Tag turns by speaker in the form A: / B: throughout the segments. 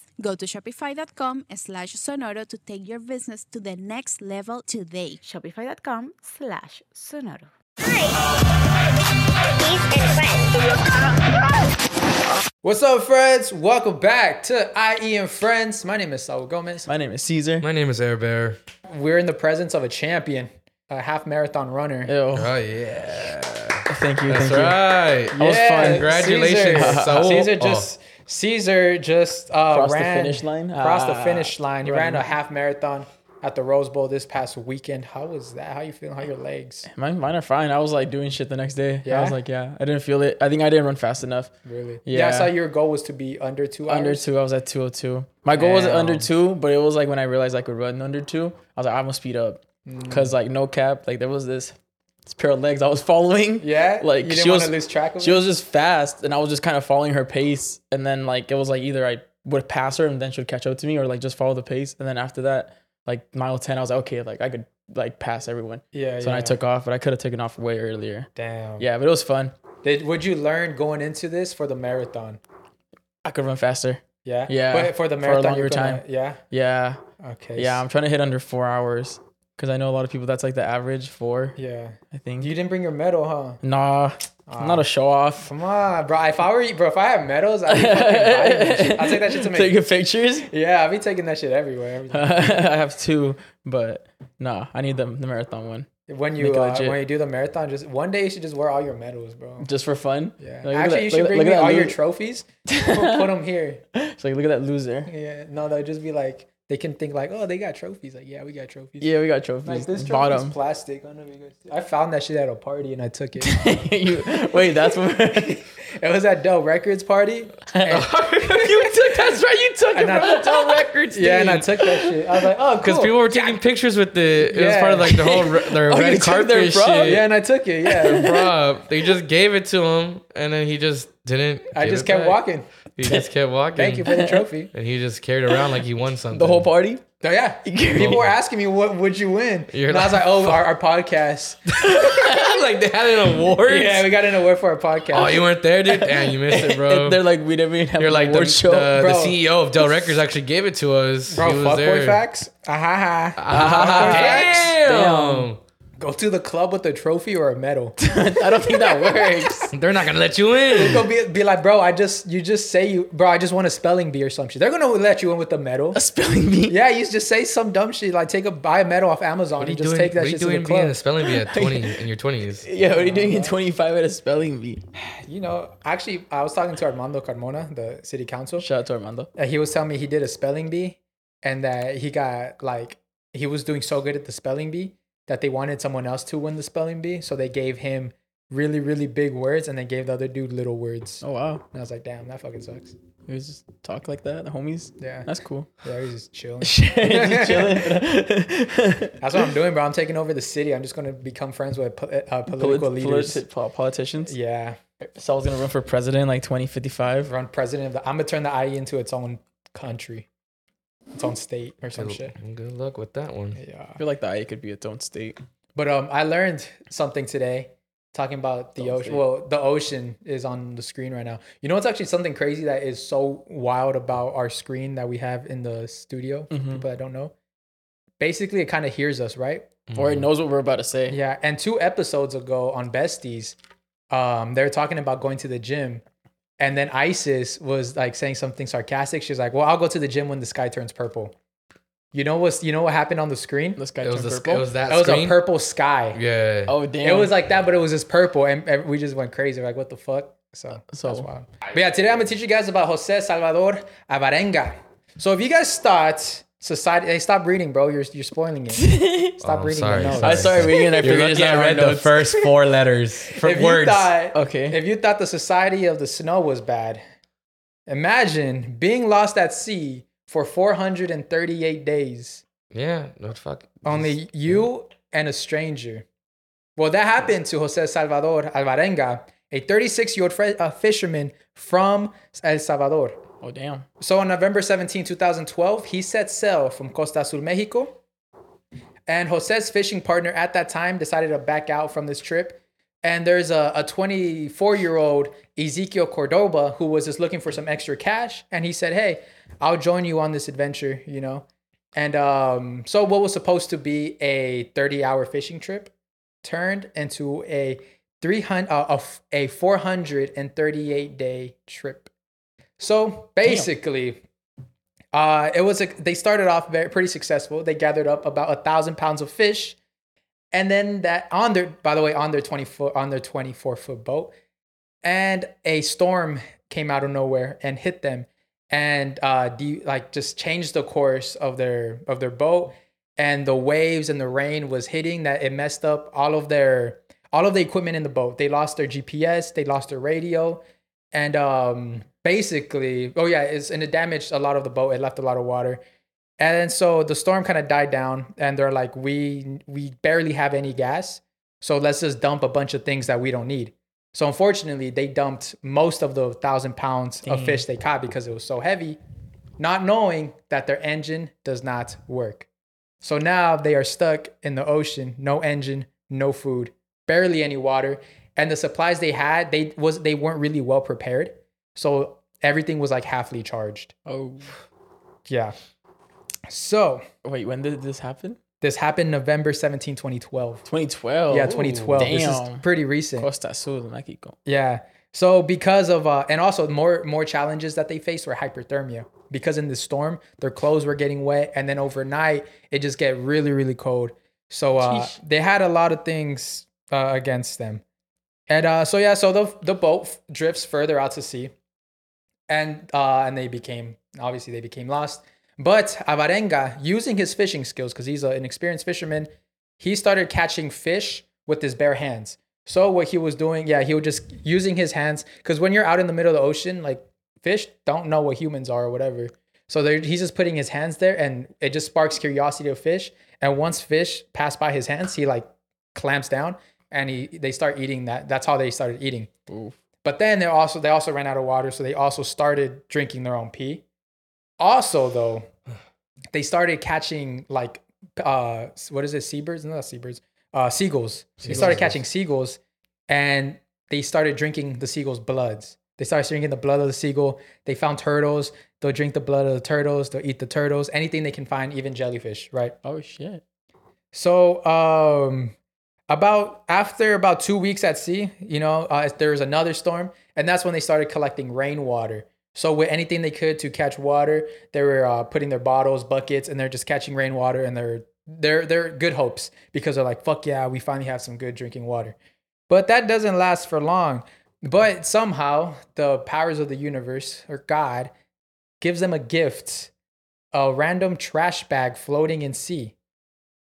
A: Go to shopify.com slash sonoro to take your business to the next level today.
B: Shopify.com slash sonoro.
C: What's up, friends? Welcome back to IE and Friends. My name is Saul Gomez.
D: My name is Caesar.
E: My name is Air Bear.
C: We're in the presence of a champion, a half marathon runner.
D: Ew.
E: Oh yeah,
D: Thank you.
E: that's
D: thank you.
E: right.
D: That was
C: Yeah,
D: fun. Oh.
E: Congratulations,
C: Caesar.
E: Saul.
C: Caesar just Caesar just uh,
D: Crossed the
C: ran
D: finish line?
C: Crossed the
D: Ah,
C: finish line. He ran
D: running.
C: a half marathon at the Rose Bowl this past weekend. How was that? How you feeling? How your legs?
D: Mine, mine are fine. I was like doing shit the next day. Yeah. I
C: Yeah?
D: was like, yeah, I didn't feel it. I think I didn't run fast enough.
C: Really? Yeah. I
D: Yeah.
C: saw your goal was to be under two hours.
D: Under two, I was at 202. My goal was under
C: Damn.
D: two, but it was like when I realized I could run under two, I was like, I'm gonna speed up.
C: Mm.
D: Cause like no cap, like there was this, this pair of legs I was following.
C: Yeah?
D: Like
C: You didn't
D: she was
C: wanna lose track of
D: She
C: it?
D: was just fast, and I was just kind of following her pace. And then like it was like either I would pass her and then she would catch up to me, or like just follow the pace. And then after that, like mile ten, I was like, okay, like I could like pass everyone.
C: Yeah,
D: So then I
C: yeah.
D: took off, but I could have taken off way earlier.
C: Damn.
D: Yeah, but it was fun.
C: Did would you learn going into this for the marathon?
D: I could run faster.
C: Yeah.
D: Yeah,
C: But for the
D: for a
C: marathon, you're
D: longer
C: gonna,
D: time.
C: Yeah.
D: Yeah,
C: Okay.
D: yeah. I'm trying to hit under four hours because I know a lot of people. That's like the average four.
C: Yeah.
D: I think.
C: You Ah. didn't bring your medal, huh?
D: Nah, I'm not a show off.
C: Come on, bro. If I were you, bro, if I had medals, I'd, be fucking buying that shit. I'd take that shit to me.
D: Taking pictures.
C: Yeah, I'd be taking that shit everywhere. every time.
D: I have two, but nah, I need the, the marathon one
C: When you
D: Make it
C: uh,
D: legit.
C: when you do the marathon, just one day you should just wear all your medals, bro.
D: just for fun.
C: Yeah.
D: Like, look at
C: Actually,
D: that-
C: you
D: look
C: should
D: at-
C: bring
D: look
C: me
D: at that
C: all your
D: lo-
C: trophies. Put, them here.
D: It's like look at that loser.
C: Yeah. No, they'll just be like they can think like, oh, they got trophies. Like, yeah, we got trophies.
D: Yeah, we got trophies.
C: Like this trophy
D: Bottom.
C: is plastic. I don't know if you guys- I found that shit at a party and I took it.
D: You- wait, that's what
C: It was at Dell Records party. And,
D: Oh, you took. That's right, you took it
C: And I-
D: from the Dell Records.
C: yeah, and I
D: thing.
C: took that shit. I was like, oh,
E: Because
C: cool.
E: people were taking pictures with the. It was
C: Yeah.
E: part of like the whole re- their
D: Oh, you
E: red
D: took their
E: carpet shit.
D: bra?
C: yeah, and I took it. Yeah,
E: Bro, they just gave it to him, and then he just didn't.
C: I
E: give
C: just
E: it
C: kept
E: back.
C: walking.
E: He just kept walking.
C: Thank you for the trophy.
E: And he just carried it around like he won something.
D: the whole party.
C: So, yeah, people were asking me what would you win,
E: You're
C: and I was like,
E: like,
C: oh, our, our podcast.
E: like they had an award.
C: yeah, we got an award for our podcast.
E: Oh, you weren't there, dude. Damn, you missed it, bro.
D: They're like, we never even have
E: You're
D: an
E: like the,
D: award show.
E: the,
C: Bro.
E: the CEO of Dell Records actually gave it to us.
C: bro,
E: He was
C: fuckboy
E: there.
C: facts. Ah, ha ha.
E: Ah,
C: facts.
E: Damn.
C: Go to the club with a trophy or a medal.
D: I don't think that works.
E: They're not gonna let you in.
C: Go be, be like, bro. I just you just say you, bro. I just want a spelling bee or some shit. They're gonna let you in with a medal.
D: a spelling bee.
C: Yeah, you just say some dumb shit like take a buy a medal off Amazon
E: What are you
C: and just
E: doing?
C: take that
E: what are you
C: shit to the
E: doing being a
C: club.
E: spelling bee at 20 in your 20s?
D: Yeah, what are you doing
C: Uh-huh.
D: in 25 at a spelling bee?
C: You know, actually, I was talking to Armando Carmona, the city council.
D: Shout out to Armando.
C: uh, he was telling me he did a spelling bee and that he got like he was doing so good at the spelling bee that they wanted someone else to win the spelling bee so they gave him really really big words and they gave the other dude little words
D: Oh, wow.
C: and i was like damn that fucking sucks
D: He was just talk like that, homies.
C: yeah
D: That's cool.
C: yeah he's just chilling
D: Just chilling.
C: that's what i'm doing bro i'm taking over the city i'm just gonna become friends with po- uh, political
D: Polit-
C: leaders
D: politi- po- politicians.
C: yeah
D: So I was going to run for president in like 2055.
C: run president of the i'm gonna turn the ie into its own country its own state or some shit
E: Good, good luck with that one.
C: yeah
D: I feel like the IA could be its own state.
C: But um, I learned something today talking about the
D: Don't
C: ocean.
D: say.
C: Well, the ocean is on the screen right now. You know, it's actually something crazy that is so wild about our screen that we have in the studio. For
D: Mhm.
C: People that don't know, basically, it kind of hears us, right?
E: Mm-hmm.
D: Or it knows what we're about to say.
C: Yeah. And two episodes ago on Besties, um, they were talking about going to the gym. And then Isis was like saying something sarcastic. She's like, Well, I'll go to the gym when the sky turns purple. You know what's you know what happened on the screen?
D: This guy
E: It was
D: turned
E: the sc-
D: purple.
E: it was that
C: That was a
E: screen.
C: purple sky.
E: yeah.
D: oh damn!
C: It was like that, but it was just purple, and, and we just went crazy. We're like, what the fuck?
E: Uh,
C: So,
D: so-
C: that's wild. But yeah, today I'm gonna teach you guys about Jose Salvador Avarenga. So if you guys thought society, hey, stop reading, bro. You're you're spoiling it. Stop
E: Oh,
C: reading.
E: sorry,
C: your notes.
D: I started reading and I
E: You're
D: figured it's
E: lucky
D: not
E: I read the first four letters for
C: If
E: words.
C: you thought,
D: Okay.
C: If you thought the society of the snow was bad, imagine being lost at sea for 438 days,
E: yeah, no fuck.
C: only you and a stranger. Well, that happened to Jose Salvador Alvarenga, a 36 year old fre- uh, fisherman from El Salvador.
D: Oh damn!
C: So on November 17, 2012, he set sail from Costa Azul, Mexico. And Jose's fishing partner at that time decided to back out from this trip. And there's a 24 year old Ezekiel Cordoba who was just looking for some extra cash. And he said, Hey, I'll join you on this adventure, you know? And um, so what was supposed to be a 30 hour fishing trip turned into a 300 uh, a f- a 438 day trip. So basically, uh, it was a, they started off very pretty successful. They gathered up about a thousand pounds of fish, and then that on their by the way on their twenty foot on their twenty four foot boat, and a storm came out of nowhere and hit them, and uh, de- like just changed the course of their of their boat, and the waves and the rain was hitting that it messed up all of their all of the equipment in the boat. They lost their GPS, they lost their radio, and um basically oh yeah it's and it damaged a lot of the boat it left a lot of water and then so the storm kind of died down and they're like we we barely have any gas so let's just dump a bunch of things that we don't need so unfortunately they dumped most of the thousand pounds of fish they caught because it was so heavy not knowing that their engine does not work so now they are stuck in the ocean, no engine, no food, barely any water, and the supplies they had, they was they weren't really well prepared. So everything was like halfly charged.
D: Oh
C: Yeah. So
D: wait, when did this happen?
C: this happened November 17, 2012.
D: 2012.
C: yeah, 2012.
D: Damn.
C: This is pretty recent.
D: Costa Azul, Mexico.
C: Yeah. So because of uh, and also more more challenges that they faced were hyperthermia because in the storm their clothes were getting wet and then overnight it just get really really cold. So uh,
D: Sheesh.
C: they had a lot of things uh, against them, and uh, so yeah, so the the boat f- drifts further out to sea, and uh, and they became obviously they became lost. But Avarenga, using his fishing skills because he's a, an experienced fisherman, he started catching fish with his bare hands. So what he was doing, yeah, he was just using his hands because when you're out in the middle of the ocean, like fish don't know what humans are or whatever. So they're- he's just putting his hands there, and it just sparks curiosity of fish. And once fish pass by his hands, he like clamps down, and he they start eating that. That's how they started eating. But then they also they also ran out of water, so they also started drinking their own pee. Also, though, they started catching like uh what is it seabirds no not seabirds uh seagulls they started catching seagulls and they started drinking the seagulls bloods they started drinking the blood of the seagull they found turtles they'll drink the blood of the turtles they'll eat the turtles anything they can find even jellyfish right
D: Oh shit.
C: so, um, about after about two weeks at sea, you know, uh, there was another storm, and that's when they started collecting rainwater. So, with anything they could to catch water, they were uh, putting their bottles, buckets, and they're just catching rainwater, and they're they're they're good hopes because they're like, fuck yeah, we finally have some good drinking water. But that doesn't last for long. But somehow, the powers of the universe or God gives them a gift, a random trash bag floating in sea.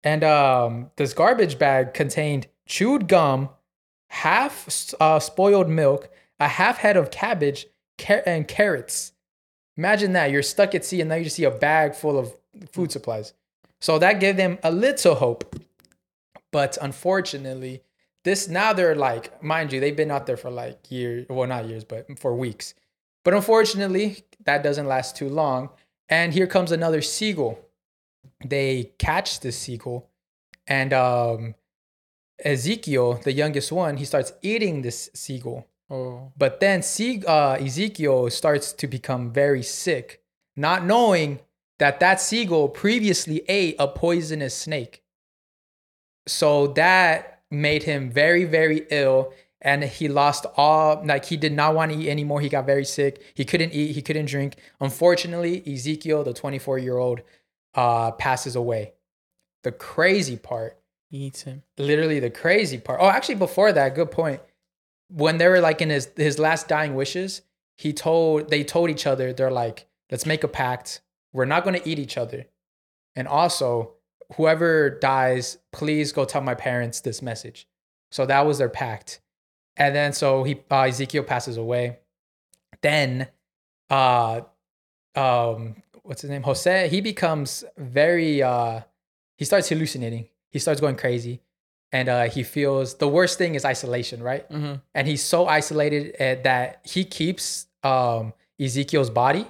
C: And um, this garbage bag contained chewed gum, half uh, spoiled milk, a half head of cabbage, car- and carrots. Imagine that you're stuck at sea and now you just see a bag full of food supplies. So that gave them a little hope, but unfortunately, this now they're like, mind you, they've been out there for like years, well not years, but for weeks. But unfortunately, that doesn't last too long. And here comes another seagull they catch the seagull and um Ezekiel, the youngest one, he starts eating this seagull.
D: Oh.
C: But then Se- uh, Ezekiel starts to become very sick, not knowing that that seagull previously ate a poisonous snake. So that made him very, very ill. And he lost all, like, he did not want to eat anymore. He got very sick. He couldn't eat, he couldn't drink. Unfortunately, Ezekiel, the 24 year old, uh, passes away. The crazy part
D: He eats him.
C: literally the crazy part. Oh, actually, before that, good point. When they were like in his his last dying wishes, he told they told each other they're like, let's make a pact. We're not going to eat each other, and also whoever dies, please go tell my parents this message. So that was their pact, and then so he uh, Ezekiel passes away. Then, uh, um, what's his name? Jose. He becomes very uh, he starts hallucinating. He starts going crazy and uh, he feels the worst thing is isolation, right?
D: Mm-hmm.
C: And he's so isolated uh, that he keeps um, Ezekiel's body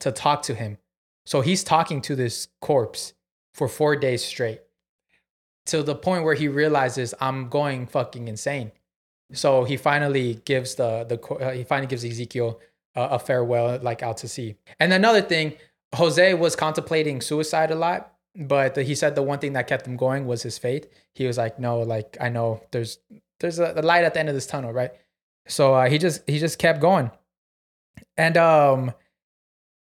C: to talk to him. So he's talking to this corpse for four days straight to the point where he realizes I'm going fucking insane. So he finally gives the the co- uh, he finally gives Ezekiel uh, a farewell, like out to sea. And another thing, Jose was contemplating suicide a lot, but he said the one thing that kept him going was his faith. He was like, no, like I know there's there's a, a light at the end of this tunnel, right? So uh, he just he just kept going, and um,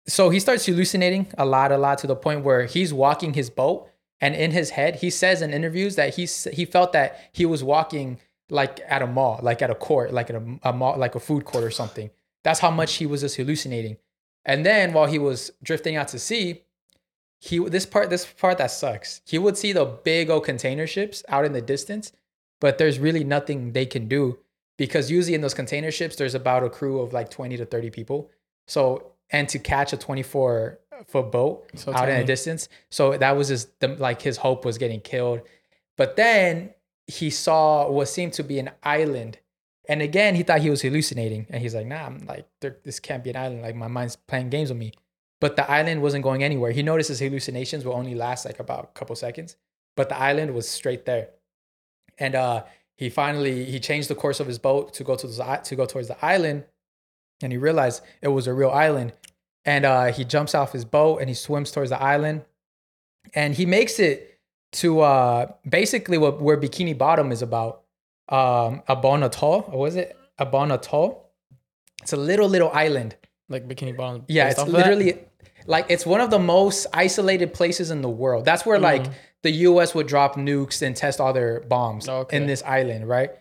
C: so he starts hallucinating a lot, a lot to the point where he's walking his boat, and in his head he says in interviews that he s- he felt that he was walking like at a mall, like at a court, like at a, a mall, like a food court or something. That's how much he was just hallucinating. And then while he was drifting out to sea, he this part this part that sucks. He would see the big old container ships out in the distance, but there's really nothing they can do because usually in those container ships there's about a crew of like 20 to 30 people. So and to catch a 24 foot boat
D: So
C: out in the
D: tiny.
C: distance. So that was his the, like his hope was getting killed. But then he saw what seemed to be an island. And again, he thought he was hallucinating. And he's like, nah, I'm like, there, this can't be an island. Like, my mind's playing games with me. But the island wasn't going anywhere. He noticed his hallucinations will only last like about a couple seconds, but the island was straight there. And uh, he finally he changed the course of his boat to go to the, to go towards the island, and he realized it was a real island. And uh, he jumps off his boat and he swims towards the island, and he makes it to uh, basically what where Bikini Bottom is about, um, Abon Atoll. What was it? Abon Atoll. It's a little little island.
D: Like bikini bottom.
C: Yeah,
D: based
C: it's
D: off of that?
C: literally like it's one of the most isolated places in the world. That's where
D: Mm-hmm.
C: like the US would drop nukes and test all their bombs
D: Okay.
C: in this island, right?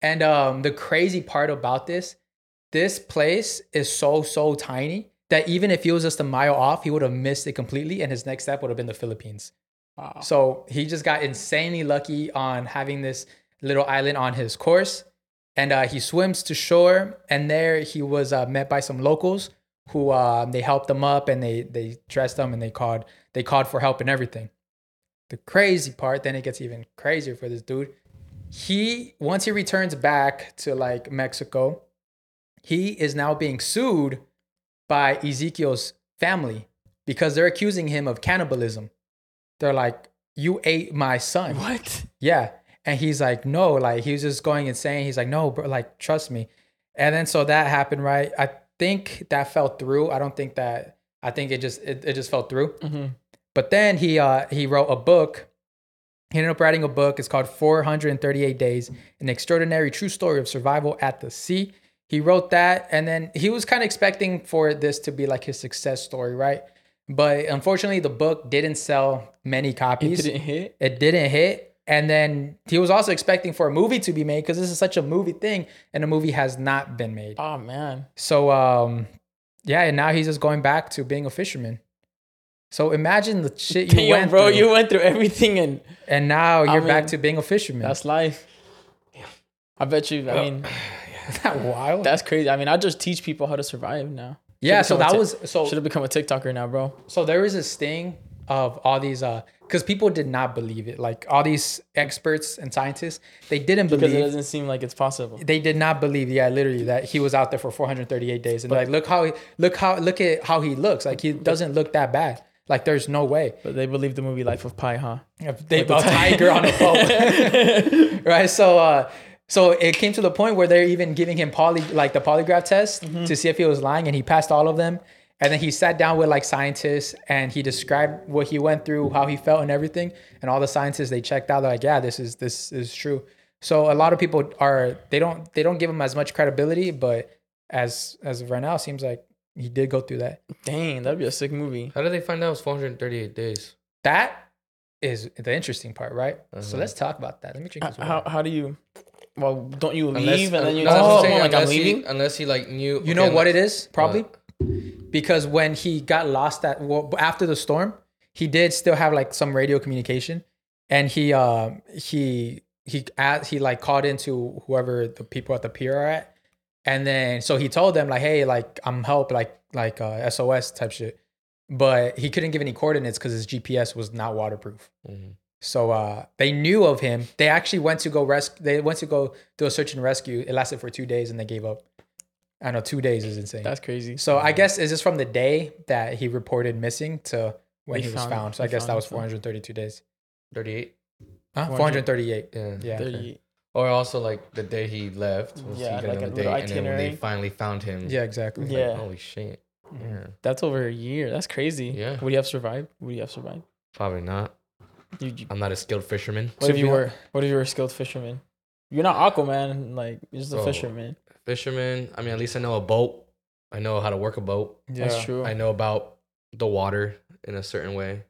C: And um the crazy part about this, this place is so so tiny that even if he was just a mile off, he would have missed it completely and his next step would have been the Philippines.
D: Wow.
C: So he just got insanely lucky on having this little island on his course. And uh, he swims to shore. And there he was uh, met by some locals who uh, they helped him up and they, they dressed him and they called, they called for help and everything. The crazy part, then it gets even crazier for this dude. He, once he returns back to like Mexico, he is now being sued by Ezekiel's family because they're accusing him of cannibalism. They're like, "You ate my son."
D: What?
C: Yeah, and he's like, "No," like he was just going insane. He's like, "No, bro, like trust me." And then so that happened, right? I think that fell through. I don't think that. I think it just it, it just fell through.
D: Mm-hmm.
C: But then he uh, he wrote a book. He ended up writing a book. It's called 438 Days: An Extraordinary True Story of Survival at the Sea. He wrote that, and then he was kind of expecting for this to be like his success story, right? But unfortunately, the book didn't sell many
D: It
C: copies.
D: didn't hit.
C: It didn't hit. And then he was also expecting for a movie to be made because this is such a movie thing, and a movie has not been made.
D: Oh man.
C: So um yeah, and now he's just going back to being a fisherman. So imagine the shit you
D: Damn,
C: went
D: bro,
C: through,
D: you went through everything, and
C: and now you're back
D: mean,
C: to being a fisherman. That's
D: that's life. I bet you. I mean,
C: not wild.
D: that's crazy. I mean, I just teach people how to survive now.
C: yeah, so that
D: become a
C: was
D: tick-
C: so
D: Should have become a TikToker now, bro.
C: so there was this thing of all these uh because people did not believe it. Like all these experts and scientists, they didn't
D: Because it
C: believe
D: doesn't seem like it's possible.
C: they did not believe, yeah, literally that he was out there for 438 days. And they're like, look how he look how look at how he looks. Like he doesn't look that bad. Like there's no way.
D: But they believe the movie Life of Pi, huh?
C: If they
D: the
C: a
D: ti-
C: tiger on a boat, right? So, uh, so it came to the point where they're even giving him poly like the polygraph test to see if he was lying, and he passed all of them. And then he sat down with like scientists, and he described what he went through, how he felt, and everything. And all the scientists they checked out, they're like, yeah, this is this is true. So a lot of people are they don't they don't give him as much credibility, but as as of right now, it seems like he did go through that.
D: Dang, that'd be a sick movie.
E: How did they find out it was 438 days?
C: That is the interesting part, right? So let's talk about that. Let me drink this
D: How,
C: water.
D: how do you? Well, don't you leave
E: Unless,
D: and then you
E: no, that's
D: tell
E: what I'm
C: Oh,
D: someone,
E: saying,
D: like I'm
E: unless he-
D: leaving?
E: unless he like knew.
C: You know what it is, probably? Because when he got lost at well, after the storm, he did still have like some radio communication, and he um he he a- he like called into whoever the people at the pier are at, and then so he told them like, hey, like I'm help, like like uh, SOS type shit, but he couldn't give any coordinates because his GPS was not waterproof.
E: mm-hmm.
C: So uh, they knew of him. They actually went to go rescue. They went to go do a search and rescue. It lasted for two days, and they gave up. I know two days is insane.
D: That's crazy.
C: so I guess is this from the day that he reported missing to when
D: They
C: he was
D: found-
C: found? So I
D: they
C: guess
D: found
C: that
D: him,
C: was
D: so-
C: 432 days.
E: Thirty-eight.
C: Huh?
D: 400.
C: 438.
E: Yeah.
C: Yeah.
D: There
E: okay.
D: you-
E: Or also like the day he left. Was
D: Yeah,
E: he got
D: like
E: on
D: a
E: the
D: little
E: date, and then when they
D: itinerary.
E: finally found him.
C: Yeah. Exactly.
E: like,
D: Mm. Yeah.
E: holy shit. Yeah.
D: That's over a year. That's crazy.
E: Yeah.
D: Would you have survived? Would you have survived?
E: Probably not.
D: You, you,
E: I'm not a skilled fisherman.
D: what
C: to
D: if you
C: be-
D: were? What if you were a skilled fisherman? You're not Aquaman. Like you're just a
E: Bro,
D: fisherman.
E: Fisherman. I mean, at least I know a boat. I know how to work a boat.
D: That's true.
E: I know about the water in a certain way.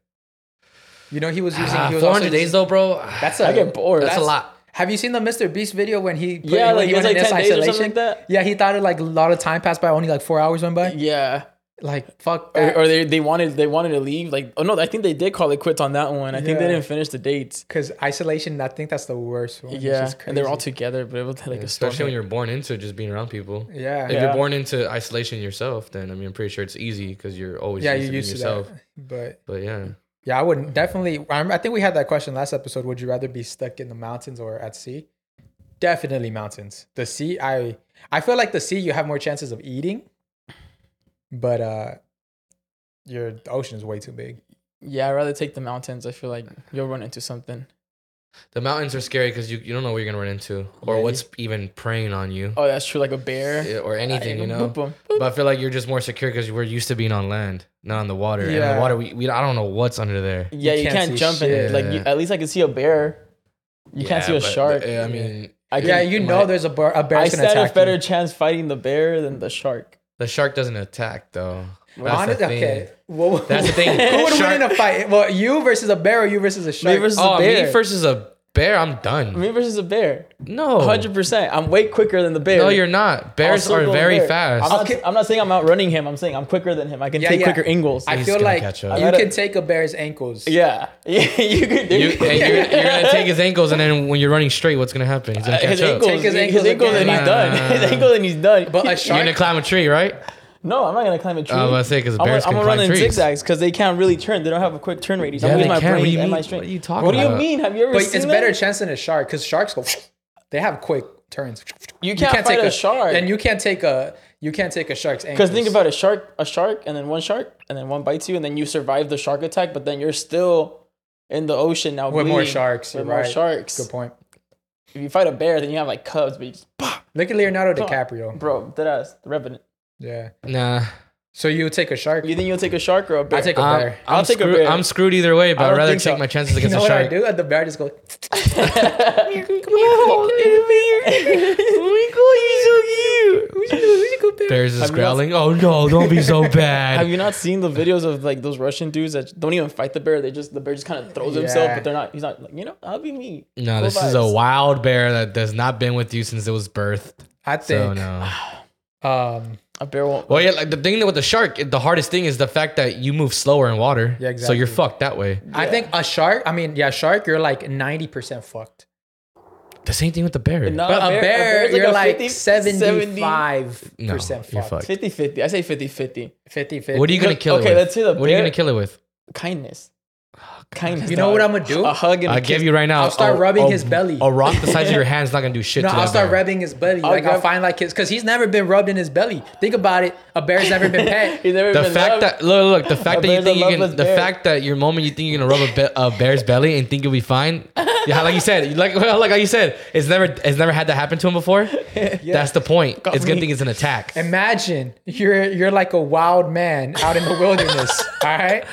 C: You know he was using.
E: Ah,
C: he was
E: 400
C: also
E: days though, bro. Ah,
C: That's
D: I
C: a.
D: get bored.
E: That's a lot.
C: Have you seen the Mr. Beast video when he put,
D: Yeah,
C: when
D: like,
C: he
D: it was
C: went in this
D: like 10 days or something like that.
C: Yeah, he thought it like a lot of time passed by, only like four hours went by.
D: Yeah.
C: Like fuck.
D: Or,
C: that.
D: or they, they wanted they wanted to leave. Like oh no, I think they did call it quits on that one. I think they
C: Yeah.
D: didn't finish the dates.
C: Because isolation, I think that's the worst one.
D: Yeah, and they were all
C: too.
D: together, but it was like a storm.
E: Especially when you're born into just being around people.
C: Yeah.
E: If
C: Yeah,
D: Yeah.
E: you're born into isolation yourself, then I mean, I'm pretty sure it's easy because you're always used
C: you're
E: to
C: used to
E: being yourself.
C: that. But
E: But yeah,
C: yeah, I wouldn't definitely. I'm, I think we had that question last episode. Would you rather be stuck in the mountains or at sea? Definitely mountains. The sea, I I feel like the sea you have more chances of eating, but uh, your the ocean is way too big.
D: yeah, I'd rather take the mountains. I feel like you'll run into something.
E: the mountains are scary because you, you don't know what you're gonna run into or
D: Yeah,
E: what's even preying on you
D: Oh, that's true. Like a bear.
E: eh, or anything,
D: Like,
E: you know.
D: boop, boop.
E: But I feel like you're just more secure because we're used to being on land, not on the water. And
C: Yeah.
E: the water, we, we I don't know what's under there.
D: Yeah, you,
C: can't
D: can't,
C: see
D: jump in it.
E: shit.
D: Like you, at least I can see a bear. You can't see a
E: but- but,
D: shark.
E: eh, I mean,
D: I
C: Yeah,
D: can-
C: you know there's a bear. A
D: I
C: bear's gonna
D: stand a
C: attack
D: better
C: you.
D: chance fighting the bear than the shark.
E: the shark doesn't attack though. That's
C: Honest-
E: the thing.
C: okay. Well,
E: That's the thing.
C: Who would
E: Shark-
C: win in a fight? Well, you versus a bear or you versus a shark?
D: versus-
E: Oh,
D: bear.
E: me versus a bear. I'm done.
D: Me versus a bear.
E: no,
D: Hundred percent. I'm way quicker than the bear.
E: Oh. no, you're not. Bears
D: Also
E: are
D: go
E: very
D: bear. I'm
E: fast.
D: not,
C: Okay.
D: I'm not saying I'm outrunning him. I'm saying I'm quicker than him. I can
C: Yeah,
D: take
C: yeah.
D: quicker angles.
C: I
E: He's
C: feel
E: gonna
C: like
E: catch
C: you
E: up.
C: can take a bear's ankles.
D: yeah. Yeah. You could.
E: You, and you're, you're gonna take his ankles, and then when you're running straight, what's gonna happen? He's gonna catch
D: Uh, his
E: up.
D: ankles.
C: Take his
D: his ankles.
C: ankles
D: and
C: again.
D: he's done. his ankles and he's done.
C: But a
E: You're
C: shark,
E: gonna climb a tree, right?
D: no, I'm not gonna climb a tree.
E: I was about to say, 'cause
D: I'm gonna-
E: bears
D: I'm
E: can
D: gonna run
E: climb
D: in
E: trees.
D: zigzags because they can't really turn. They don't have a quick turn radius.
E: Yeah,
D: I'm
E: they
D: using my
E: can. What
D: brain
E: do you
D: and my
E: mean?
D: strength.
E: What are you talking
D: What do you
E: about?
D: mean? Have you ever
C: but
D: seen
C: it's
D: that?
C: better chance than a shark because sharks go. They have quick turns.
D: You can't, fight
C: take
D: a shark.
C: and you can't take a you can't take a shark's ankles.
D: Because think about a shark, a shark, and then one shark, and then one bites you, and then you survive the shark attack, but then you're still in the ocean now.
C: with more
D: bleeding
C: sharks.
D: With
C: you're
D: more
C: right.
D: sharks.
C: Good point.
D: If you fight a bear, then you have like cubs, but you just,
C: Look at Leonardo DiCaprio.
D: bro, dead ass, the revenant.
C: Yeah.
E: Nah,
C: So you would take a shark.
D: You think you'll take a shark or a bear?
C: I take a
E: I'm,
C: bear.
E: I'm
D: I'll take a
E: screwed.
D: bear.
E: I'm screwed either way, but
D: I
E: I'd
D: don't
E: rather
D: think
E: take
D: so.
E: my chances
C: You
E: against
C: know
E: a
C: what I
E: shark.
C: do? And the bear just goes.
E: Bears is
D: Have you not-
E: growling. Oh no, don't be so
D: Have
E: bad.
D: you not seen the videos of like those Russian dudes that don't even fight the bear? They just the bear just kind of throws himself,
C: Yeah.
D: but they're not. He's not like you know. I'll be me.
E: No,
D: Cool
E: this is a
D: vibes.
E: wild bear that has not been with you since it was birthed.
C: I
E: So
C: think.
E: no.
C: Um.
D: A bear won't.
E: Well, yeah, like the thing with the shark, it- the hardest thing is the fact that you move slower in water.
C: Yeah,
E: So you're
C: exactly.
E: fucked that way.
C: I think a shark. I mean, yeah, shark. You're like ninety percent fucked.
E: The same thing with the bear.
D: No,
C: But a bear,
D: bear's
C: you're
D: a
C: like
D: 50
C: seventy-five
E: No,
C: percent
E: you're
C: fucked.
E: fucked.
D: 50 50. I say 50 50.
C: 50
E: What are you gonna kill it
D: Okay,
E: with?
D: let's hear the
E: What are you
D: bear.
E: gonna kill it with?
D: Kindness. Kindness.
C: You know
D: dog.
C: what I'm gonna do?
D: A hug and a
E: Oh, I
D: kiss.
E: give you right now.
C: I'll start
E: a-
C: rubbing
E: a-
C: his belly.
E: A rock the size of your hand's not gonna do shit.
C: No,
E: to
C: I'll
E: that
C: start
E: bear.
C: rubbing his belly. like I'll
D: grab-
C: find like his, because he's never been rubbed in his belly. Think about it. A bear's never been pet.
D: He's never
E: The
D: been
E: fact
D: loved.
E: that look, look, the fact that you
D: bear's a
E: think you can,
D: loveless
E: the
D: bear.
E: fact that your moment you think you're gonna rub a, be- a bear's belly and think you'll be fine. Yeah, like you said, like well, like you said, it's never, it's never had that happen to him before. That's the point. it's a good
D: me.
E: thing it's an attack.
C: Imagine you're you're like a wild man out in the wilderness. all right,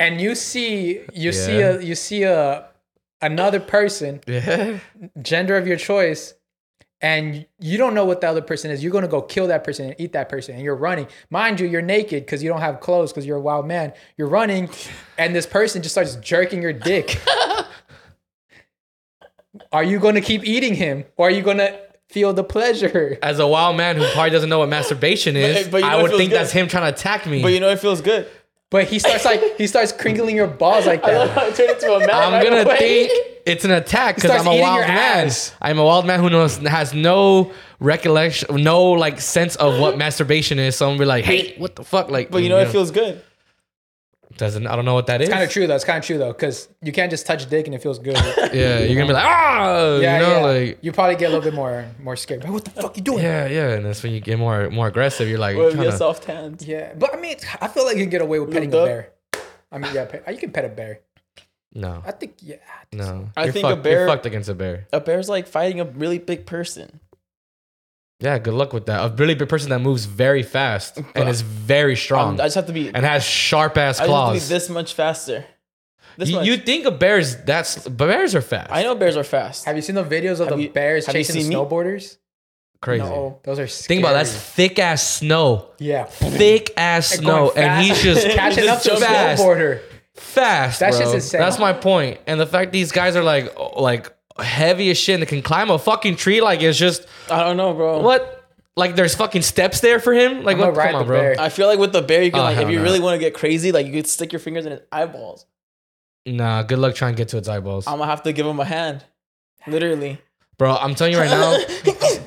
C: and you see you see
E: Yeah.
C: a you see a another person,
E: Yeah.
C: gender of your choice, and you don't know what the other person is. You're gonna go kill that person and eat that person, and you're running. Mind you, you're naked because you don't have clothes because you're a wild man. You're running, and this person just starts jerking your dick. are you gonna keep eating him, or are you gonna feel the pleasure?
E: As a wild man who probably doesn't know what masturbation is,
D: But- but you know
E: I
D: it
E: would
D: feels
E: think
D: good.
E: that's him trying to attack me.
D: But you know it feels good.
C: But he starts like he starts crinkling your balls like
D: I
C: that.
D: love how it turned into a man.
E: I'm
D: right
E: gonna
D: away.
E: think it's an attack because
C: starts
E: I'm a
C: eating
E: wild
C: your
E: man.
C: ass.
E: I'm a wild man who knows has no recollection, no like sense of what masturbation is. So I'm gonna be like, hey, what the fuck? Like,
D: But you know it feels good.
E: doesn't. I don't know what that is.
C: Kind of true though. It's kind of true though, because you can't just touch dick and it feels good. yeah,
E: Yeah, you're gonna be like, ah, you know, like.
C: you probably get a little bit more more scared. Like, what the fuck you doing?
E: Yeah, yeah, and that's when you get more more aggressive. You're like,
D: With
E: kinda-
D: your soft hands.
C: Yeah, but I mean, I feel like you can get away with petting a
D: duck.
C: bear. I mean, yeah, pet, you can pet a bear.
E: no,
C: I think yeah. I think so.
E: no.
D: I
E: You're
D: think a
E: fucked-
D: bear-
E: You're fucked against a bear.
D: A bear's like fighting a really big person.
E: Yeah, good luck with that. A really big person that moves very fast and is very
D: Um,
E: strong
D: I just have to be.
E: and has sharp ass
D: I just have to be
E: claws.
D: this much faster. This
E: You,
D: much.
E: you think of bears? That's but bears are fast.
D: I know bears are fast.
C: Have you seen the videos of
D: Have
C: the
D: you-
C: bears
D: have you
C: chasing
D: seen me?
C: snowboarders?
E: crazy.
C: No, those are. Scary.
E: Think about it, that's thick ass snow,
C: Yeah,
E: thick ass
C: They're
E: snow,
C: going
E: and he's
C: fast.
E: just
C: catching up to a
E: fast,
C: snowboarder.
E: fast.
C: That's
E: bro.
C: just insane.
E: That's my point. And the fact these guys are like oh, like heavy as shit and can climb a fucking tree like it's just
D: I don't know, bro.
E: what like there's fucking steps there for him. Like
C: Oh. I'm
E: what?
C: gonna ride
E: Come on,
C: the
E: bro.
C: bear.
D: I feel like with the bear, you can
E: Oh,
D: like if
E: hell
D: you
E: no.
D: really want to get crazy, like you could stick your fingers in his eyeballs.
E: Nah, good luck trying to get to its eyeballs,
D: I'm gonna have to give him a hand, literally.
E: bro. I'm telling you right now,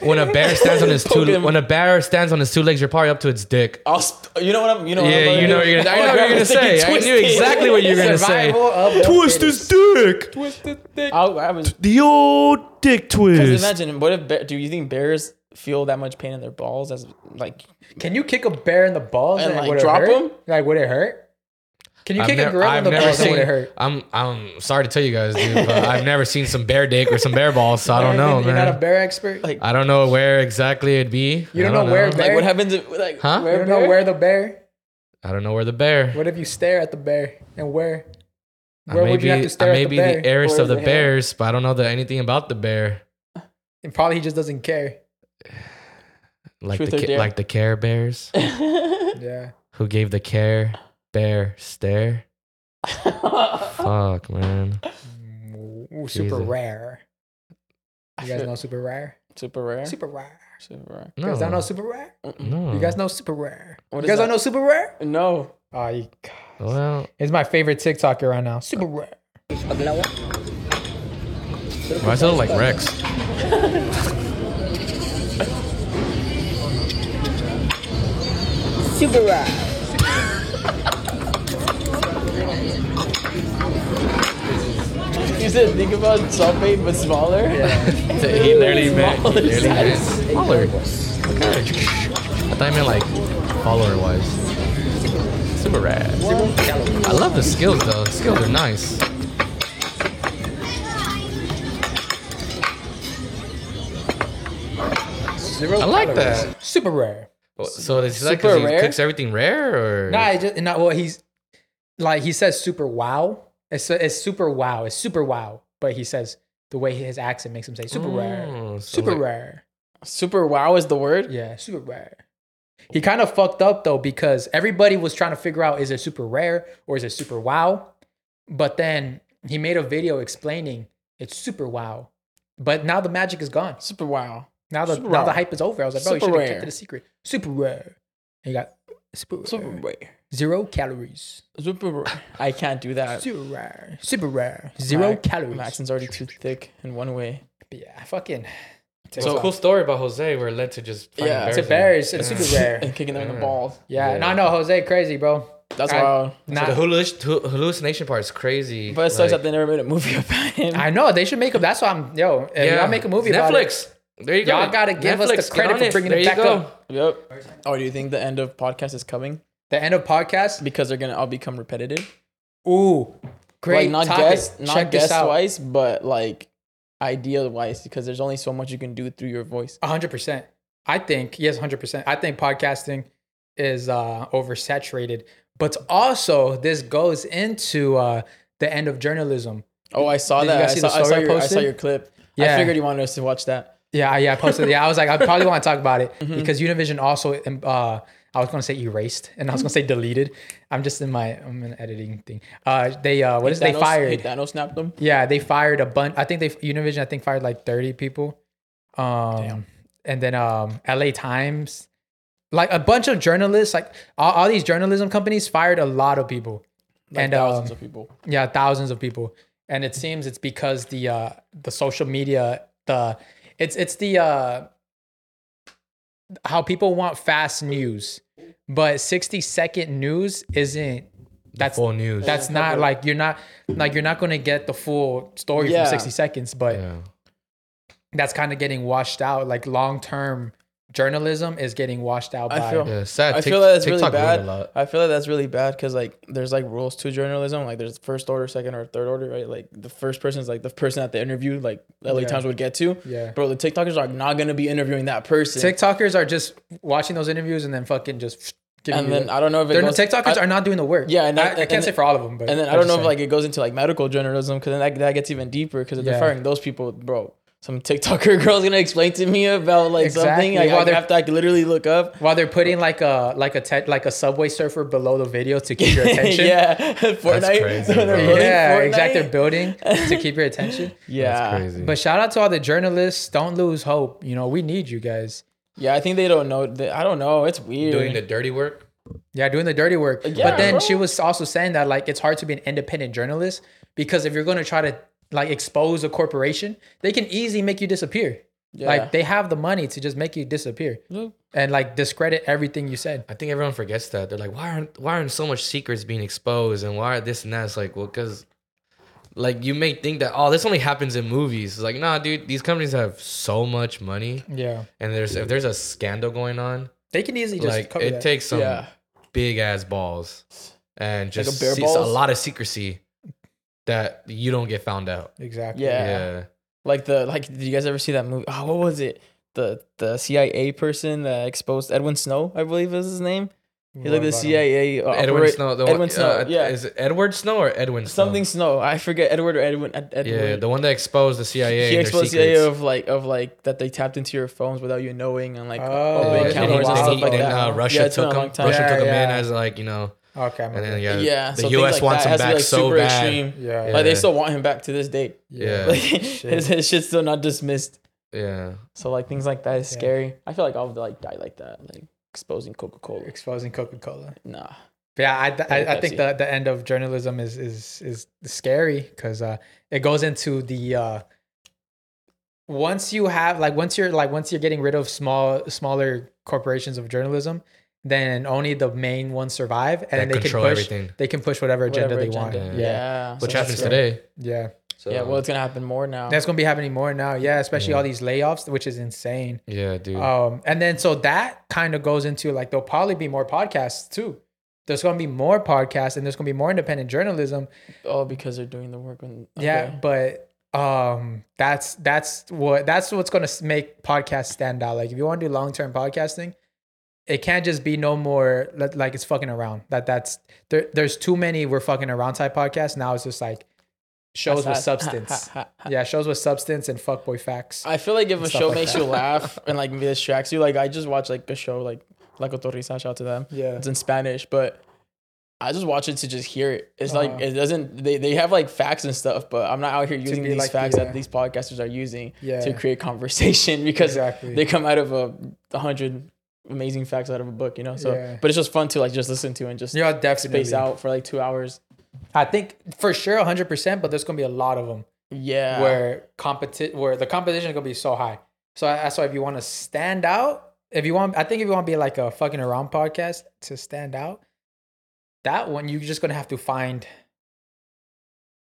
E: when a bear stands on his two,
D: Poke him.
E: when a bear stands on his two legs, you're probably up to its dick.
D: I'll, sp- you know what
C: Oh,
D: I'm, you know, what I'm
E: Yeah,
D: about
E: you
D: to
E: know
D: do?
E: what you're gonna. I
D: I'm
E: know what you're
D: grab
E: gonna
D: his dick and
E: say. I
D: twist
E: knew
D: it.
E: exactly what you were gonna say.
C: Survival of the fittest.
E: his dick.
C: Twist his dick.
D: I, I was
E: The old dick
D: just
E: twist.
D: imagine. What if bear, do you think bears feel that much pain in their balls as like
C: Can you kick a bear in the balls
D: And,
C: and,
D: like,
C: would it
D: drop
C: hurt?
D: him?
C: Like would it hurt? Can you
E: I've
C: kick
E: nev-
C: a gorilla in
E: I've
C: the
E: never
C: balls and would
E: seen.
C: it hurt?
E: I'm I'm sorry to tell you guys, dude, but I've never seen some bear dick or some bear balls, so I don't know,
C: You're not a
E: man.
C: bear expert.
D: Like-
E: I don't know where exactly it'd be.
C: You
E: I
C: don't know where bear-
D: like what happens if like
E: Huh?
C: you
D: where
C: don't know
D: bear-
C: where the bear.
E: I don't know where the bear.
C: What if you stare at the bear and where?
E: I
C: Where
E: may
C: would
E: be,
C: you have to stare
E: I may
C: at the
E: be
C: bear?
E: the heiress
D: Where
E: of
D: is
E: the
D: the hair?
E: bears, but I don't know the, anything about the bear,
C: and probably he just doesn't care.
E: like
D: Truth
E: the
D: or
E: ca-
D: dare?
E: like the Care Bears,
C: Yeah.
E: who gave the Care Bear stare. Fuck, man.
C: Mm, Ooh, super
E: Jesus.
C: rare. You guys know super rare?
D: super rare.
C: Super rare.
D: Super rare.
E: No, Mm.
C: You guys don't know super rare?
E: no.
C: You guys know super rare.
D: What
C: you
D: is
C: guys don't
D: that?
C: know super rare?
D: No,
C: Oh, you,
E: Well,
C: it's my favorite TikToker right now. Super rare.
E: why does it look like Rex?
F: Super Rock.
D: you said think about sulfate but smaller.
E: he literally meant. He literally
D: Smaller
E: meant smaller. Okay. I thought I meant like follower wise. Super rad. I love the skills though. Skills are nice.
C: Zero
E: I like
C: calories.
E: that. Oh,
C: Super rare.
E: So is that
D: Super
E: because he
D: rare?
E: cooks everything rare or?
C: Nah, it just not well. He's like he says super wow. It's it's super wow. It's super wow. But he says the way his accent makes him say super
D: Mm.
C: rare.
E: Oh, so
C: Super
E: like-
C: rare.
D: Super wow is the word.
C: Yeah, super rare. He kind of fucked up though because everybody was trying to figure out is it super rare or is it super wow? But then he made a video explaining it's super wow. But now the magic is gone.
D: Super wow.
C: Now the
D: Super
C: now the
D: rare.
C: hype is over. I was like, bro,
D: Super
C: you should have
D: rare.
C: kept it a secret. Super rare. And you got super,
D: Super
C: rare.
D: rare.
C: Zero calories.
D: Super rare. I can't do that.
C: Super rare. Super rare. Zero
D: My-
C: calories.
D: My accent's already too thick in one way.
C: But yeah, fucking.
E: So cool story about Jose where it led to just finding
D: Yeah.
E: bears
C: To
E: and-
C: bears, it's
E: Yeah.
C: super rare.
D: And kicking them in the
E: Yeah.
D: balls.
C: Yeah,
E: Yeah.
C: no, no, Jose, crazy, bro.
D: That's
C: I-
D: wild.
E: The
C: Not,
E: halluc- hu- hallucination part is crazy.
D: But it sucks
E: like-
D: that they never made a movie about him.
C: I know they should make up. That's why I'm yo. If y'all make a movie about it,
E: Netflix. There you go.
C: Y'all gotta give us the
E: Netflix, get
C: credit
E: on
C: for
E: it.
C: bringing it
E: There you
C: back
E: go.
C: up.
D: Yep. Oh, do you think the end of podcast is coming
C: The end of podcast.
D: because they're gonna all become repetitive?
C: Ooh, great
D: like not
C: topic.
D: guest, not
C: Check
D: guest
C: this out.
D: wise, but like idea wise, because there's only so much you can do through your voice.
C: hundred percent. I think yes, hundred percent. I think podcasting is uh, oversaturated, but also this goes into uh, the end of journalism.
D: Oh, I saw
C: Did you
D: that.
C: guys
D: I
C: see
D: saw,
C: the
D: I saw
C: story I
D: your, I saw
C: posted?
D: your clip. I
C: Yeah.
D: figured you wanted us to watch that.
C: Yeah, I- yeah, I posted. Yeah, I was like, I probably want to talk about it
D: Mm-hmm.
C: because Univision also. um, Uh, I was gonna say erased, and I was gonna say deleted. I'm just in my I'm in editing thing. Uh, they uh, what is it?
D: Thanos-
C: they
D: Hey,
C: fired?
D: Thanos snapped them.
C: Yeah, they fired a bunch. I think they Univision. I think fired like thirty people. Um, and then um, L.A. Times, like a bunch of journalists. Like all, all these journalism companies fired a lot of people.
D: Like
C: and
D: thousands
C: um,
D: of people.
C: yeah, thousands of people. And it seems it's because the uh the social media the it's it's the uh how people want fast news, but 60 second news isn't that's
E: full news.
C: that's not like you're not like you're not gonna get the full story
D: Yeah.
C: from 60 seconds, but
E: yeah.
C: that's kind of getting washed out. Like long term journalism is getting washed out
D: I
C: by
D: feel-
E: Yeah, it's sad.
D: I
E: Tik-
D: feel like that's
E: TikTok
D: really
E: ruined
D: bad.
E: a lot.
D: I feel like that's really bad because like there's like rules to journalism. Like there's first order, second or third order, right? Like the first person is like the person that the interview like LA
C: Yeah.
D: Times would get to.
C: Yeah.
D: Bro, the TikTokers are not gonna be interviewing that person.
C: TikTokers are just watching those interviews and then fucking just giving
D: and
C: you
D: then
C: the-
D: I don't know if it
C: They're
D: goes,
C: TikTokers
D: I,
C: are not doing the work.
D: Yeah, and
C: I,
D: that-
C: I
D: and
C: can't say
D: then-
C: for all of them, but
D: and then I
C: I'm
D: don't know
C: just
D: if like it goes into like medical journalism because then that, that gets even deeper because if they're
C: Yeah.
D: firing those people, bro, some TikToker girl's gonna explain to me about like something.
C: Exactly.
D: Like,
C: While
D: I
C: they're-
D: have to like literally look up.
C: saying. while they're putting like a like a te- like a subway surfer below the video to keep your attention.
D: yeah, Fortnite.
E: crazy,
D: they're
E: bro.
D: building
C: yeah,
D: Fortnite.
C: exactly. They're building to keep your attention.
D: Yeah,
E: That's crazy.
C: But shout out to all the journalists. Don't lose hope. You know we need you guys.
D: Yeah, I think they don't know. They, I don't know. It's weird.
E: doing the dirty work.
C: Yeah, doing the dirty work.
D: yeah,
C: but then
D: bro.
C: she was also saying that like it's hard to be an independent journalist because if you're going to try to like expose a corporation, they can easily make you disappear.
D: Yeah.
C: Like they have the money to just make you disappear and like discredit everything you said.
E: I think everyone forgets that. They're like, why aren't why aren't so much secrets being exposed and why are this and that? It's like, well, because like you may think that oh, this only happens in movies. It's like, nah, dude, these companies have so much money,
C: Yeah.
E: and there's if there's a scandal going on,
C: They can easily just
E: like
C: cover
E: it
C: that.
E: takes some
D: Yeah.
E: big ass balls and
D: Like a
E: just
D: bear
E: se- a
D: balls?
E: lot of secrecy that you don't get found out.
C: exactly.
D: Yeah.
E: yeah.
D: Like the like. Did you guys ever see that movie? Oh, what was it? The the CIA person that exposed Edwin Snow, I believe is his name. He like the CIA. Uh,
E: Edwin
D: opera-
E: Snow. The
D: Edwin
E: one,
D: Snow.
E: uh,
D: yeah.
E: Is it Edward Snow or Edwin Snow?
D: Something Snow. I forget Edward or Edwin. Ed- Edward.
E: Yeah, the one that exposed the CIA.
D: he
E: and
D: exposed the
E: their
D: idea
E: secrets.
D: of like of like that they tapped into your phones without you knowing and like
C: Oh,
D: open
E: Yeah,
C: They
E: and
C: counted
E: then-
D: cameras
C: wow.
D: uh, and
E: then
D: stuff
E: he-
D: like
E: then,
D: that.
E: uh, Russia
D: Yeah, it's been
E: took
D: a
E: him.
D: long time.
E: Russia
C: Yeah,
E: took him in
C: yeah.
E: as like you know,
C: Okay. I'm
E: and then
C: okay.
E: yeah,
D: Yeah,
E: the
D: so things
E: U.S.
D: like
E: wants
D: that has
E: him
D: to be,
E: back
D: like,
E: so
D: super
E: bad.
D: extreme.
C: Yeah.
D: Like they
E: Yeah.
D: still want him back to this day.
E: Yeah,
D: Like
E: yeah.
D: his, his shit's still not dismissed. So like things like that is
C: Yeah.
D: scary. I feel like I'll like die like that, like exposing Coca Cola.
C: Exposing Coca Cola.
D: Nah.
C: Yeah, I, I, I think
D: Pepsi.
C: the, the end of journalism is is is scary because uh, it goes into the uh, once you have like once you're like once you're getting rid of small smaller corporations of journalism, then only the main ones survive and
E: That
C: they can push
E: control everything.
C: they can push whatever agenda
D: Whatever
C: they
D: agenda.
C: want.
E: Yeah.
C: Yeah, yeah.
E: which
D: so that's
E: happens
D: scary.
E: today. So,
D: Yeah, well, it's gonna happen more now.
C: That's gonna be happening more now. Yeah, especially
E: Yeah.
C: all these layoffs, which is insane.
E: yeah, dude.
D: uh,
C: Um, and then so that kind of goes into like there'll probably be more podcasts too. There's gonna be more podcasts and there's gonna be more independent journalism.
D: all because they're doing the work. When,
C: Yeah, but um, that's that's what that's what's gonna s- make podcasts stand out. Like if you want to do long term podcasting, it can't just be no more li- like it's fucking around. That that's there. There's too many we're fucking around type podcasts now. It's just like shows with substance. yeah, shows with substance and fuckboy facts.
D: I feel like if a
C: stuff
D: show
C: like
D: makes
C: that.
D: you laugh and like distracts you, like I just watch like a show like La Cotorrisa, shout out to them.
C: Yeah.
D: It's in Spanish, but I just watch it to just hear it. It's like
C: Uh-huh.
D: it doesn't they, they have like facts and stuff, but I'm not out here using
C: be
D: these
C: like
D: facts
C: the, uh,
D: that these podcasters are using
C: Yeah.
D: to create conversation because
C: Exactly.
D: they come out of a hundred amazing facts out of a book, you know? So
C: Yeah.
D: but it's just fun to like just listen to and just
C: Yeah, definitely.
D: space out for like two hours.
C: I think for sure 100%, but there's going to be a lot of them
D: Yeah.
C: where competi- where the competition is going to be so high. So I- that's why if you want to stand out, if you want, I think if you want to be like a fucking around podcast to stand out, that one, you're just going to have to find,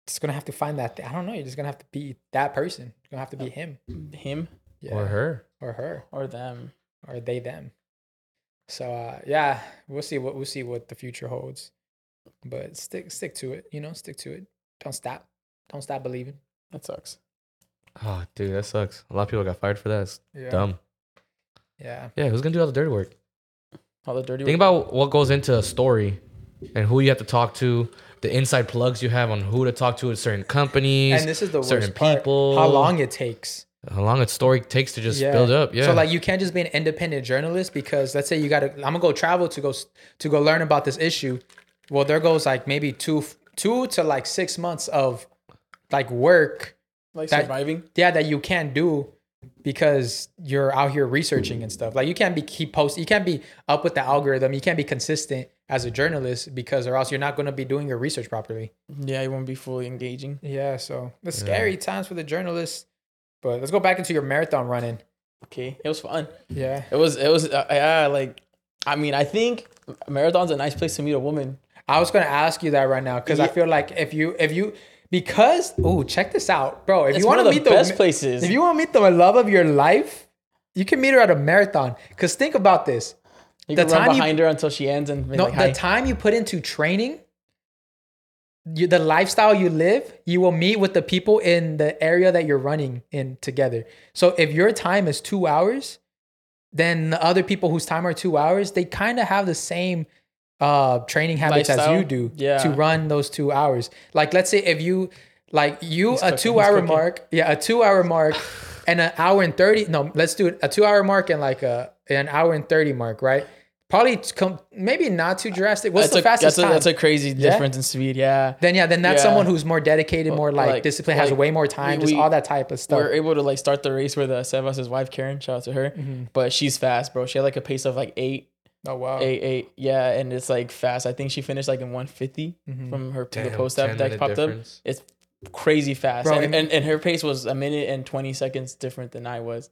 C: just going to have to find that. Thing. I don't know. You're just going to have to be that person. You're going to have to be him
D: him
C: yeah.
E: Or her.
C: or her
D: or them.
C: or they, them. So uh, yeah, we'll see what, we'll see what the future holds, but stick, stick to it, you know, stick to it. Don't stop. Don't stop believing.
D: That sucks.
E: Oh, dude, that sucks. A lot of people got fired for that. It's
C: Yeah.
E: dumb.
C: Yeah.
E: Yeah, who's gonna do all the dirty work?
D: All the dirty
E: Think
D: work.
E: about what goes into a story, and who you have to talk to, the inside plugs you have on who to talk to at certain companies,
C: And this is the
E: certain
C: worst part.
E: people.
C: How long it takes.
E: how long a story takes to just
C: Yeah.
E: build up. Yeah.
C: So like you can't just be an independent journalist because let's say you got to I'm gonna go travel to go s- to go learn about this issue. Well, there goes like maybe two f- two to like six months of like work.
D: Like
C: That-
D: surviving.
C: Yeah, that you can't do because you're out here researching and stuff. Like you can't be keep post. You can't be up with the algorithm. You can't be consistent as a journalist because or else you're not gonna be doing your research properly.
D: Yeah, it won't be fully engaging.
C: Yeah. So it's
E: Yeah.
C: scary times for the journalists. But let's go back into your marathon running.
D: Okay, it was fun.
C: Yeah.
D: It was. It was. Uh, yeah, like, I mean, I think marathon's a nice place to meet a woman.
C: I was gonna ask you that right now because I
D: Yeah.
C: feel like if you if you because oh check this out, bro. If
D: It's
C: you
D: one
C: want
D: of
C: to
D: the
C: meet
D: best
C: the
D: places.
C: if you want to meet the love of your life, you can meet her at a marathon. Cause think about this:
D: You
C: the
D: can run
C: time you-
D: behind her until she ends and be
C: no,
D: like,
C: the
D: hi.
C: time you put into training, you, the lifestyle you live, you will meet with the people in the area that you're running in together. So if your time is two hours, then the other people whose time are two hours, they kind of have the same uh training habits
D: Lifestyle?
C: as you do
D: Yeah.
C: to run those two hours. Like let's say if you like you a
D: cooking, he's
C: two hour
D: cooking.
C: mark, yeah, a two hour mark and an hour and thirty. No, let's do it. A two hour mark and like a an hour and thirty mark, right? Probably t- com- maybe not too drastic. What's
D: that's
C: the
D: a,
C: fastest
D: that's a,
C: time?
D: That's a crazy difference in speed. Yeah.
C: then yeah, then that's
D: Yeah.
C: someone who's more dedicated, more like,
D: like-
C: disciplined, has
D: like,
C: way more time,
D: we-
C: just
D: we-
C: all that type of stuff.
D: We're able to like start the race with uh, Sebas' wife Karen. Shout out to her, but she's fast, bro. She had like a pace of like eight,
C: Mm-hmm. Oh wow,
D: eight, eight. Yeah, and it's like fast. I think she finished like in one
C: Mm-hmm.
D: from her the
E: Damn,
D: post up
E: 10
D: that
E: minute
D: popped
E: difference.
D: up. It's crazy fast,
C: Bro,
D: and,
C: it-
D: and and her pace was a minute and twenty seconds different than I was,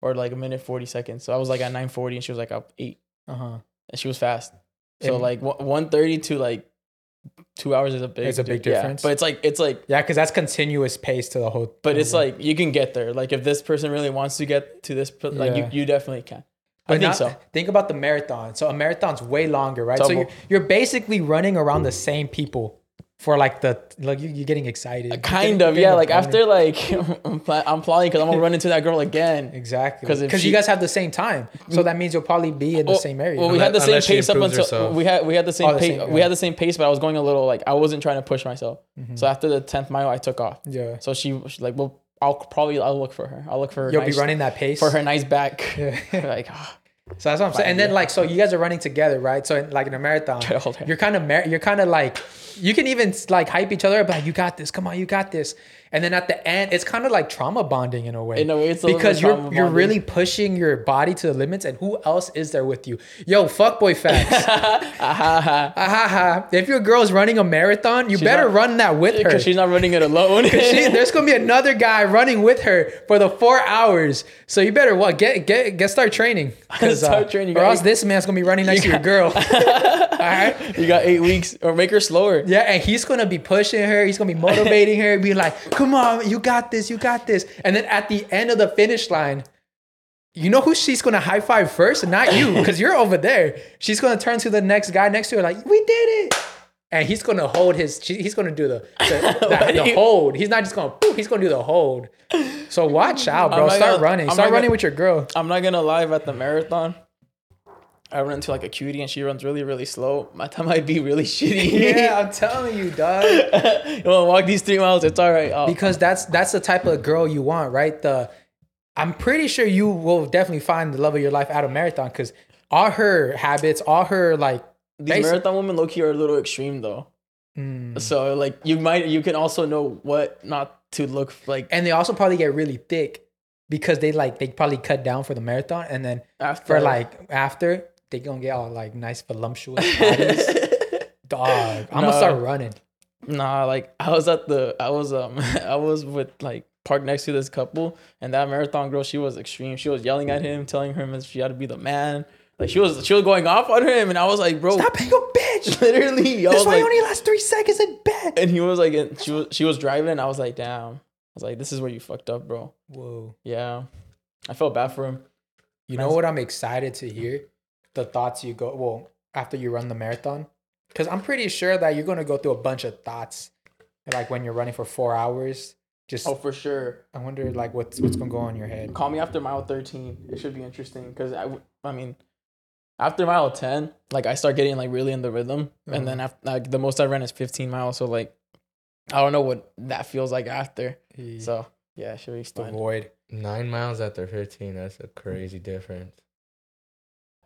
D: or like a minute forty seconds. So I was like at nine forty, and she was like up eight,
C: uh huh.
D: and she was fast. So
C: And-
D: like one thirty to like two hours is a big
C: It's a big
D: yeah.
C: difference.
D: But it's like it's like
C: Yeah, because that's continuous pace to the whole.
D: but
C: the
D: it's
C: whole-
D: like you can get there. Like if this person really wants to get to this, per- like
C: Yeah.
D: you, you definitely can. I
C: But
D: think
C: not-
D: so.
C: Think about the marathon. So a marathon's way longer, right? So
D: Double.
C: you're, you're basically running around the same people for like the like you, you're getting excited. You're
D: Kind
C: getting-
D: of,
C: getting
D: yeah. Like
C: a boner.
D: after, like I'm pl- I'm plotting because I'm gonna run into that girl again.
C: exactly
D: 'Cause if
C: because you
D: she- Mm.
C: guys have the same time, so that means you'll probably be in the
D: Well-
C: same area.
D: Well, we
E: Unless-
D: had the same
E: unless she
D: pace up
E: improves
D: until
E: herself.
D: we had we had the same
C: Oh, the
D: pace.
C: same,
D: We
C: yeah. Mm-hmm.
D: had the same pace, but I was going a little like I wasn't trying to push myself. So after the tenth mile, I took off.
C: yeah,
D: So she, she like, well, I'll probably I'll look for her. I'll look for her.
C: you'll
D: nice-
C: be running that pace
D: for her nice back.
C: Yeah.
D: like ah,
C: So that's what I'm saying. And then like so you guys are running together, right? So in, like in a marathon,
D: to hold hands.
C: you're kind of mar- you're kind of like you can even like hype each other up like you got this, come on, you got this. And then at the end, it's kind of like trauma bonding in a way.
D: In a way, it's a little
C: because
D: bit
C: you're
D: trauma
C: you're
D: bonding.
C: really pushing your body to the limits. And who else is there with you? Yo, fuckboy facts. Ahaha. if your girl's running a marathon, you better
D: not-
C: run that with her.
D: because she's not running it alone.
C: She- there's gonna be another guy running with her for the four hours. So you better what get get get start training. 'Cause, uh,
D: Start training, you
C: Or
D: gotta-
C: else this man's gonna be running next to your girl. All right.
D: you got eight weeks, or make her slower.
C: Yeah, and he's gonna be pushing her. He's gonna be motivating her. Be like, "Come on, you got this, you got this." And then at the end of the finish line, you know who she's gonna high five first? Not you, because you're over there. She's gonna turn to the next guy next to her, like, "We did it!" And he's gonna hold his. she- He's gonna do the the, the- the
D: do you-
C: hold. He's not just gonna. poof, He's gonna do the hold. So watch out, bro.
D: not
C: Start
D: gonna-
C: running.
D: I'm
C: Start
D: not
C: running
D: gonna-
C: with your girl.
D: I'm not gonna lie at the marathon. I run into like a cutie and she runs really, really slow. My time might be really shitty.
C: Yeah, I'm telling you, dog.
D: you wanna walk these three miles? It's all right. Oh,
C: because that's that's the type of girl you want, right? The I'm pretty sure you will definitely find the love of your life at a marathon because all her habits, all her like
D: these
C: basi-
D: marathon women low key are a little extreme though.
C: Mm.
D: Mm. So like you might you can also know what not to look like
C: and they also probably get really thick because they like they probably cut down for the marathon and then
D: after
C: for like after they gonna get all like nice voluptuous bodies. Dog, I'm
D: No.
C: gonna start running.
D: Nah, like I was at the I was um I was with like parked next to this couple and that marathon girl she was extreme. She was yelling at him, telling him that she had to be the man. Like she was she was going off on him and I was like, bro,
C: Stop being a bitch.
D: literally. I
C: That's
D: was
C: why
D: like,
C: you only last three seconds in bed.
D: and he was like, and she was she was driving and I was like, damn. I was like, this is where you fucked up, bro.
C: Whoa.
D: Yeah, I felt bad for him.
C: You know what I'm excited to hear? The thoughts you go well after you run the marathon, because I'm pretty sure that you're gonna go through a bunch of thoughts, like when you're running for four hours. Just
D: Oh, for sure.
C: I wonder like what's what's gonna go on in your head.
D: Call me after mile thirteen. It should be interesting because I w- I mean. After mile ten, like I start getting like really in the rhythm,
C: Mhm.
E: Mm-hmm.
D: and then after like the most I ran is fifteen miles, so like I don't know what that feels like after.
C: So
D: So yeah, it should be
C: the
E: Oh,
D: fun.
C: void.
E: Nine miles after 15. That's a crazy difference.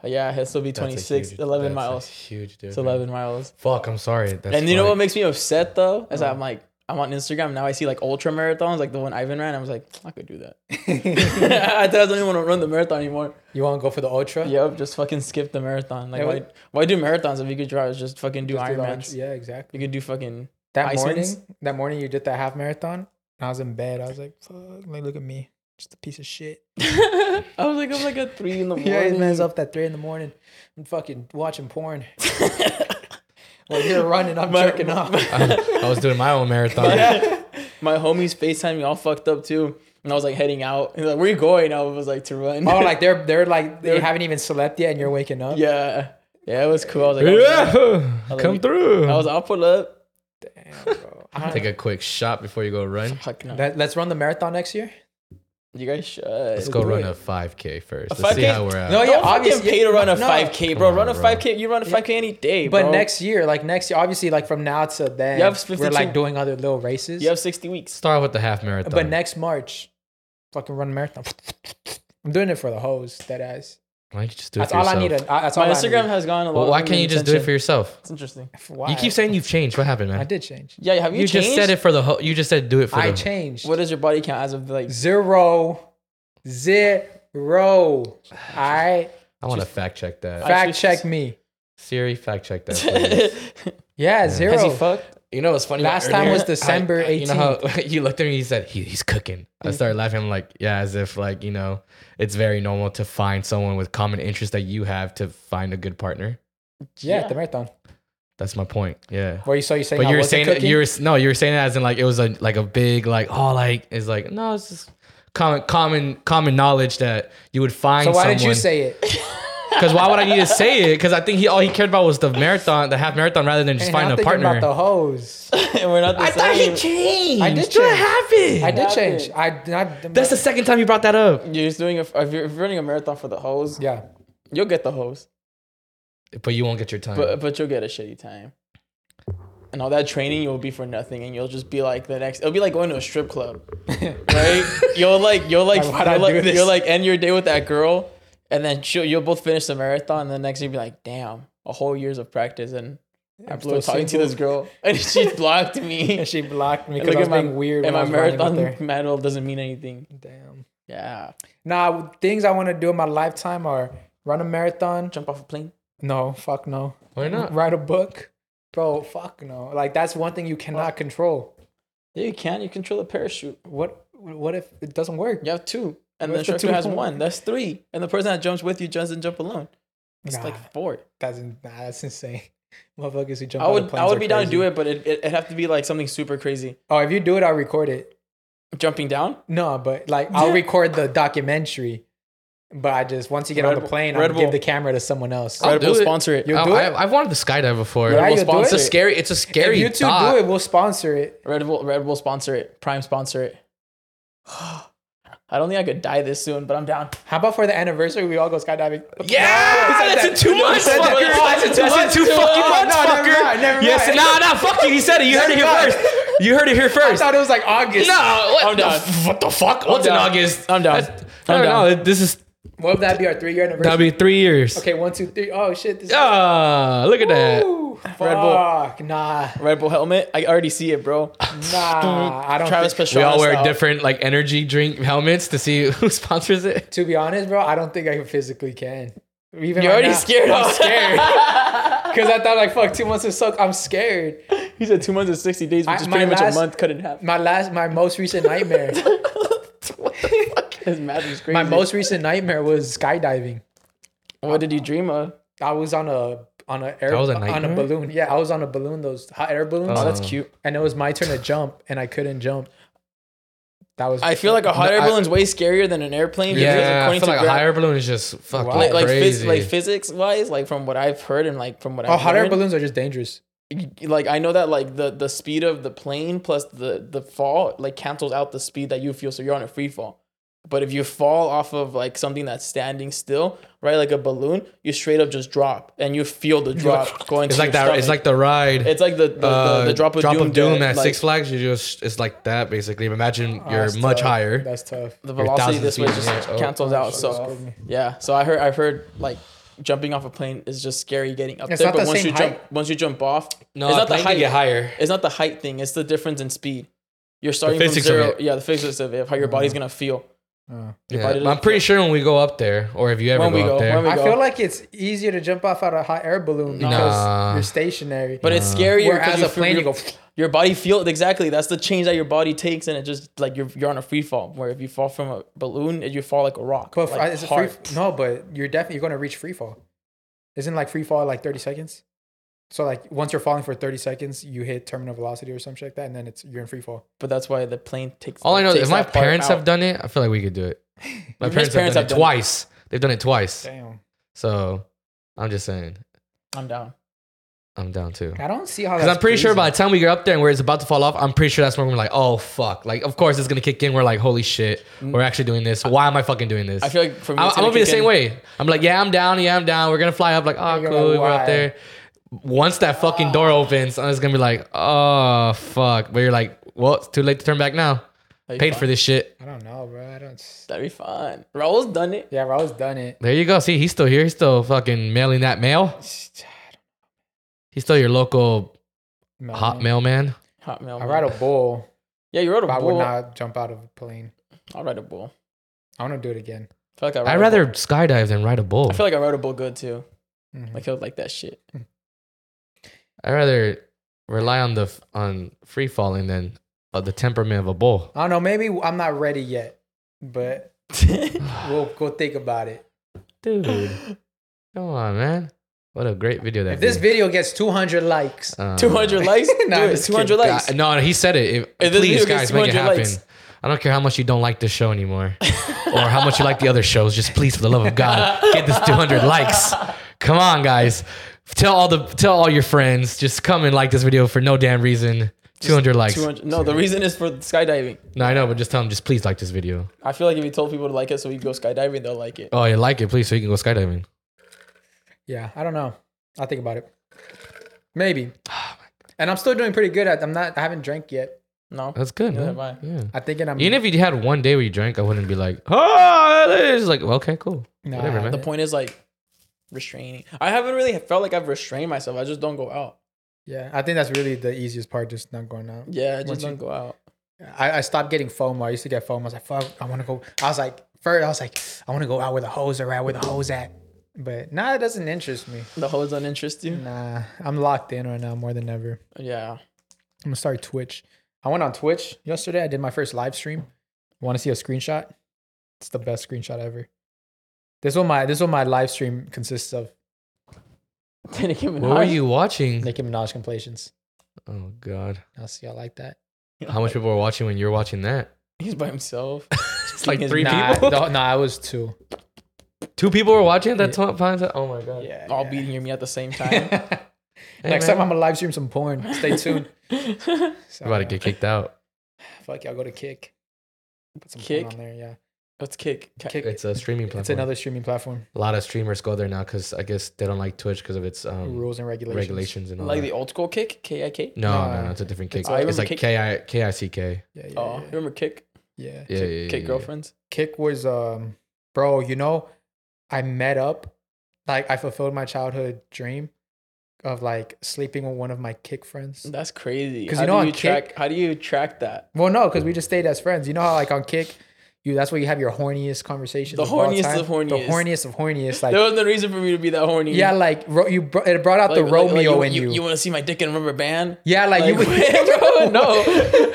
D: Yeah, it'll still be
E: That's a
D: 26,
E: huge-
D: 11
E: that's a
D: miles.
E: huge difference.
D: It's 11 miles.
E: Fuck, I'm sorry. That's
D: and you know
E: like- Uh-huh.
D: what makes me upset though? Is I'm like, I'm on Instagram now. I see like ultra marathons, like the one Ivan ran. I was like, I could do that. I thought I don't even want to run the marathon anymore.
C: You want to go for the ultra?
D: Yep, just fucking skip the marathon. Like,
C: Yeah,
D: why,
C: what-
D: why do marathons if you could drive? Just fucking do
C: Just do the
D: Ironmans.
C: ultra- Yeah, exactly.
D: You could do fucking
C: That
D: Iceman's?
C: morning, that morning you did that half marathon. And I was in bed. I was like, "Fuck! Like, look at me, just a piece of shit."
D: I was like, I'm like a three in the morning.
C: Yeah, his man's up at three in the morning. I'm fucking watching porn. While you're running, I'm
D: My-
C: jerking off.
E: I, I was doing my own marathon.
D: My homies FaceTime me all fucked up too. And I was like heading out. And they're like, where you going? I was like to run.
C: oh, like they're they're like they
D: They're-
C: haven't even slept yet, and you're waking up.
D: Yeah. Yeah, it was cool. I was like,
E: Yeah,
D: yeah.
E: come through.
D: I was like, I'll pull up.
C: Damn, bro. Uh-huh.
E: Take a quick shot before you go run.
D: Fuck no.
C: Let, us run the marathon next year.
D: you guys should.
E: Let's go
C: do
E: run
C: it.
E: a 5K first.
D: A
E: Let's see
D: 5K?
E: how we're at.
C: No,
D: Oh,
C: yeah,
D: yeah, Don't fucking
C: obviously-
D: pay to run a
C: no.
D: 5K, bro.
E: Come
D: run a
E: on, bro.
D: 5K. You run a 5K any day,
C: But
D: bro.
C: next year, like next year, obviously, like from now to then,
D: You have
C: we're like
D: 52.
C: doing other little races.
D: you have 60 weeks.
E: Start with the half marathon.
C: But next March, fucking run a marathon. I'm doing it for the hoes, that ass.
E: why don't you just do it
C: That's
E: for
C: all I
E: yourself?
C: need. to- I- That's all
D: My
C: I
D: Instagram
C: need.
D: has gone a lot.
E: Well, why can't you just do it for yourself?
D: It's interesting.
C: Why?
E: You keep saying you've changed. What happened,
C: I
E: man?
C: did change.
D: Yeah, have you,
E: You
D: changed?
E: just said it for the whole. You just said do it for
C: I
E: the.
C: changed.
D: What is your body count as of like?
C: Zero. Zero. All right.
E: I want to fact check that.
D: I-
C: Fact
D: should-
C: check me.
E: Siri, fact check that. please.
D: Has
C: Yeah,
D: he
C: zero.
D: fucked?
E: you know what's funny?
C: Last
E: about
C: time
E: earlier?
C: was December Mm.
E: I- I- You know how you looked at me. You said he, he's cooking. I started laughing. I'm like, yeah, as if like you know, it's very normal to find someone with common interests that you have to find a good partner.
C: Yeah, the marathon.
E: That's my point. Yeah.
C: Where you saw you saying
E: But
C: I
E: you were
C: wasn't
E: saying it,
C: cooking?
E: you were no, you were saying it as in like it was a like a big like oh like it's like no, it's just common common common knowledge that you would find.
C: so why didn't you
E: someone-
C: say it?
E: Because why would I need to say it? Because I think he all he cared about was the marathon, the half marathon, rather than just
C: And I'm
E: finding a
C: thinking
E: partner.
C: about the hoes.
D: and we're not the
E: I thought he
D: same.
E: changed.
C: I did
E: What
C: change.
E: happened?
C: I did
D: Stop
C: change.
D: it.
C: I not.
E: That's the second time you brought that up.
D: You're just doing a, if you're if you're running a marathon for the hose,
C: yeah.
D: you'll get the hose,
E: But you won't get your time.
D: but but you'll get a shitty time. And all that training, you'll be for nothing, and you'll just be like the next. It'll be like going to a strip club, right? You'll like you'll like,
C: Like, why'd I
D: you'll,
C: do
D: like
C: this?
D: you'll like end your day with that girl, and then she'll, you'll both finish the marathon, and the next day you'll be like, damn, a whole year's of practice, and I
C: I'm
D: blew
C: still
D: talking
C: single.
D: to this girl, and she blocked me.
C: And she blocked me
D: And
C: because I was being weird.
D: and
C: when I
D: my
C: was running with
D: marathon medal doesn't mean anything.
C: her. Damn.
D: Yeah,
C: Nah, things I want to do in my lifetime are run a marathon.
D: jump off a plane.
C: No, fuck no.
E: Why not?
C: Write a book, bro. Fuck no. Like that's one thing you cannot control.
D: Yeah, you can. You control a parachute.
C: What? What if it doesn't work?
D: You have two, and the
C: What's the
D: instructor
C: two?
D: has one. That's three, and the person that jumps with you doesn't jump alone. It's
C: Nah,
D: like four.
C: that's nah, that's insane. Motherfuckers who jump.
D: I
C: out of
D: would I
C: planes
D: would
C: are
D: be down to do
C: crazy.
D: it, but it it it'd have to be like something super crazy.
C: Oh, if you do it, I'll record it.
D: Jumping down.
C: No, but like I'll record the documentary. But I just once you get
D: Red
C: on the
D: Bull-
C: plane,
D: Red
C: I'll give
D: Bull.
C: the camera to someone else.
E: I'll
D: Red Bull
E: do it.
D: sponsor it.
C: You'll
E: I,
C: do it?
E: I, I've wanted to skydive before.
C: Yeah,
D: Red Bull
C: you'll do
D: sponsor
E: it's a
D: it.
C: it.
E: scary. It's a
C: If
E: scary.
C: you two
E: thought.
C: do it, we'll sponsor it.
D: Red Bull Red Bull sponsor it. Prime sponsor it. I don't think I could die this soon, but I'm down.
C: How about for the anniversary, we all go skydiving?
E: Yeah, that's in two months,
C: said that.
E: fucker.
C: Oh,
E: That's in two,
C: months.
E: fucking
C: Oh,
E: months,
C: no, never
E: fucker.
C: mind, never
E: yes,
C: mind.
E: nah, nah, fuck you. He said it. You heard it here
C: Never mind.
E: first. You heard it here
C: I
E: first.
C: thought it was like August.
E: No, what,
D: I'm
E: the,
D: done.
E: f- what the fuck? What's in
D: done.
E: August?
D: I'm done.
E: That's-
D: I'm
E: I
D: done.
E: don't know. This is
C: What would that be? Our three year anniversary.
E: that'll be three years.
C: Okay, one, two, three. Oh shit! This
E: Ah, look at that.
C: Ooh,
D: Red Bull.
C: fuck, nah,
D: Red Bull helmet. I already see it, bro.
C: nah. I don't.
D: Travis
C: think,
D: Pastrana.
E: We all wear
D: style.
E: different like energy drink helmets to see who sponsors it.
C: to be honest, bro, I don't think I physically can. Even
D: You're
C: right
D: already
C: now,
D: scared.
C: I'm scared because I thought like, fuck, two months of suck. I'm scared.
D: he said two months and sixty days,
C: I-
D: which is
C: my
D: pretty much
C: last-
D: a month cut in half.
C: My last, my most recent nightmare.
D: what the fuck? His math is crazy.
C: my most recent nightmare was skydiving.
D: What did you dream of?
C: I was on a on a air
E: That was a
C: on a
E: nightmare?
C: balloon. Yeah, I was on a balloon. Those hot air balloons.
D: Oh,
E: Oh.
D: that's cute.
C: and it was my turn to jump, and I couldn't jump. That was
D: I feel like a hot
E: No,
D: air
E: I-
D: balloon's way scarier than an airplane. because
E: Yeah, I
D: according
E: feel
D: to
E: like a
D: gra-
E: higher balloon is just fucking
C: Wow.
D: like like, phys-
E: crazy.
D: like physics wise, like from what I've heard and like from what
C: oh,
D: I've
C: hot air
D: learned,
C: balloons are just dangerous.
D: like I know that like the the speed of the plane plus the the fall like cancels out the speed that you feel, so you're on a free fall. But if you fall off of like something that's standing still, right, like a balloon, you straight up just drop and you feel the drop going.
E: It's
D: to
E: like
D: your
E: that. It's
D: stomach.
E: like the ride.
D: it's like the the,
E: uh,
D: the, the drop of doom, that,
E: at
D: like,
E: Six Flags. You just it's like that basically. Imagine
C: Oh,
E: you're
C: that's
E: much
C: tough.
E: higher.
C: That's tough.
D: The
E: Your
D: velocity
E: thousand
D: this way
E: feet
D: just
E: in the air. Oh.
D: cancels out. So
C: Scared me.
D: yeah. So I heard I've heard like jumping off a plane is just scary getting up
C: It's
D: there.
C: not
D: but
C: the
D: once
C: same
D: you
C: height.
D: jump once you jump off,
E: No,
D: it's not the
E: plane can
D: height.
E: get higher.
D: It's not the height thing. It's the difference in speed. You're starting from
E: physics of
D: zero.
E: it. Mm-hmm.
D: Yeah, the physics of it, of how your body's gonna feel.
C: Uh.
D: Your body
E: Yeah, but I'm
D: doesn't
E: pretty sure when we go up there, or if you ever
D: When
E: go,
D: we
E: up
D: go,
E: there,
D: when we
C: I
D: go.
C: feel like it's easier to jump off out of a hot air balloon because
E: Nah.
C: you're stationary.
D: But
E: Uh,
D: it's scarier
C: Whereas
D: because
C: a plane, you
D: your,
C: go.
D: your body feel exactly. That's the change that your body takes, and it just like you're you're on a free fall. Where if you fall from a balloon, you fall like a rock.
C: But
D: like,
C: is it free,
D: hard.
C: no, but you're definitely you're gonna reach free fall. Isn't like free fall like 30 seconds? So like once you're falling for 30 seconds, you hit terminal velocity or something like that, and then it's you're in free fall.
D: But that's why the plane takes.
E: all I know is
D: takes
E: if my
D: that part
E: parents
D: out.
E: have done it, I feel like we could do it. My
D: His
E: parents,
D: parents
E: have done
D: have
E: it
D: done it.
E: twice. They've done it twice.
C: Damn.
E: So I'm just saying,
D: I'm down.
E: I'm down too.
C: I don't see how.
E: Because
C: Oh, that's
E: I'm pretty sure
C: feasible.
E: by the time we get up there and where it's about to fall off, I'm pretty sure that's when we're like, oh fuck. Like, of course it's gonna kick in. We're like, holy shit, we're actually doing this. Why am I fucking doing this?
D: I feel like for me,
E: I'm,
D: it's
E: I'm gonna be
D: kick
E: the same
D: in.
E: way. I'm like, yeah, I'm down. Yeah, I'm down. We're gonna fly up. Like, oh,
C: You're
E: cool.
C: like,
E: we're
C: why?
E: up there. Once that fucking door opens, I'm just gonna be like, oh fuck. But you're like, well, it's too late to turn back now.
D: That'd be
E: Paid for
D: fun.
E: this shit.
C: I don't know, bro. I don't.
D: That'd be fun. Raul's done it.
C: Yeah, Raul's done it.
E: There you go. See, he's still here. He's still fucking mailing that mail. He's still your local
C: No,
E: hot
C: man.
E: mailman.
D: Hot mail.
C: I ride a bull,
D: Yeah, you rode a
C: but I
D: bull.
C: would not jump out of a plane.
D: I'll ride a bull.
C: I want to do it again.
D: I feel like I ride
E: I'd
D: a
E: rather
D: bull.
E: skydive than ride a bull.
D: I feel like I rode a bull good too.
C: Mhm.
D: Like he'll like that shit.
E: I'd rather rely on the f- on free falling than uh, the temperament of a bull.
C: I don't know. Maybe I'm not ready yet, but we'll go think about it.
E: Dude, come on, man. What a great video that.
C: If this
E: be.
C: video gets 200 likes,
E: Uh,
D: Two hundred likes.
C: Nah,
D: Do it.
C: just
D: Two hundred
C: kidding.
D: likes.
E: God, no, he said it. If-
D: If this
E: please,
D: video gets
E: guys, make it
D: 200
E: happen.
D: likes.
E: I don't care how much you don't like this show anymore, or how much you like the other shows. Just please, for the love of God, get this 200 likes. Come on, guys. Tell all the tell all your friends. Just come and like this video for no damn reason. 200 likes.
D: Two hundred. No, the reason is for skydiving.
E: No, I know, but just tell them. Just please like this video.
D: I feel like if you told people to like it, so we go skydiving, they'll like it.
E: Oh, you like it, please, so you can go skydiving.
C: yeah, I don't know. I'll think about it. Maybe.
E: Oh
C: And I'm still doing pretty good at. I'm not. I haven't drank yet.
D: No.
E: That's good.
D: Yeah,
E: man.
D: bye.
E: Yeah.
C: I'm thinking I'm.
E: Even if you had one day where you drank, I wouldn't be like, oh, it's like well, okay, cool.
C: Nah,
E: Whatever, man.
D: The point is like restraining. I haven't really felt like I've restrained myself. I just don't go out.
C: yeah, I think that's really the easiest part. Just not going out.
D: Yeah, I
C: Once
D: just
C: you-
D: don't go out.
C: I, I stopped getting FOMO. I used to get FOMO. I was like, fuck, I want to go. I was like, first, I was like, I want to go out where the hoes are at, where the hoes at. But nah, it doesn't interest me.
D: The hoes don't interest you.
C: Nah, I'm locked in right now more than ever.
D: Yeah.
C: I'm gonna start Twitch. I went on Twitch yesterday. I did my first live stream. Want to see a screenshot? It's the best screenshot ever. This one my this one my live stream consists of
D: Didn't give an
E: What were
D: eye.
E: you watching?
C: Nicki Minaj compilations.
E: Oh God,
C: I'll see y'all like that.
E: how much people were watching when you were watching that?
D: He's by himself.
E: It's like
D: His
E: three
C: Nah,
E: people.
C: no, nah, I was two.
E: Two people were watching at that time. time- Oh my god!
C: Yeah,
D: All
C: yeah.
D: beating your me at the same time.
C: Next
E: Hey,
C: time
E: man.
C: I'm gonna live stream some porn. Stay tuned. So,
E: You're about
C: uh,
E: to get kicked out.
C: fuck y'all. Go to Kick. Put some
D: Kick?
C: porn on there. Yeah,
D: Let's kick. Ca-
C: Kick.
E: It's a streaming platform.
C: It's another streaming platform.
E: A lot of streamers go there now because I guess they don't like Twitch because of its um,
C: Rules and regulations.
E: regulations and all
D: Like
E: that.
D: the old school kick, K I K.
E: no, no,
C: Nah.
E: no, it's a different kick.
D: I
E: It's,
D: remember
E: like
D: kick-
E: K I K I C K.
C: Yeah, yeah,
D: Oh,
C: yeah,
D: remember kick?
C: yeah.
E: Yeah, yeah, yeah,
D: Kick
E: yeah.
D: girlfriends.
C: Kick was um bro, you know, I met up like I fulfilled my childhood dream of like sleeping with one of my kick friends.
D: That's crazy.
C: 'Cause
D: How
C: you know
D: do
C: on
D: you track? How do you track that?
C: Well, no, because we just stayed as friends. You know how like on kick, you that's where you have your horniest conversations.
D: The
C: of all
D: horniest
C: time?
D: of horniest.
C: The horniest of horniest. Like
D: there was no reason for me to be that horny.
C: yeah, like ro- you br- it brought out
D: Like-
C: the
D: like- like
C: Romeo in you.
D: You, want to see my dick in a rubber band?
C: yeah, like, you
D: Like,
C: would,
D: bro, no.
E: What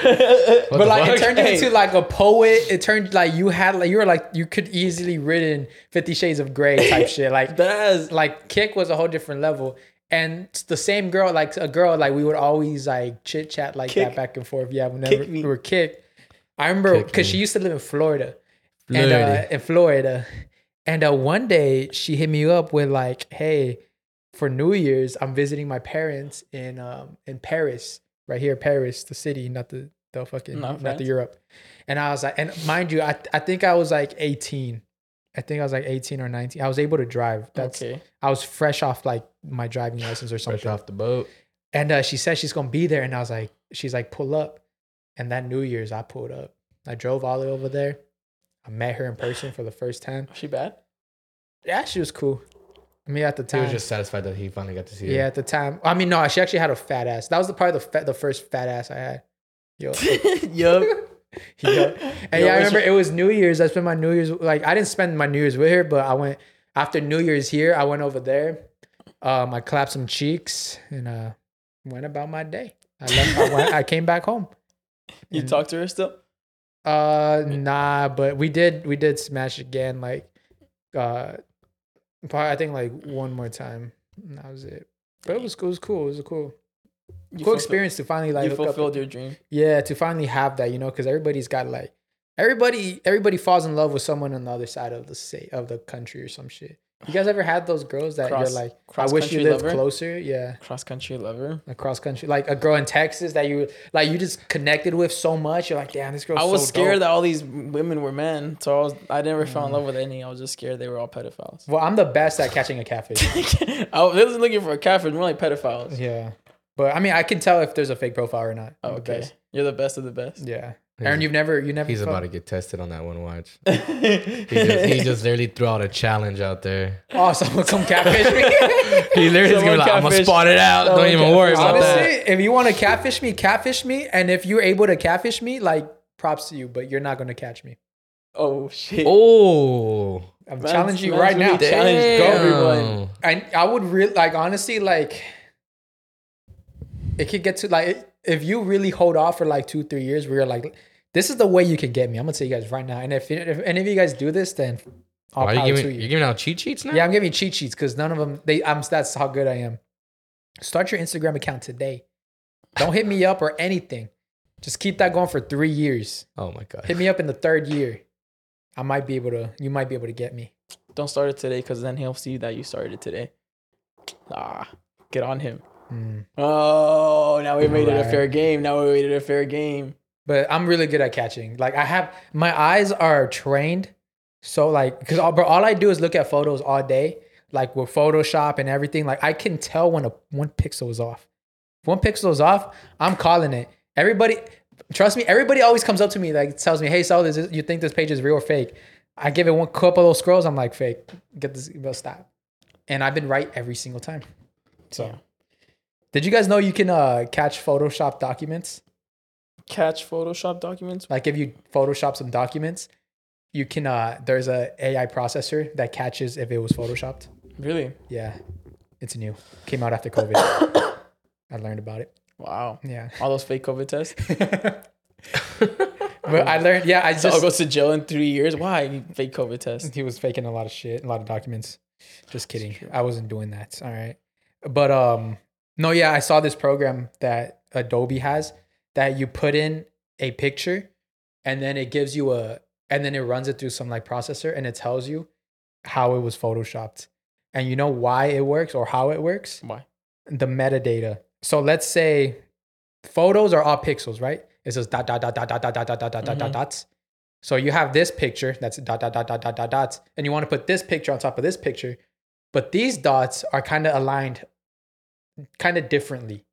C: But
E: the
C: like
E: fuck?
C: it turned you
D: Hey.
C: into like a poet. It turned like you had like you were like you could easily written Fifty Shades of Grey type shit. Like
D: that is
C: like kick was a whole different level and it's the same girl like a girl like we would always like chit chat like that
D: Kick.
C: back and forth yeah whenever
D: Kick me.
C: we were kicked i remember
E: Kick
C: because
E: me.
C: she used to live in florida, and
E: Flirty.
C: uh, in florida and uh, one day she hit me up with like hey for new year's i'm visiting my parents in um in paris right here paris the city not the They'll fucking
D: Not
C: not,
D: France?
C: to Europe. And I was like, and mind you, I I think I was like 18. I think I was like 18 or 19. I was able to drive. That's
D: okay.
C: I was fresh off like my driving license or something.
E: Fresh off the boat.
C: And uh, she said she's gonna be there, and I was like, she's like, pull up. And that New Year's, I pulled up. I drove all the way over there. I met her in person for the first time.
D: Is she bad?
C: Yeah, she was cool. I mean, at the
E: He
C: time,
E: was just satisfied that he finally got to see
C: yeah.
E: her.
C: at the time. I mean, no, she actually had a fat ass. That was the part of the fa- the first fat ass I had. Yo, Yup.
D: yup.
C: And
D: Yo,
C: yeah, I
D: what's
C: remember it was New Year's. I spent my New Year's like I didn't spend my New Year's with her, but I went after New Year's here. I went over there. Um, I clapped some cheeks and uh, went about my day. I left. I, went, I came back home.
D: You
C: And-
D: talk to her still?
C: Uh, nah, but we did we did smash again. Like, uh, probably, I think like one more time. And that was it. But it was it was cool. It was a cool
D: You
C: cool
D: fulfill-
C: experience to finally like
D: you
C: hook up with-
D: fulfilled your dream.
C: yeah to finally have that you know because everybody's got like everybody everybody falls in love with someone on the other side of the state of the country or some shit you guys ever had those girls that
D: Cross-
C: you're like i
D: cross
C: wish you
D: country
C: lived
D: lover?
C: closer yeah
D: Cross country lover.
C: across country like a girl in texas that you like you just connected with so much you're like damn this girl
D: I was scared that all these women were men, so I was I never
E: Mm.
D: fell in love with any. I was just scared they were all pedophiles.
C: well i'm the best at catching a catfish
D: I wasn't looking for a catfish, more like pedophiles. Oh,
C: yeah but i mean i can tell if there's a fake profile or not I'm the
D: okay,
C: best.
D: you're the best of the best.
C: yeah aaron you've never you never
E: He's
C: felt-
E: about to get tested on that one watch. He just, he
D: He's
E: just literally threw out a challenge out there.
C: oh someone come catfish me
E: He literally is gonna be
D: Someone
E: like, I'm gonna
D: catfish-
E: spot it out. Don't
D: someone
E: even worry about
D: catfish-
E: that.
C: Honestly, if you want to catfish me, catfish me. And if you're able to catfish me, like props to you, but you're not going to catch me.
D: oh shit!
E: Oh,
C: I'm
D: Man's-
C: challenging you
D: man's
C: right now.
D: really dead. Challenge, go, everyone.
C: I, I would really, like, honestly, like, it could get to, like, if you really hold off for like two, three years, where you're like, this is the way you can get me. I'm going to tell you guys right now. And if, if any of you guys do this, then I'll
E: Why are
C: power
E: you
C: to
E: giving,
C: you.
E: you're giving out cheat sheets now?
C: Yeah, I'm giving you cheat sheets because none of them. They, I'm. That's how good I am. Start your Instagram account today. Don't hit me up or anything. Just keep that going for three years.
E: Oh my god.
C: Hit me up in the third year. I might be able to. You might be able to get me.
D: Don't start it today, because then he'll see that you started it today. Ah, get on him.
C: Hmm.
D: Oh, now we made it a
C: Right.
D: fair game. Now we made it a fair game.
C: But I'm really good at catching. Like I have my eyes are trained. So like, because all, bro, all I do is look at photos all day. Like with Photoshop and everything, like I can tell when a one pixel is off. If one pixel is off, I'm calling it. Everybody, trust me. Everybody always comes up to me like tells me, "Hey, Saul, is this, you think this page is real or fake?" I give it one couple of those scrolls. I'm like, "Fake." Get this. Bro, stop. And I've been right every single time. So,
D: Yeah.
C: did you guys know you can uh, catch Photoshop documents?
D: Catch Photoshop documents.
C: like if you photoshop some documents you can uh there's a ai processor that catches if it was photoshopped
D: Really?
C: yeah it's new came out after covid i learned about it
D: Wow.
C: yeah
D: All those fake COVID tests.
C: but i learned yeah i
D: So I'll
C: just
D: go to jail in three years. Why fake COVID test?
C: he was faking a lot of shit a lot of documents just kidding i wasn't doing that all right but um no yeah i saw this program that adobe has that you put in a picture and then it gives you a and then it runs it through some like processor and it tells you how it was photoshopped and you know why it works or how it works
D: Why?
C: the metadata so let's say photos are all pixels right it says dot dot dot dot dot dot dot dot dot dot dot
D: Mhm.
C: dots so you have this picture that's dot dot dot dot dot dot dots and you want to put this picture on top of this picture but these dots are kind of aligned kind of differently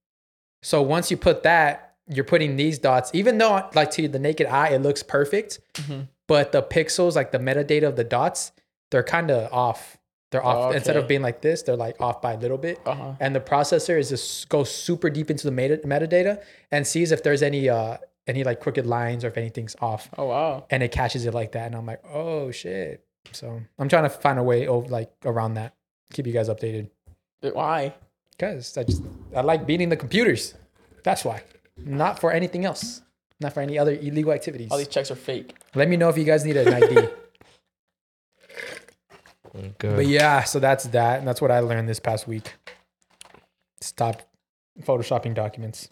C: so once you put that, you're putting these dots, even though like to the naked eye, it looks perfect,
D: Mhm.
C: but the pixels, like the metadata of the dots, they're kind of off. They're off. Instead of
D: Okay.
C: being like this, they're like off by a little bit.
D: Uh huh.
C: And the processor is just goes super deep into the meta- metadata and sees if there's any uh any like crooked lines or if anything's off,
D: Oh wow.
C: and it catches it like that. And I'm like, oh shit. So I'm trying to find a way of like around that. Keep you guys updated
D: But Why?
C: because I just I like beating the computers. That's why. Not for anything else. Not for any other illegal activities.
D: All these checks are fake.
C: Let me know if you guys need an ID.
E: Good.
C: but yeah, so that's that, and that's what I learned this past week. Stop photoshopping documents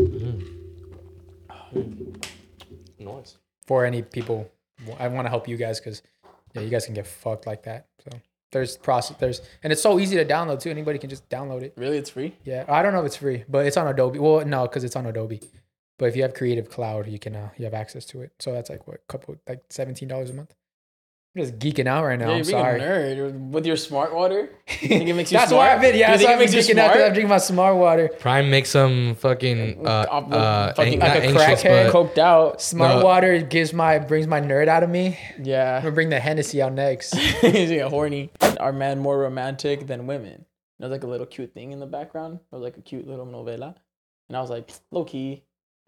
E: Noise.
C: for any people. I want to help you guys because yeah, you guys can get fucked like that. So there's process. There's and it's so easy to download too. Anybody can just download it.
D: Really? It's free?
C: Yeah, I don't know if it's free, but it's on Adobe. Well, no, because it's on Adobe. But if you have Creative Cloud, you can uh, you have access to it. So that's like what couple like seventeen dollars a month. I'm just geeking out right now.
D: yeah,
C: I'm
D: you're
C: sorry.
D: being a nerd with your smart water. You think it makes you
C: that's
D: smart?
C: why I've been. Yeah,
D: you
C: that's why
D: think
C: I've
D: it makes
C: been geeking
D: you
C: out. 'cause I'm
D: smart?
C: drinking my smart water.
E: Prime make some fucking uh,
D: Off the
E: uh
D: fucking-
E: ang-
D: like
E: not
D: a
E: anxious,
D: crackhead,
E: but
D: coked out.
C: Smart
E: No.
C: water gives my brings my nerd out of me. I'm
D: Yeah,
C: gonna bring the Hennessy out next.
D: he's like horny. Are men more romantic than women? There's like a little cute thing in the background. It was like a cute little novela, and I was like, low key.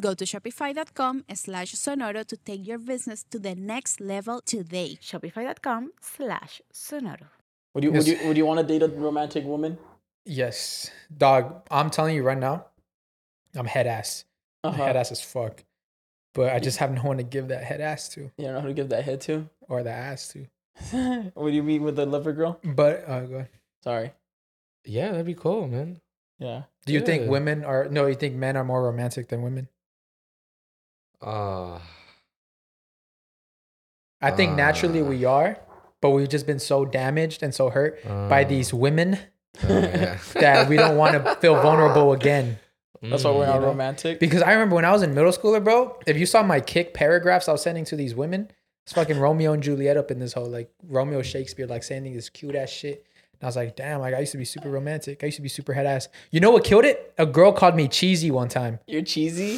A: Go to shopify.com slash sonoro to take your business to the next level today.
B: Shopify.com slash sonoro.
D: Would you would
C: Yes.
D: you would you want to date a romantic woman?
C: yes, dog. I'm telling you right now, I'm head ass. I'm
D: Uh-huh.
C: Head ass as fuck. But I just have no one to give that head ass to
D: You don't know who to give that head to.
C: or that ass to.
D: what do you mean with the lover girl?
C: But uh, go ahead.
D: Sorry.
E: yeah, that'd be cool, man.
D: Yeah.
C: Do you think
E: Yeah.
C: women are no? You think men are more romantic than women?
E: Uh
C: I think naturally
E: Uh.
C: we are, but we've just been so damaged and so hurt by
E: Uh.
C: these women
E: oh, yeah.
C: that we don't want to feel vulnerable again.
D: That's why
E: Mm,
D: we're
C: you
D: not
C: know?
D: romantic.
C: Because I remember when I was in middle schooler, bro. If you saw my kick paragraphs I was sending to these women, it's fucking Romeo and Juliet up in this whole like Romeo Shakespeare like sending this cute ass shit. And I was like, damn, like I used to be super romantic. I used to be super head ass. You know what killed it? A girl called me cheesy one time,
D: You're cheesy.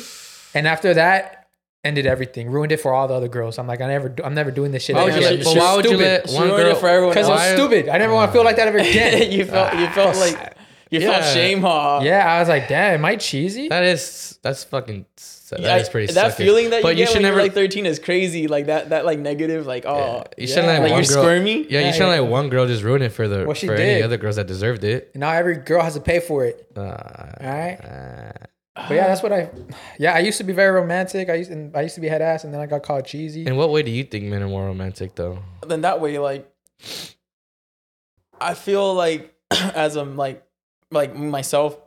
C: and after that, ended everything. Ruined it for all the other girls. I'm like, I never, I'm never doing this Oh, shit.
E: Why would
C: again.
E: you
D: Yeah, she-
E: let, but
D: she's
E: why would you
D: stupid.
E: let
D: She
E: one
D: ruined it
E: girl
D: for everyone
C: Because
E: Why-
C: I'm stupid. I never want to feel like that ever again.
D: you felt you felt like you felt
E: Ah. Yeah.
D: shame, huh?
C: yeah, I was like, damn, am I cheesy?
E: That is that's fucking that is
D: I-
E: pretty
D: that
E: sucky.
D: feeling that you
E: But
D: get
E: you should
D: when
E: never
D: you're like 13 is crazy. Like that that like negative like oh
E: you shouldn't let
D: like
E: one
D: you're
E: girl,
D: squirmy.
E: Yeah, you shouldn't let one girl just ruin it for the
C: Well, she
E: for any
C: did.
E: other girls that deserved it.
C: And now every girl has to pay for it.
E: Uh,
C: All right.
E: uh,
C: But yeah,
D: Um,
C: that's what I. Yeah, I used to be very romantic. I used and I used to be head ass, and then I got called cheesy.
E: in what way do you think men are more romantic though?
D: then that way like I feel like as I'm like like myself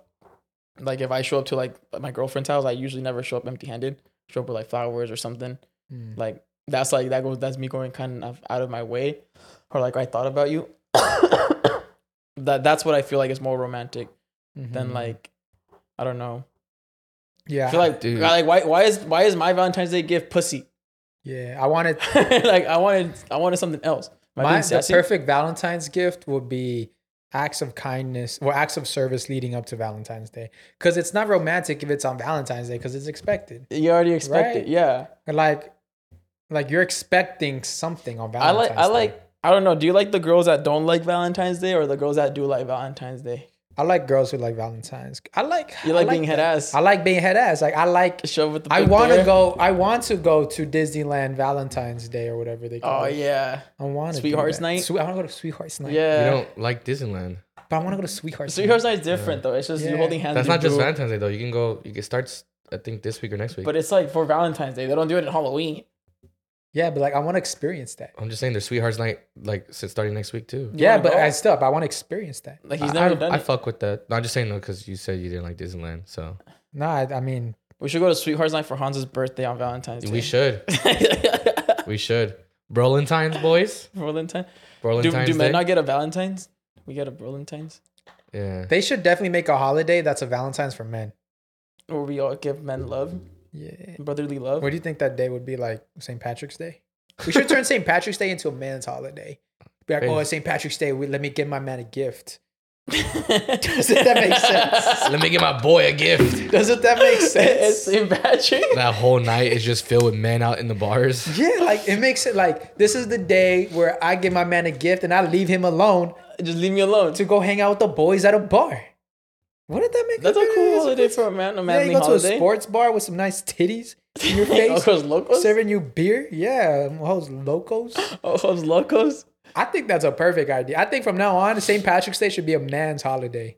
D: like if I show up to like my girlfriend's house, I usually never show up empty handed. Show up with like flowers or something.
C: Hmm.
D: Like that's like that goes that's me going kind of out of my way, or like I thought about you. that that's what I feel like is more romantic than
C: Mhm.
D: like I don't know.
C: yeah,
D: I feel like
E: dude.
D: like why why is why is my Valentine's Day gift pussy?
C: yeah. I wanted
D: like I wanted I wanted something else. Am I
C: my
D: being
C: the
D: sassy?
C: perfect Valentine's gift would be acts of kindness or acts of service leading up to Valentine's Day. Because it's not romantic if it's on Valentine's Day, because it's expected.
D: You already expect
C: Right.
D: it. Yeah.
C: Like, like you're expecting something on
D: I
C: Valentine's
D: like
C: Day.
D: I like I don't know. Do you like the girls that don't like Valentine's Day or the girls that do like Valentine's Day?
C: I like girls who like Valentine's. I like
D: You
C: I
D: like, being head
C: that.
D: ass.
C: I like being head ass. Like I like
D: Shove with the
C: I
D: big
C: want to
D: bear.
C: go. I want to go to Disneyland Valentine's Day or whatever they call
D: Oh
C: it.
D: yeah.
C: I want to
D: Sweethearts Night?
C: I want to go to Sweethearts Night.
D: Yeah.
E: you don't like Disneyland.
C: but I want to go to Sweethearts.
D: Sweethearts Night is different though. It's just you
C: Yeah.
D: holding hands.
E: That's
D: with
E: not
D: your
E: just
D: boo.
E: Valentine's Day though. You can go. You can start. I think this week or next week.
D: But it's like for Valentine's Day. They don't do it in Halloween.
C: Night. Yeah, but like I want to experience that.
E: I'm just saying, their sweethearts night like s- starting next week too.
D: You
C: Yeah,
D: wanna
C: but
D: go?
C: I still, I want to experience that.
D: like he's
E: I-
D: never
E: I,
D: done
E: I
D: it.
E: fuck with that. No, I'm just saying though because you said you didn't like Disneyland, so
C: No, I, I mean,
D: we should go to Sweethearts Night for Hans's birthday on Valentine's Day.
E: we should. we should. Brolentine's boys.
D: Valentine. Do,
E: Brolentine's
D: do
E: Day.
D: men not get a Valentine's? We get a Valentine's
E: yeah.
C: they should definitely make a holiday that's a Valentine's for men.
D: where we all give men love,
C: Yeah.
D: brotherly love.
C: What do you think that day would be like? St. Patrick's Day. We should turn St. Patrick's Day into a man's holiday. Be like, oh, it's St. Patrick's Day. We, let me give my man a gift. Doesn't that make sense?
E: Let me get my boy a gift.
C: Doesn't that make
D: It's
C: sense?
D: St. Patrick.
E: That whole night is just filled with men out in the bars.
C: Yeah, like it makes it like this is the day where I give my man a gift and I leave him alone
D: Just leave me alone.
C: to go hang out with the boys at a bar. What did that make?
D: That's a
C: it
D: cool
C: is?
D: holiday for a man. A
C: Yeah,
D: manly
C: you go to
D: holiday.
C: a sports bar with some nice titties in your face,
D: Ojos locos.
C: serving you beer. Yeah, those locos.
D: Ojos locos.
C: I think that's a perfect idea. I think from now on, St. Patrick's Day should be a man's holiday.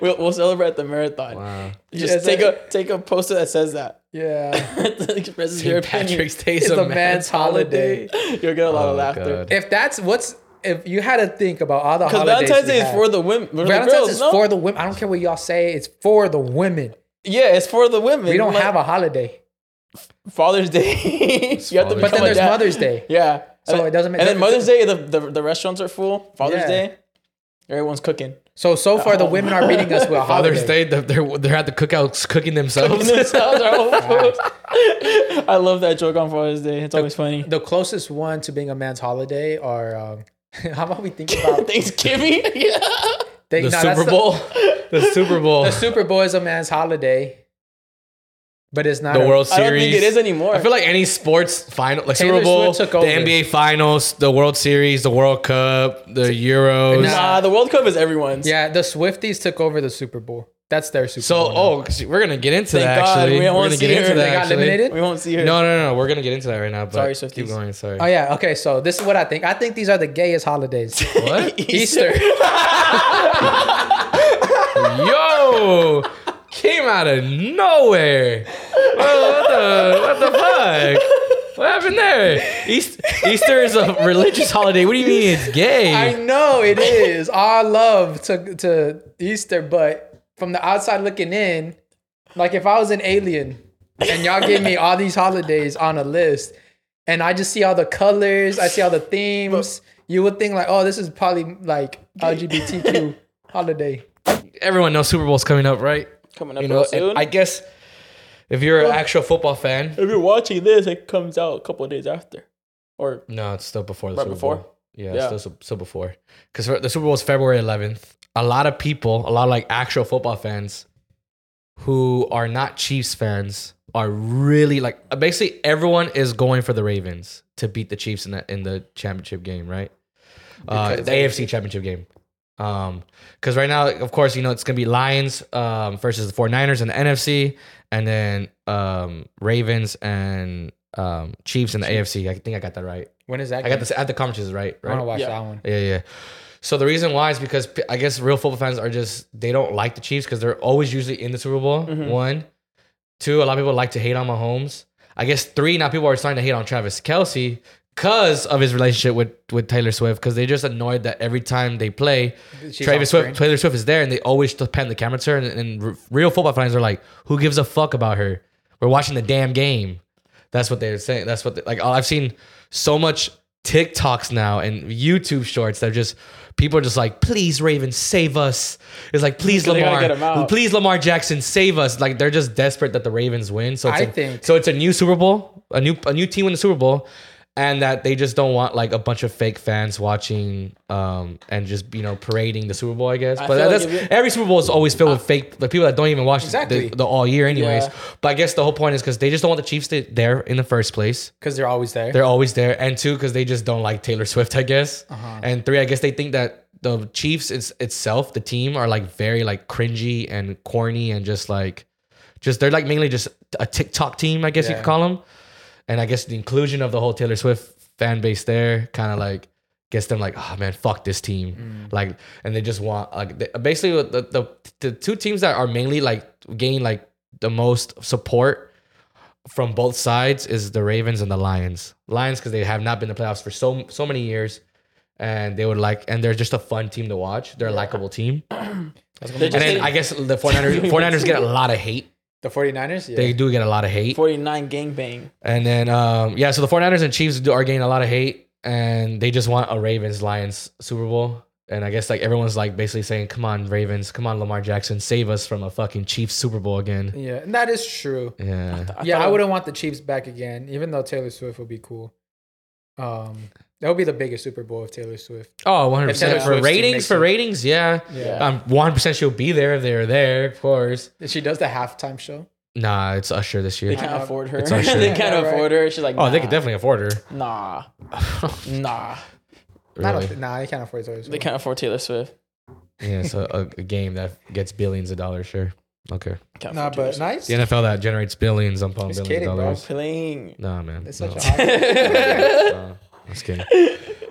D: We'll, we'll celebrate the marathon.
E: Wow.
D: Just
C: Yeah,
D: take
C: that-
D: a take a poster that says that.
C: Yeah.
D: Expresses your
E: St.
D: opinion.
E: Patrick's Day is
C: It's
E: a
C: a
E: man's
C: man's
E: holiday.
C: holiday.
D: You'll get a lot
E: Oh,
D: of laughter.
E: God.
C: if that's what's if you had to think about all the
D: Because
C: holidays,
D: Valentine's
C: we
D: Day is
C: have.
D: for the women. For
C: Valentine's
D: the girls,
C: is
D: no?
C: for the women. I don't care what y'all say. It's for the women.
D: yeah, it's for the women.
C: We don't
D: Like,
C: have a holiday.
D: Father's Day. you have to become
E: Father's Day.
C: But then
D: a
C: there's
D: dad.
C: Mother's Day.
D: Yeah.
C: So
D: And-
C: it doesn't make-
D: And then Mother's Day, the, the, the restaurants are full. Father's
C: Yeah.
D: Day, everyone's cooking.
C: So so far the
D: home.
C: women are beating us with a
E: Father's
C: holiday.
E: Day, they're, they're they're at the cookouts cooking themselves.
D: Themselves are all full. I love that joke on Father's Day. It's always funny.
C: The closest one to being a man's holiday are um, how about we think about
D: Thanksgiving. yeah.
C: they, no,
E: the
C: that's
E: Super Bowl. The, Super Bowl.
C: The,
E: The,
C: Super Bowl is a man's holiday, but it's not a-
E: World
D: I
E: Series.
D: don't think it is anymore.
E: I feel like any sports final, like
C: Taylor
E: Super Bowl,
C: Swift
E: the
C: took over.
E: NBA Finals, the World Series, the World Cup, the Euros.
C: Nah.
D: nah, the World Cup is everyone's.
C: Yeah, the Swifties took over the Super Bowl. That's their Super
E: So,
C: Bowl. now.
E: oh, 'cause we're gonna get into
D: Thank
E: that.
D: God,
E: Actually,
D: we
E: we are
D: won't
E: gonna get
D: see her.
E: into
D: They
E: that.
C: got
E: actually.
C: eliminated?
D: We won't see her.
E: No, no, no, no. We're gonna get into that right now. But
D: Sorry, Swifties.
E: keep going. Sorry.
C: Oh yeah, okay. So this is what I think. I think these are the gayest holidays.
E: What?
C: Easter.
E: Yo, came out of nowhere. Whoa, what the what the fuck? What happened there? East, Easter is a religious holiday. What do you mean it's
C: I
E: gay?
C: know it is. All love to to Easter, but from the outside looking in, like if I was an alien and y'all give me all these holidays on a list, and I just see all the colors, I see all the themes, you would think like, oh, this is probably like LGBTQ holiday.
E: Everyone knows Super Bowl's coming up, right?
D: Coming up
E: You know,
D: real soon.
E: I guess if you're an actual football fan,
D: if you're watching this, it comes out a couple of days after. Or
E: No, it's still before the
D: Right
E: Super
D: before?
E: Bowl. Yeah,
D: Yeah.
E: It's still, still before. Because the Super Bowl is February 11th. A lot of people, a lot of like actual football fans who are not Chiefs fans are really like basically everyone is going for the Ravens to beat the Chiefs in that in the championship game, right? Uh, the AFC championship game. Um, because right now, of course, you know it's gonna be Lions um versus the 49ers in the NFC, and then um Ravens and um Chiefs in the AFC. I think I got that right.
C: When is that?
E: I got this at the conferences, right?
C: I want to
E: Right.
C: watch
D: Yeah.
C: that one.
E: Yeah, yeah. So the reason why is because p- I guess real football fans are just they don't like the Chiefs because they're always usually in the Super Bowl.
C: Mm-hmm.
E: One, two. A lot of people like to hate on Mahomes. I guess three. Now people are starting to hate on Travis Kelsey because of his relationship with with Taylor Swift because they're just annoyed that every time they play,
C: She's
E: Travis
C: on
E: Swift, Taylor Swift is there, and they always just pan the camera to her. And, and r- real football fans are like, "Who gives a fuck about her? We're watching the damn game." That's what they're saying. That's what they, like I've seen so much TikToks now and YouTube shorts that just people are just like, "Please, Raven, save us." It's like, "Please,
D: They gotta get him
E: Lamar,
D: out.
E: please, Lamar Jackson, save us." Like they're just desperate that the Ravens win. So it's
C: I
E: a-
C: think-
E: so. It's a new Super Bowl, a new a new team in the Super Bowl. And that they just don't want like a bunch of fake fans watching um, and just you know parading the Super Bowl, I guess.
D: I
E: But
D: feel like
E: that's,
D: if you-
E: every Super Bowl is always filled with fake like people that don't even watch
C: Exactly.
E: the, the all year, anyways.
D: Yeah.
E: But I guess the whole point is because they just don't want the Chiefs to, there in the first place.
C: because they're always there.
E: They're always there, and two because they just don't like Taylor Swift, I guess. And three, I guess they think that the Chiefs is, itself, the team, are like very like cringy and corny and just like just they're like mainly just a TikTok team, I guess you
C: Yeah.
E: could call them. And I guess the inclusion of the whole Taylor Swift fan base there kind of like gets them like, oh man, fuck this team. Like, and they just want like they, basically what the, the the two teams that are mainly like gain like the most support from both sides is the Ravens and the Lions. Lions because they have not been to playoffs for so so many years. And they would like, and they're just a fun team to watch. They're a likable team.
D: they
E: And
D: just
E: then
D: hit
E: I guess the 49ers, 49ers get a lot of hate.
C: the 49ers. Yeah.
E: They do get a lot of hate.
D: 49 gangbang.
E: And then, um, yeah, so the 49ers and Chiefs do, are getting a lot of hate, and they just want a Ravens Lions Super Bowl. And I guess like everyone's like basically saying, "Come on, Ravens! Come on, Lamar Jackson! Save us from a fucking Chiefs Super Bowl again."
C: yeah, and that is true.
E: Yeah,
C: yeah,
D: thought
C: I
D: it-
C: wouldn't want the Chiefs back again, even though Taylor Swift would be cool. Um, that would be the biggest Super Bowl if Taylor Swift.
E: Oh, 100
C: Taylor
E: percent for
C: Swift
E: ratings.
C: makes
E: For
C: it-
E: ratings, yeah.
C: Yeah.
E: Um, 100 percent she'll be there if they're there, of course.
C: She does the halftime show.
E: Nah, it's Usher this
D: They
E: year.
D: can't afford her.
E: It's our shit.
D: they can't
C: Yeah, right.
D: afford her. She's like,
E: Oh, they
D: "Nah,
E: could definitely afford her.
D: Nah, nah.
C: I don't
E: Really?
C: thi- nah, they can't afford Taylor Swift.
D: They can't afford Taylor Swift.
E: Yeah, it's a, a, a game that gets billions of dollars. Sure. Okay.
D: Can't
C: Nah,
D: afford Taylor
C: but
D: Swift.
C: nice.
E: The NFL that generates billions upon
C: Just
E: billions
C: kidding,
E: of
C: bro.
E: dollars.
D: playing.
E: Nah, man.
C: It's such
E: no.
C: a hobby.
E: Uh, just kidding.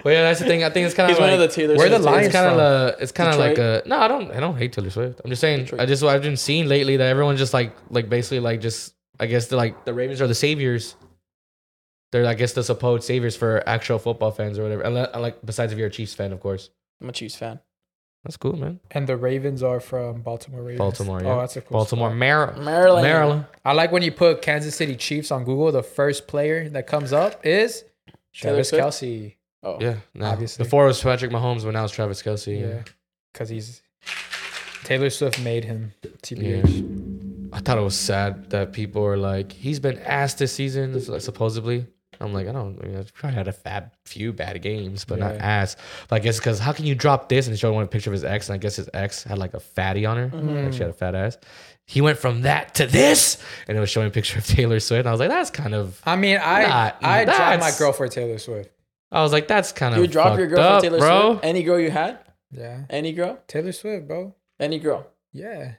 E: Well, yeah, that's the thing. I think it's kind of
D: He's
E: like,
D: one of the Taylor
E: Where the
D: Swift
E: lines
D: haters
E: kind of
C: from?
E: uh, it's kind of like a
D: Detroit?
E: no. I don't. I don't hate Taylor Swift. I'm just saying.
D: Detroit.
E: I just what I've been seeing lately that everyone's just like like basically like just I guess they're like the Ravens are the saviors. They're I guess the supposed saviors for actual football fans or whatever. Unless, like besides if you're a Chiefs fan, of course.
D: I'm a Chiefs fan.
E: That's cool, man.
C: And the Ravens are from Baltimore Ravens.
E: Baltimore, yeah.
C: Oh, that's a cool
E: Baltimore,
C: story.
E: Maryland,
D: Maryland.
E: Maryland.
C: I like when you put Kansas City Chiefs on Google. The first player that comes up is
D: Taylor
C: Travis
D: Swift?
C: Kelsey.
D: Oh,
E: Yeah, no.
C: Obviously.
E: Before it was Patrick Mahomes, but now it's Travis Kelsey.
C: Yeah, because he's Taylor Swift made him.
E: Yeah.
C: TBH.
E: I thought it was sad that people were like, he's been asked this season, it's like, supposedly. I'm like, I don't, I mean, I've probably had a fab few bad games, but not
C: Yeah.
E: ass. But I guess because how can you drop this and show one picture of his ex? And I guess his ex had like a fatty on her. Like she had a fat ass. He went from that to this, and it was showing a picture of Taylor Swift. And I was like, that's kind of.
C: I mean, I
E: Nah,
C: I dropped my
E: that's-
C: girl for Taylor Swift.
E: I was like, that's kind of.
D: You drop your
E: fucked
D: girl
E: up,
D: for Taylor
E: bro.
D: Swift. Any girl you had?
C: Yeah,
D: Any girl?
C: Taylor Swift, bro.
D: Any girl?
C: Yeah,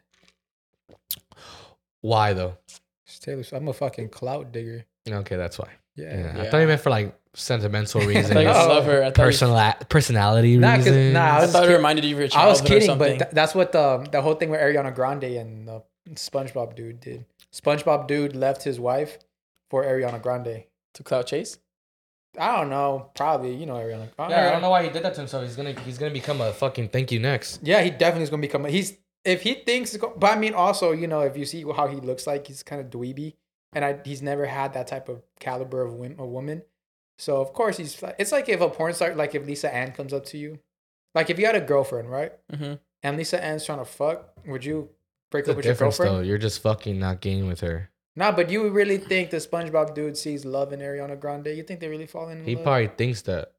E: Why though?
C: it's Taylor Swift. I'm a fucking clout digger.
E: Okay, that's why.
C: Yeah,
E: Yeah, I
D: Yeah.
E: thought you meant for like sentimental reasons,
D: Like, I
C: Oh.
D: love her. I thought, you-
E: personal personality
C: Nah, 'cause- nah,
E: reasons.
C: I
D: I
C: was
D: thought it
C: kid-
D: reminded you of your
C: I was
D: childhood or
C: kidding,
D: something.
C: but th- that's what the the whole thing with Ariana Grande and the SpongeBob dude did. SpongeBob dude left his wife for Ariana Grande.
D: to Cloud Chase?
C: I don't know, probably you know Ariana.
E: Yeah, I don't know why he did that to himself. He's gonna he's gonna become a fucking thank you next.
C: Yeah, he definitely is gonna become. He's if he thinks, it's go- but I mean, also you know, if you see how he looks like, he's kind of dweeby, and I he's never had that type of caliber of wom- a woman. So of course he's. fla- It's like if a porn star, like if Lisa Ann comes up to you, like if you had a girlfriend, right?
D: Mm-hmm.
C: And Lisa Ann's trying to fuck, would you break
E: It's a
C: up with your
E: difference
C: girlfriend?
E: though. You're just fucking not getting with her.
C: Nah, but you really think the SpongeBob dude sees love in Ariana Grande? You think they really fall in
E: He
C: love?
E: probably thinks that,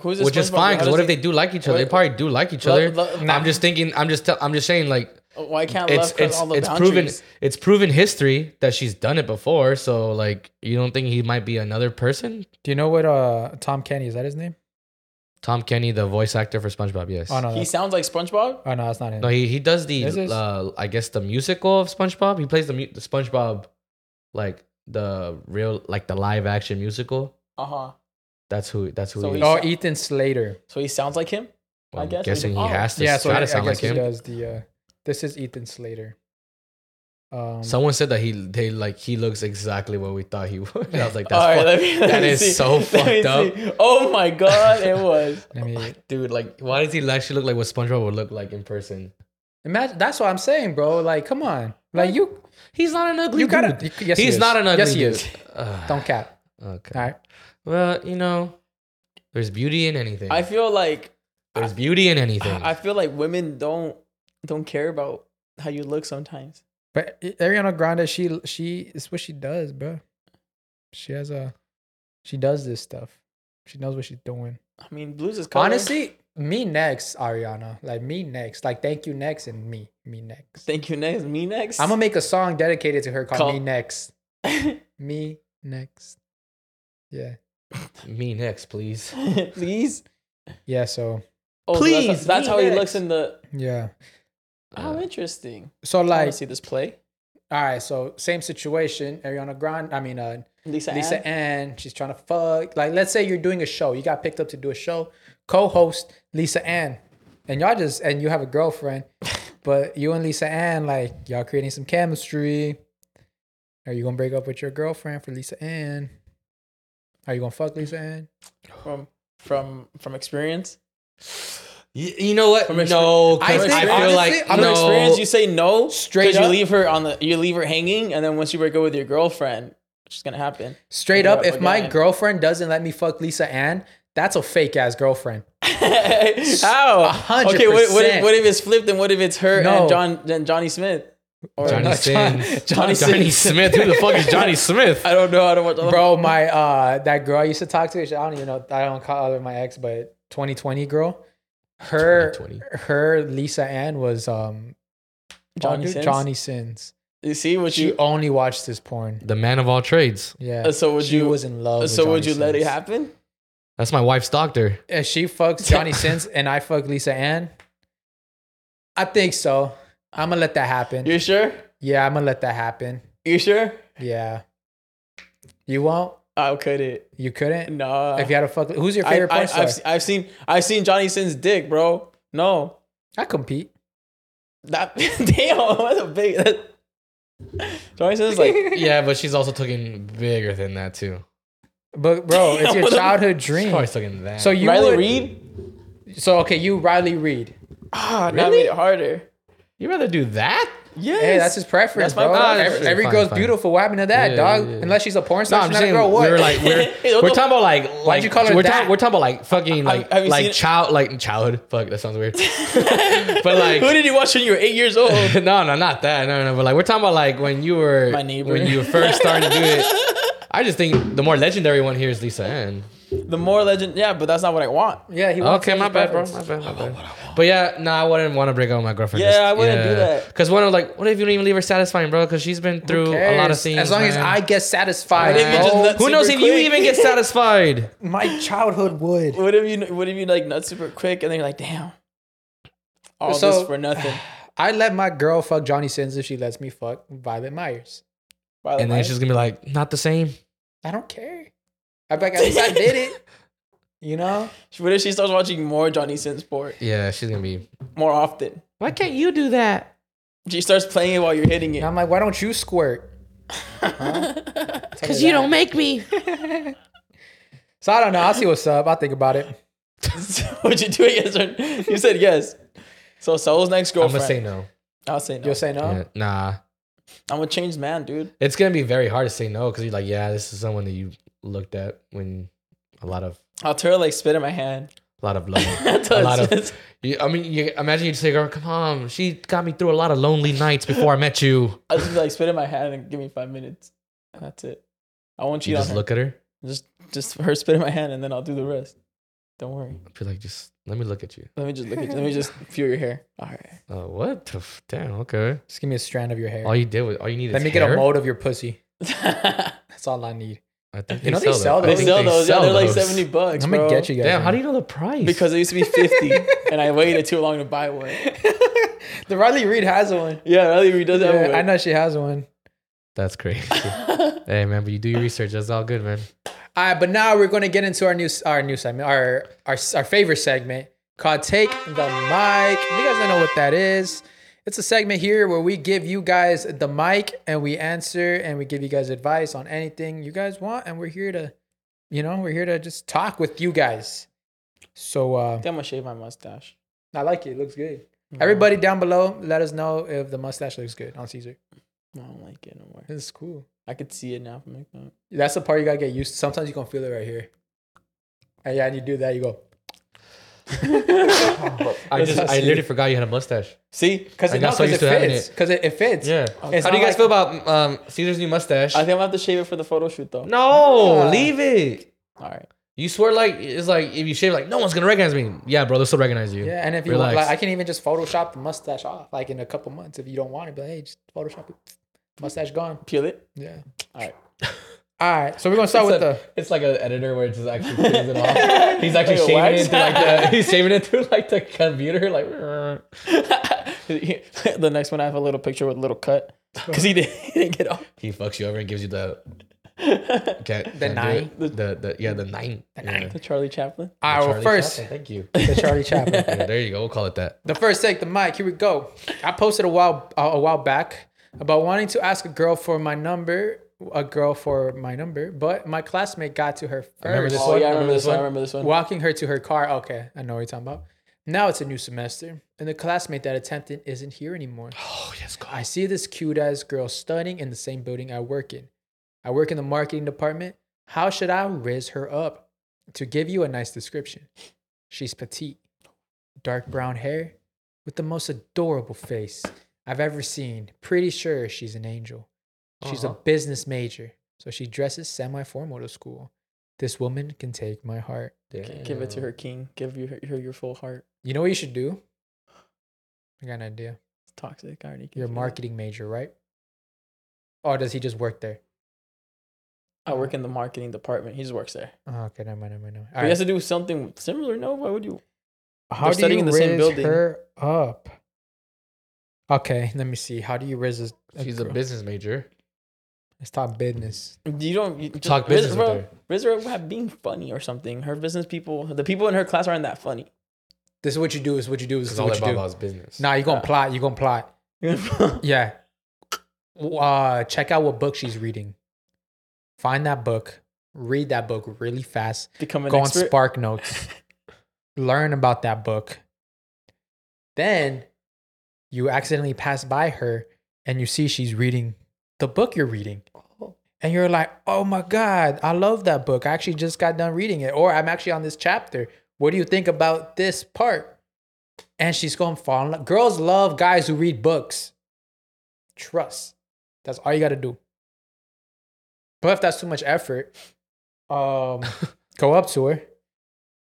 D: Who's this
E: which is
D: SpongeBob?
E: fine. Because
D: How
E: what
D: does
E: if they do like each other? They
D: what-
E: probably do like each
D: Lo-
E: other.
D: lo-
E: I'm just thinking. I'm just. Tell, I'm just saying. Like
D: Why can't
E: it's
D: love cut
E: it's
D: all the
E: it's proven.
D: boundaries?
E: It's proven history that she's done it before. So like, you don't think he might be another person?
C: Do you know what uh Tom Kenny is that his name?
E: Tom Kenny, the voice actor for SpongeBob. Yes.
C: Oh no,
D: He
C: that's,
D: sounds like SpongeBob.
C: oh no, that's not him.
E: No, he, he does the
C: This is-
E: uh, I guess the musical of SpongeBob. He plays the, mu- the SpongeBob, like the real like the live action musical.
D: Uh huh.
E: That's who. That's who.
D: So
E: he
D: he-
E: is.
C: oh, Ethan Slater.
D: So he sounds like him.
E: Well,
D: I
E: I'm
D: guess
E: guessing he
D: he's- oh.
E: has to
C: yeah, so
E: try
C: I, I
E: to sound like
C: guess he
E: him.
C: does the. Uh, this is Ethan Slater. Um,
E: Someone said that he they like he looks exactly what we thought he would. I was like, that's
D: All right,
E: fuck-
D: let me, let
E: that
D: me
E: is
D: see.
E: so
D: Let me
E: fucked
D: see. Oh my god, it was.
C: I mean,
E: dude. Like, why does he actually look like what SpongeBob would look like in person?
C: imagine that's what I'm saying, bro. Like, come on, like you,
E: He's not an ugly.
C: you gotta.
E: dude.
C: Yes, he
E: He's
C: is.
E: not an ugly.
C: Yes, he
E: dude.
C: is.
E: Ugh,
C: Don't cap.
E: okay.
C: All right.
E: Well, you know, there's beauty in anything.
D: I feel like
E: there's beauty in anything.
D: I feel like women don't don't care about how you look sometimes.
C: But Ariana Grande, she she is what she does, bro. She has a, she does this stuff. She knows what she's doing.
D: I mean, blues is color.
C: Honestly, me next, Ariana. Like me next. Like thank you next, and me, me next.
D: Thank you next. Me next.
C: I'm gonna make a song dedicated to her called
D: Call-
C: Me Next.
D: a
C: Me next. Yeah.
E: Me next, please.
D: please.
C: Yeah. So
D: Oh, so that's-
E: Please,
D: That's, how he
E: me
D: looks in the.
C: yeah.
D: How
E: Uh,
D: interesting.
C: So
D: I want
C: like,
D: to see this play.
C: all right. So same situation. Ariana Grande. I mean, uh,
D: Lisa.
C: Lisa
D: Ann.
C: Ann. She's trying to fuck. Like, let's say you're doing a show. You got picked up to do a show. Co-host Lisa Ann, and y'all just and you have a girlfriend, but you and Lisa Ann like y'all creating some chemistry. Are you gonna break up with your girlfriend for Lisa Ann? Are you gonna fuck Lisa Ann?
D: from from from experience.
E: You, you know what?
D: From exper-
E: no, 'cause
C: I
E: I,
C: think-
E: feel
C: honestly,
E: like
C: I'm
D: From
E: no.
D: experience, you say no
C: Straight
D: straight. You
C: up?
D: leave her on the. You leave her hanging, and then once you break up with your girlfriend, which is gonna happen.
C: Straight
D: Yeah,
C: up, if
D: but
C: my
D: yeah.
C: girlfriend doesn't let me fuck Lisa Ann, that's a fake ass girlfriend.
D: How?
C: hundred
D: Okay. What, what, if,
C: percent.
D: what if it's flipped, and what if it's her
C: No.
D: and John and Johnny Smith? Or
E: Johnny
D: not John-
E: Sins.
D: Johnny,
E: Johnny
D: Sins.
E: Smith. Who the fuck is Johnny Smith?
D: I don't know. I don't watch. Bro,
C: Bro, my uh that girl I used to talk to, I don't even know I don't call her my ex, but 2020 girl. Her
E: 2020.
C: her Lisa Ann was um
D: Johnny
C: Johnny,
D: Sins?
C: Johnny Sins.
D: you see what
C: She
D: you.
C: only watched this porn.
E: The man of all trades.
C: Yeah.
D: Uh, so would
C: she
D: you- uh,
C: was in love. with
D: So would
C: Johnny
D: you let it
C: Sins.
D: happen?
E: That's my wife's doctor.
C: If she fucks Johnny Sins and I fuck Lisa Ann, I think so. I'm gonna let that happen.
D: You sure?
C: yeah, I'm gonna let that happen.
D: You sure?
C: Yeah. You won't?
D: I couldn't.
C: You couldn't?
D: No.
C: If you had a fuck, who's your
D: I,
C: favorite
D: I,
C: porn star?
D: I've, I've seen I've seen Johnny Sins dick, bro. No,
C: I compete.
D: that damn, that's a big. Johnny Sins is like
E: Yeah, but she's also talking bigger than that too.
C: But bro, it's your
D: What the-
C: childhood
E: She's
C: dream.
E: probably talking that.
C: So you
D: Riley
C: would-
D: Reed.
C: So okay, you Riley Reed.
D: Ah, that
E: Really?
D: made it harder.
E: you rather do that?
D: Yes.
C: Hey, that's his preference,
D: That's my
C: bro.
D: preference.
C: Every, every
E: Fine,
C: girl's
E: fine.
C: beautiful. What happened to that,
E: Yeah,
C: dog?
E: yeah, yeah.
C: Unless she's a porn
E: No,
C: star,
E: I'm
C: she's
E: just
C: not a
E: saying
C: girl. What?
E: we were like we're,
D: Hey, what
E: we're
D: the-
E: talking about like like
C: you call her
E: we're,
C: that?
E: Talking, we're talking about like fucking like
D: have you seen
E: like
D: it?
E: child like childhood. Fuck, that sounds weird. but like
D: Who did you watch when you were eight years old?
E: no, no, not that. No, no, but like we're talking about like when you were
D: My neighbor.
E: when you first started to do it. I just think the more legendary one here is Lisa Ann.
D: the more legend, yeah, but that's not what I want.
C: Yeah, he wants
E: Okay,
C: his
E: my bad, bro.
C: preference.
E: My bad, my bad. But yeah, no, I wouldn't want to break up with my girlfriend.
D: Yeah, I wouldn't do that.
E: Because one of like, what if you don't even leave her satisfying, bro? Because she's been through a lot of
C: Cares.
E: things.
C: As long as
E: man.
C: I get satisfied,
D: What if you
C: bro?
D: just let-
E: Who knows if
D: super
E: you
D: quick.
E: even get satisfied?
C: my childhood would.
D: What if you? What if you like nut super quick and then you're like, damn, all
C: So-
D: this for nothing?
C: I let my girl fuck Johnny Sins if she lets me fuck Violet Myers.
D: Violet
E: And then
D: Myers.
E: she's gonna be like, not the same.
C: I don't care. I'm like, at least I did it. You know?
D: what if she starts watching more Johnny Sins porn
E: Yeah, she's gonna be.
D: more often?
E: Why can't you do that?
D: She starts playing it while you're hitting it.
C: And I'm like, why don't you squirt?
E: Because you don't make me.
C: So I don't know. I'll see what's up. I'll think about it.
D: Would you do it? Yes or you said yes. So Soul's next
E: I'm
D: girlfriend.
E: gonna say no.
D: I'll say no.
C: You'll say no?
E: Yeah, nah,
D: I'm a changed man, dude.
E: it's gonna be very hard to say no because you're like, yeah, this is someone that you looked at when a lot of
D: I'll tell her like spit in my hand.
E: a lot of love,
D: That's
E: a lot
D: just-
E: of. You, I mean, you imagine you say, "Girl, come on, she got me through a lot of lonely nights before I met you."
D: I'll just be like spit in my hand and give me five minutes, and that's it. I won't cheat
E: You
D: on
E: just
D: her.
E: look at her,
D: Just just her spit in my hand, and then I'll do the rest. Don't worry.
E: be like, "Just let me look at you."
D: Let me just look at. Let me just feel your hair. All right.
E: Uh, what? The f- Damn. Okay.
C: Just give me a strand of your hair.
E: All you did was all you needed.
C: Let me get a mold of your pussy. That's all I need.
E: I think
C: You know they sell
E: I
D: They
C: those.
E: think
D: sell those. yeah, they're like
E: those.
D: seventy bucks.
C: I'm gonna
D: bro.
C: get you guys.
E: Damn. How
C: man.
E: do you know the price?
D: Because it used to be fifty, and I waited too long to buy one.
C: the Riley Reed has one.
D: Yeah, really, he does have
C: Yeah,
D: one.
C: I know she has one.
E: that's crazy. hey man, but you do your research. That's all good, man.
C: All right, Uh, but now we're gonna get into our new our new segment, our our our favorite segment called "Take the Mic." You guys don't know what that is. It's a segment here where we give you guys the mic and we answer and we give you guys advice on anything you guys want, and we're here to, you know, we're here to just talk with you guys. So uh,
D: Damn, I'm gonna shave my mustache.
C: I like it. It looks good. Everybody down below, let us know if the mustache looks good on Caesar.
D: I don't like it no more.
C: It's cool.
D: I could see it now from like that.
C: That's the part you gotta get used to. Sometimes you gonna feel it right here. And yeah, and you do that, you go.
E: I just
C: That's
E: I
C: you.
E: literally forgot you had a mustache.
D: See, because
C: Cause
E: I
C: it,
E: got
C: no,
E: so
C: 'cause
E: used
C: it
E: to having
C: fits. Because it, it fits.
E: Yeah.
C: It's
E: How do you
C: not
E: guys
C: like-
E: feel about um, Caesar's new mustache?
D: I think I'm gonna have to shave it for the photo shoot though.
E: no,
C: Yeah.
E: leave it.
D: All right.
E: You swear like it's like if you shave like no one's gonna recognize me. Yeah, bro, they'll still recognize you.
C: Yeah, and if you
E: Relax.
C: want, like, I can even just Photoshop the mustache off, like in a couple months, if you don't want it. But hey, just Photoshop it. Mustache gone.
D: Peel it.
C: Yeah.
D: All right.
C: All right. So we're gonna start with the.
E: it's like an editor where it's just actually peels it off. He's actually
D: Like a wax?
E: shaving it through like the he's shaving it through like the computer like.
D: the next one, I have a little picture with a little cut because he, did, he didn't get off.
E: He fucks you over and gives you the can't, can't do
C: nine.
E: it. the the yeah the nine the nine.
D: The Charlie Chaplin.
C: All right. Well, first,
E: thank you.
C: the Charlie Chaplin.
E: Yeah, there you go. We'll call it that.
C: The first take the mic. Here we go. I posted a while uh, a while back about wanting to ask a girl for my number, a girl for my number, but my classmate got to her first,
E: remember this
D: Oh
E: one?
D: yeah, I remember this one. I remember this one.
C: walking her to her car. Okay, I know what you're talking about. Now it's a new semester, and the classmate that attempted isn't here anymore.
E: Oh yes, go.
C: I see this cute ass girl studying in the same building I work in. I work in the marketing department. How should I raise her up? To give you a nice description, she's petite, dark brown hair, with the most adorable face, I've ever seen. Pretty sure she's an angel. She's a
E: Uh-huh.
C: business major, so she dresses semi formal to school. This woman can take my heart.
D: G- Give it to her king. Give you her, her your full heart.
C: You know what you should do? I got an idea.
D: It's toxic. I already. gave
C: You're a
D: you that.
C: marketing major, right? Or does he just work there?
D: I work in the marketing department. He just works there.
C: Oh, okay, never mind, never mind. Never mind.
D: But
C: All
D: He
C: right.
D: has to do something similar. No, why would you?
C: How
D: They're
C: do
D: studying
C: you
D: in the same
C: raise
D: building.
C: her up? Okay, let me see. How do you raise a, a
E: She's a
C: girl?
E: business major.
C: Let's talk business.
D: You don't you just-
E: Talk business
D: Riz-
E: with
D: bro,
E: her.
D: Riz Rowe have being funny or something. Her business people, the people in her class aren't that funny.
C: This is what you do. This is what you do. This
E: It's
C: is
E: all
C: what you
E: about
C: do.
E: about business.
C: Nah, you're gonna
D: Yeah.
C: plot. You're gonna plot.
D: That's
C: Yeah. Uh, check out what book she's reading. Find that book. Read that book really fast.
D: Become an
C: Go on
D: expert.
C: Spark Notes. learn about that book. Then you accidentally pass by her and you see she's reading the book you're reading. And you're like, oh my God, I love that book. I actually just got done reading it. Or I'm actually on this chapter. What do you think about this part? And she's going to fall in love. Girls love guys who read books. Trust. That's all you got to do. But if that's too much effort, um, go up to her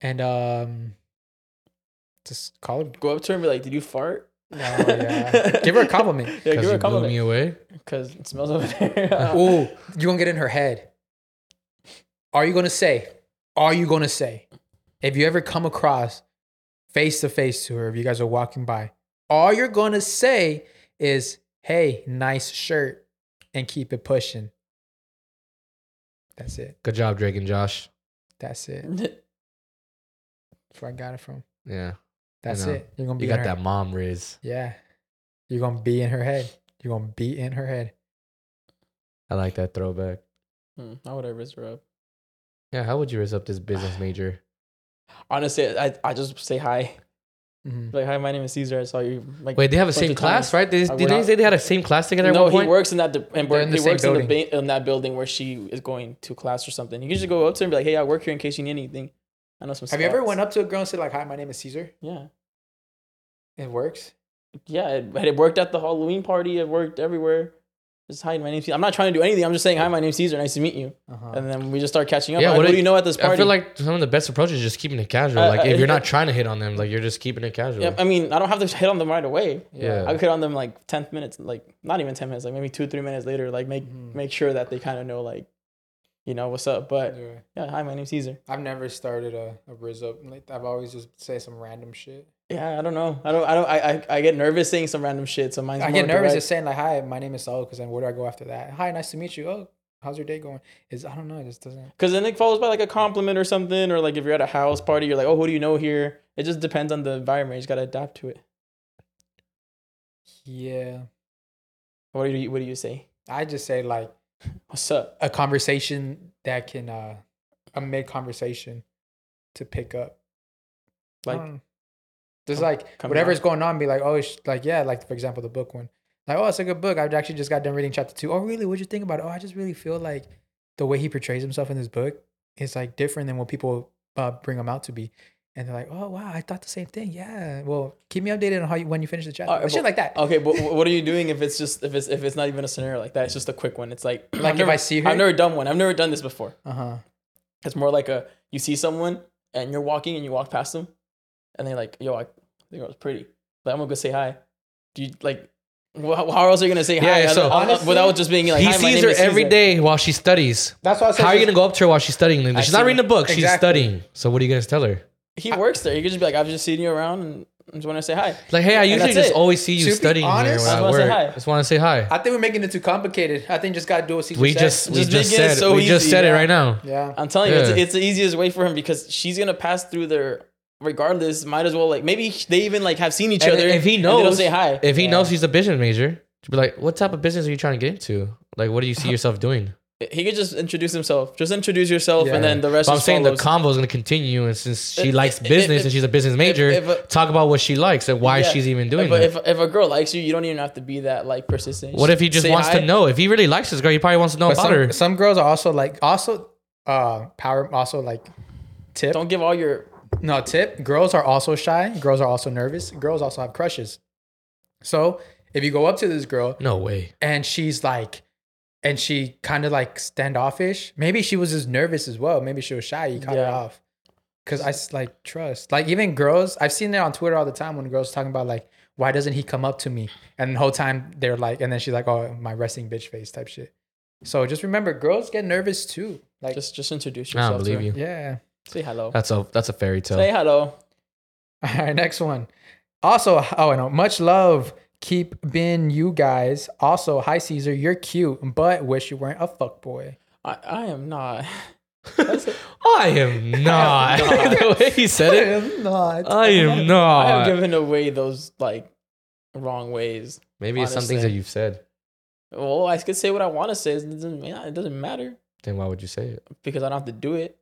C: and um, just call her.
D: Go up to her and be like, "Did you fart?"
C: No, Oh, yeah. Give her a compliment.
D: Yeah, give
E: Because
D: her
E: you
D: a
E: blew me
D: compliment
E: away.
D: because it smells over there.
E: Oh.
C: Ooh, you gonna get in her head. Are you gonna say? Are you gonna say? If you ever come across face to face to her, if you guys are walking by, all you're gonna say is, "Hey, nice shirt," and keep it pushing. That's it.
E: Good job, Drake and Josh.
C: That's it. That's where I got it from.
E: Yeah,
C: That's
E: know.
C: it. You're gonna be.
E: you
C: in
E: got
C: her-
E: that mom riz.
C: Yeah. You're gonna be in her head. You're gonna be in her head.
E: I like that throwback.
D: Hmm, I would have Riz Rowe up.
E: Yeah, how would you riz up this business major?
D: Honestly, I I just say hi.
E: Mm-hmm.
C: Mhm.
D: Like, hi, my name is Caesar. I saw you. Like,
E: Wait, they have the
D: bunch
E: same
D: of
E: class,
D: times.
E: right? They,
D: I
E: did they
D: work-
E: say they had a same class together at
D: no,
E: one
D: he
E: point?
D: works in that. De- and
C: They're in the
D: he
C: same
D: works in, the
C: building.
D: ba- in that building where she is going to class or something. You can just go up to her and be like, "Hey, I work here in case you need anything." I know some.
C: Have you ever
D: spots."
C: went up to a girl and said like, "Hi, my name is Caesar."
D: Yeah,
C: It works.
D: yeah. It, it worked at the Halloween party. It worked everywhere. Just hi, my name's. Caesar." I'm not trying to do anything. I'm just saying hi. My name's Caesar. Nice to meet you.
C: Uh-huh.
D: And then we just start catching up. Yeah,
E: Yeah, what
D: what,
E: it-
D: do you know at this party?
E: I feel like some of the best approaches is just keeping it casual.
D: Uh,
E: like
D: uh,
E: if you're
D: it-
E: not trying to hit on them, like you're just keeping it casual.
D: Yeah, I mean, I don't have to hit on them right away.
E: Yeah.
D: I could hit on them like 10 minutes, like not even 10 minutes, like maybe two, three minutes later, like make
C: Mhm.
D: make sure that they kind of know, like, you know, what's up. But yeah, hi, my name's Caesar.
C: I've never started a, a riz up. Like, I've always just say some random shit.
D: Yeah, I don't know. I don't, I don't, I, I, I get nervous saying some random shit. So mine's
C: I get
D: more
C: nervous
D: direct.
C: just saying like, "Hi, my name is Saul," because then where do I go after that? Hi, nice to meet you. Oh, how's your day going? Is I don't know. It just doesn't.
D: Cause then it follows by like a compliment or something, or like if you're at a house party, you're like, oh, who do you know here? It just depends on the environment. You just gotta adapt to it.
C: Yeah,
D: What do you, what do you say?
C: I just say like
D: What's up?
C: a conversation that can uh a mid conversation to pick up.
D: Like,
E: Hmm.
C: Mm. just like
D: come
C: whatever's
D: down.
C: going on, be like, oh, it's like yeah, like for example, the book one, like oh, it's a good book. I actually just got done reading chapter two. Oh, really? What'd you think about it? Oh, I just really feel like the way he portrays himself in this book is like different than what people uh, bring him out to be. And they're like, oh wow, I thought the same thing. Yeah. Well, keep me updated on how you when you finish the chapter.
D: Alright,
C: Like, shit
D: but-
C: like that.
E: uh,
D: Okay, but wh- what are you doing if it's just if it's if it's not even a scenario like that? It's just a quick one. It's like
C: Like, if
D: I've never-
C: I see her?
D: I've never done one. I've never done this before.
C: Uh huh.
D: It's more like a you see someone and you're walking and you walk past them, and they're like, "Yo, I think I was pretty." Like I'm gonna go say hi. Do you like? wh- How how else are you gonna say
E: Yeah,
D: hi?
E: yeah, so-
D: other- uh,
C: Honestly-
D: without just being like,
E: he
D: "Hi, my
E: sees
D: name
E: her
D: is
E: every
D: Caesar."
E: day while she studies.
C: That's why I said.
E: How are you gonna go up to her while she's studying? Like,
D: I
E: she's not
D: see.
E: reading a book. She's
C: Exactly.
E: studying. So what are you gonna tell her?
D: He works there. You could just be like, "I've just seen you around and I just want to say hi."
E: Like, hey, I
D: And
E: usually
D: that's it.
E: just always see you
C: To be
E: studying
C: honest,
E: here
D: I
E: when I
D: just wanna say
E: work.
D: hi.
E: I just want to say hi.
C: I think we're making it too complicated. I think just gotta do what Caesar
E: We
C: said.
E: just, we
D: Just
E: just
D: make it
E: said
D: so
E: we just
D: easy,
E: said it
D: yeah.
E: right now.
C: yeah.
D: I'm telling you, it's,
E: Yeah.
D: it's the easiest way for him because she's gonna pass through there regardless. Might as well like maybe they even like have seen each
E: And
D: other.
E: if he
D: and they don't
E: knows,
D: say hi.
E: if he
C: Yeah.
E: knows he's a business major, to be like, what type of business are you trying to get into? Like, what do you see yourself doing?
D: he could just introduce himself. Just introduce yourself,
C: Yeah.
D: and then the rest.
E: But I'm
D: just
E: saying
D: follows.
E: the combo is going to continue, and since she
D: If-
E: likes
D: if-
E: business
D: if-
E: and she's a business major,
D: if a-
E: talk about what she likes and why
D: Yeah.
E: she's even doing
D: But
E: it.
D: if, if a girl likes you, you don't even have to be that like persistent.
E: what if he just
D: Say
E: wants
D: hi.
E: to know? If he really likes this girl, he probably wants to know
C: But
E: about
C: some,
E: her.
C: some girls are also like also uh power also like tip.
D: Don't give all your.
C: No tip. Girls are also shy. Girls are also nervous. Girls also have crushes. So If you go up to this girl
E: No way.
C: and she's like, and she kind of like standoffish, maybe she was just nervous as well. Maybe she was shy. You caught her
D: Yeah.
C: off. Cause I s- like trust. Like even girls, I've seen it on Twitter all the time when girls talking about like, why doesn't he come up to me? And the whole time they're like, and then she's like, oh, my resting bitch face type shit. So just remember, girls get nervous too. Like,
D: Just just introduce
E: I
D: yourself.
E: don't believe
D: to her.
E: you.
C: yeah.
D: Say hello.
E: That's a that's a fairy tale.
D: Say hello.
C: All right, next one. Also, oh no, much love. Keep being you guys. Also, hi Caesar, you're cute, but wish you weren't a fuckboy.
D: I, I am not.
E: I am not. the way he said it.
C: am not.
E: I am
D: I have
E: not.
D: given away those like wrong ways.
E: Maybe it's some things
D: Honestly.
E: that you've said.
D: Well, I could say what I want to say. It doesn't, it doesn't matter
E: Then why would you say it?
D: because I don't have to do it.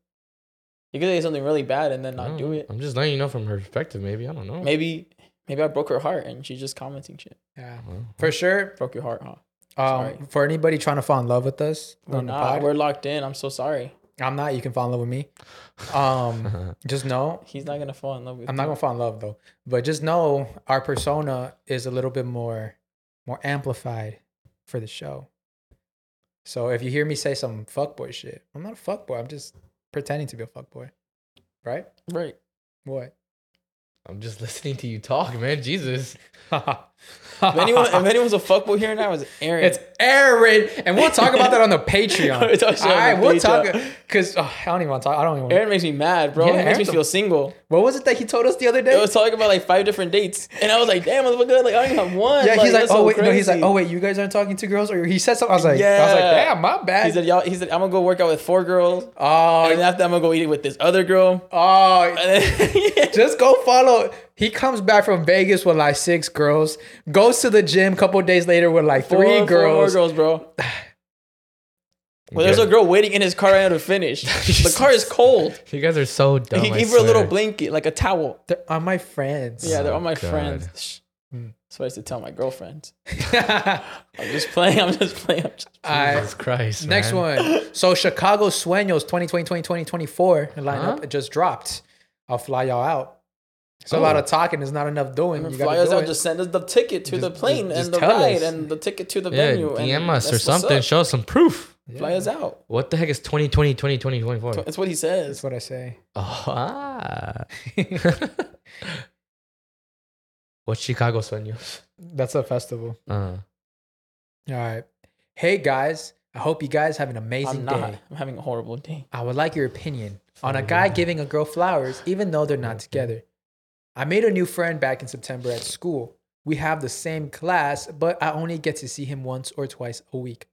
D: You could say something really bad and then
E: I
D: not
E: don't
D: do
E: know.
D: it.
E: I'm just letting you know from her perspective. Maybe I don't know.
D: Maybe maybe I broke her heart and she's just commenting shit.
C: yeah,
E: Well,
C: for sure.
D: Broke your heart, huh? Sorry.
C: Um, for anybody trying to fall in love with us
D: We're
C: on the
D: not.
C: pod,
D: We're locked in. I'm so sorry.
C: I'm not. You can fall in love with me. Um, just know
D: He's not gonna fall in love with.
C: I'm not
D: you.
C: gonna fall in love though, but just know our persona is a little bit more, more amplified for the show. So if you hear me say some fuckboy shit, I'm not a fuckboy. I'm just pretending to be a fuckboy, right?
D: Right.
C: What?
E: I'm just listening to you talk, man. Jesus.
D: If anyone, if anyone's a fuckboy here now, it's Aaron.
C: it's Aaron, and we'll talk about that on the Patreon.
D: We'll talk shit
C: All
D: on the
C: right, we'll talk
D: Patreon.
C: because uh, I don't even want to talk. I don't even. Wanna,
D: Aaron makes me mad, bro.
C: Yeah,
D: he makes me
C: Aaron's a-
D: feel single.
C: what was it that he told us the other day?
D: It was talking about like five different dates, and I was like, "Damn, look good. Like I only have one."
C: yeah, he's like,
D: that's
C: oh
D: so
C: wait, no, he's like,
D: crazy."
C: oh wait, you guys aren't talking to girls, or he said something. I was like, I was like,
D: Yeah.
C: damn, my bad.
D: He said, "Y'all," he said, "I'm gonna go work out with four girls,
C: oh,
D: and after I'm gonna go eat it with this other girl."
C: oh,
D: And then-
C: Just go follow. He comes back from Vegas with like six girls. Goes to the gym. Couple days later with like
D: Four-
C: three
D: four
C: girls.
D: more girls, bro. Well, there's
E: Yeah.
D: a girl waiting in his car right now to finish. the car is cold.
E: You guys are so
C: Oh
E: dumb.
D: he
E: I
D: gave her a little
E: swear.
D: blanket, like a towel.
C: They're on my friends.
D: Yeah, they're
E: Oh,
D: all my
E: God.
D: friends. Shh.
C: Hmm.
D: That's what I used to tell my girlfriend.
C: Yeah.
D: I'm just playing. I'm just playing. I'm just
E: Jesus Christ.
C: next
E: man.
C: one. So Chicago Sueños 2020 2024
D: Uh-huh.
C: lineup
E: Huh?
C: just dropped. I'll fly y'all out.
D: Oh.
C: So a lot of talking is not enough doing. You
D: fly
C: gotta
D: us
C: do
D: out.
C: it.
D: Just send us the ticket to the
C: Just- just-
D: plane
C: just
D: and the
C: tell
D: ride
C: us.
D: and the ticket to the
E: Yeah,
D: venue. and
E: DM us or
D: that's what's
E: something.
D: up.
E: Show us some proof.
D: Fly us out.
E: What the heck is 2020, 2020, 2024?
D: That's what he
C: That's
D: says.
C: what I say.
E: Oh, ah. What's Chicago sueños?
C: That's a festival.
E: Uh,
C: All right. Hey guys, I hope you guys have an amazing
D: I'm not.
C: day.
D: I'm having a horrible day.
C: I would like your opinion on a guy giving a girl flowers even though they're not together. I made a new friend back in September at school. We have the same class, but I only get to see him once or twice a week.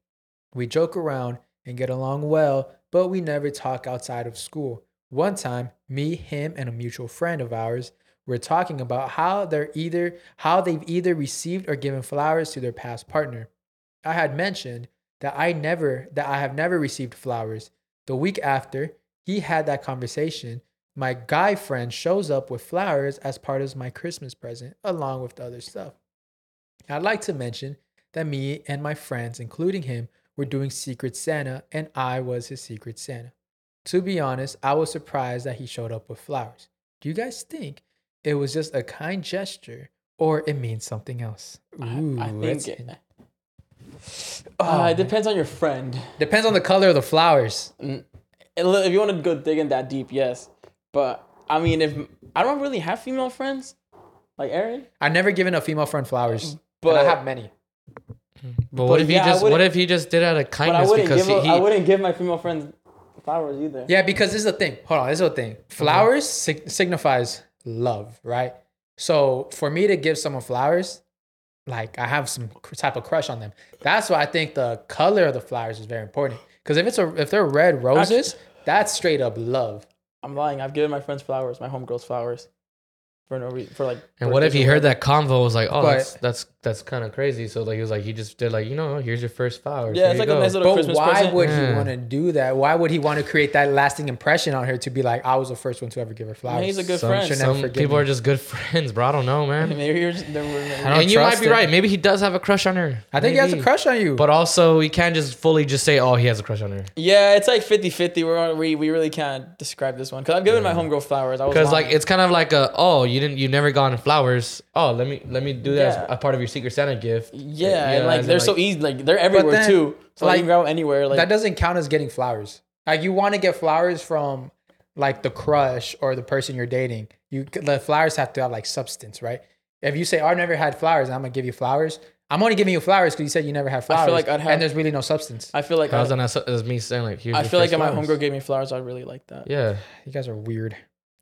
C: We joke around and get along well, but we never talk outside of school. One time, me, him, and a mutual friend of ours were talking about how they're either how they've either received or given flowers to their past partner. I had mentioned that I never that I have never received flowers. The week after he had that conversation, my guy friend shows up with flowers as part of my Christmas present, along with the other stuff. I'd like to mention that me and my friends, including him, were doing Secret Santa, and I was his Secret Santa. To be honest, I was surprised that he showed up with flowers. Do you guys think it was just a kind gesture, or it means something else?
D: I- I
C: that's
D: think it,
C: in- Oh,
D: uh,
C: man.
D: it depends on your friend.
C: depends on the color of the flowers.
D: Mm, If you want to go digging that deep, yes. But I mean, if I don't really have female friends, like Aaron.
C: I've never given a female friend flowers, but
D: But-
C: I have many.
E: but what if
D: yeah, I
E: he just what
D: wouldn't-
E: if he just did out of
D: But I
E: kindness
D: wouldn't give.
E: because he,
D: a-
E: he
D: I wouldn't give my female friends flowers either.
C: Yeah, because this is the thing. Hold on, this is the thing. Flowers sig- signifies love, right? So for me to give someone flowers, like I have some cr- type of crush on them. That's why I think the color of the flowers is very important. Because if it's a if they're red roses, that's straight up love.
D: I'm lying. I've given my friends flowers, my homegirls flowers, for no reason. For like.
E: and what if he heard that convo was like, oh,
C: But-
E: that's that's that's kind of crazy. So like he was like he just did like you know here's your first flower.
D: Yeah,
E: Here
D: it's
E: you
D: like a
E: go.
D: nice little
C: But
D: Christmas
C: why
D: present.
C: would he
E: Yeah.
C: want to do that? Why would he want to create that lasting impression on her to be like, I was the first one to ever give her flowers?
D: he's a good
C: So
D: friend.
C: she'll never
E: Some
C: forgive
E: people
C: me.
E: are just good friends, bro. I don't know, man.
D: Maybe you're just, they're-
C: I don't
E: And you might
C: trust
E: be
C: it.
E: right. Maybe he does have a crush on her.
C: I think he has a
E: Maybe.
C: crush on you.
E: But also, we can't just fully just say, "Oh, he has a crush on her,"
D: yeah, it's like 50 50. We're on, we, we really can't describe this one because I've given my homegirl flowers. I was
E: because
D: lying.
E: like it's kind of like a, "Oh, you didn't, you never gotten flowers." Oh, let me let me do that
D: Yeah.
E: as a part of your Secret Santa gift.
D: Yeah,
E: You know,
D: and like
E: as in,
D: they're so easy. Like they're everywhere
C: then,
D: too. So like,
C: like,
D: you can grab 'em anywhere. Like
C: that doesn't count as getting flowers. Like you want to get flowers from like the crush or the person you're dating. You the flowers have to have like substance, right? If you say "Oh, I've never had flowers, and I'm gonna give you flowers. I'm only giving you flowers because you said you never had
D: I
C: flowers.
D: feel like I'd have-
C: and there's really no substance.
D: I feel like I,
E: How's that not so- that's me saying like here's
D: I
E: your
D: feel like
E: first
D: if my
E: flowers.
D: homegirl gave me flowers, I'd really like that.
E: Yeah.
C: you guys are weird,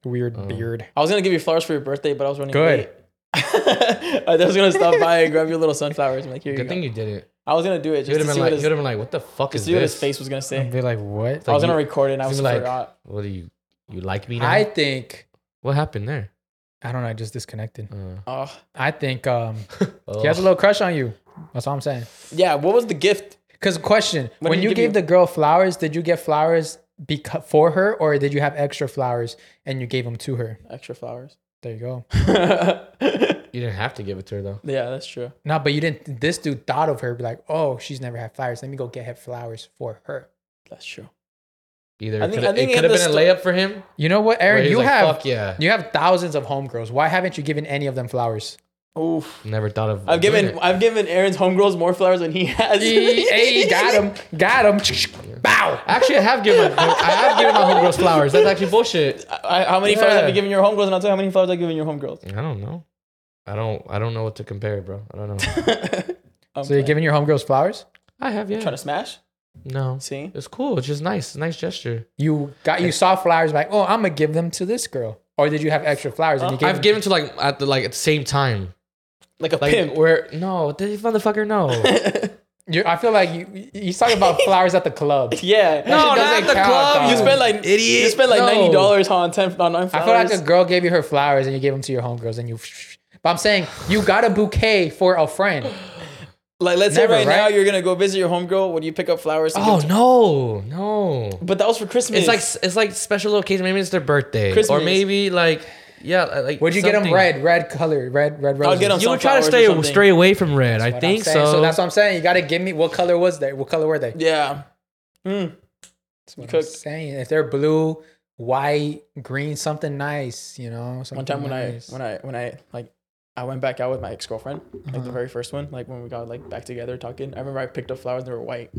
C: weird beard.
D: I was gonna give you flowers for your birthday, but I was running
C: Good.
D: late. I was gonna stop by and grab your little sunflowers. I'm like, here you
E: Good
D: go.
E: thing you did it.
D: I was gonna do it
E: You
D: just
E: would
D: to
E: have
D: see,
E: been
D: what,
E: like,
D: his,
E: you would have been like, what the fuck
D: to
E: is
D: see what his
E: this?
D: face was gonna say.
C: I'd be like, what?
D: I was
E: like,
D: gonna
E: you-
D: record it. and I
E: he's
D: was
E: like-
D: forgot.
E: What do you you like me now?
C: I think
E: what happened there?
C: I don't know. I just disconnected.
E: Uh,
D: Oh
C: I think um,
E: oh.
C: he has a little crush on you. That's all I'm saying.
D: yeah. What was the gift?
C: Because question,
D: What did
C: when
D: he
C: you
D: give
C: gave
D: you?
C: the girl flowers, did you get flowers beca- for her, or did you have extra flowers and you gave them to her?
D: Extra flowers.
C: There you go.
D: yeah,
E: you didn't have to give it to her though.
D: that's true.
C: No, but you didn't. This dude thought of her, be like, oh, she's never had flowers. Let me go get her flowers for her.
D: That's true.
E: Either
D: I
E: I
D: think-
E: think,
D: I think
E: it
D: in
E: could have
D: the
E: been a
D: sto-
E: layup for him.
C: You know what,
E: where
C: Aaron?
E: he's
C: You
E: like,
C: have
E: fuck yeah.
C: you have thousands of homegirls. Why haven't you given any of them flowers?
D: Oof.
E: Never thought of.
D: I've
E: doing
D: given
E: it.
D: I've given Aaron's homegirls more flowers than he has.
C: hey, hey, got him, got him. Bow.
E: Actually, I have given. I have given my homegirls flowers. That's actually bullshit.
D: I, how many flowers have you
C: Yeah.
D: given your homegirls? And I'll tell you how many flowers I've given your homegirls.
E: I don't know. I don't. I don't know what to compare, bro. I don't know.
D: I'm
C: So you're giving your homegirls flowers?
E: I have yeah.
D: trying to smash?
E: no.
D: See?
E: It's cool. It's just nice. It's a nice gesture.
C: You got you saw flowers like, oh, I'm gonna give them to this girl, or did you have extra flowers and you gave?
E: I've given to like at the like at the same time.
D: Like a
E: Like
D: pimp.
E: where no, this motherfucker no. no,
C: you I feel like you you talking about flowers at the club.
D: Yeah.
C: not at the club,
D: You
C: dog.
D: spent like idiot. You spent like
E: No.
D: ninety dollars on ten on nine
C: I
D: flowers.
C: feel like a girl gave you her flowers and you gave them to your homegirls and you. But I'm saying you got a bouquet for a friend.
D: Like, let's
C: Never,
D: say right, now
C: right?
D: you're gonna go visit your homegirl. Would you pick up flowers? to
E: Oh
D: give to-
E: no, no.
D: But that was for Christmas.
E: It's like it's like special occasion. Maybe it's their birthday,
D: Christmas.
E: or maybe like yeah, like.
C: Would you get them
E: something.
C: red, red color, red, red roses?
D: I'll get them.
E: You would try
D: Sunflowers
E: to
D: or
E: stay
D: something.
E: stray away from red. I
C: What I'm
E: think
C: saying.
E: so.
C: So that's what I'm saying. You gotta give me what color was they? What color were they?
D: yeah. Mm.
C: That's what I'm
D: cooked.
C: saying. If they're blue, white, green, something nice, you know. Something
D: One time when
C: nice.
D: I when I when I like I went back out with my ex girlfriend, like
C: Uh-huh.
D: the very first one, like when we got like back together talking. I remember I picked up flowers that were white.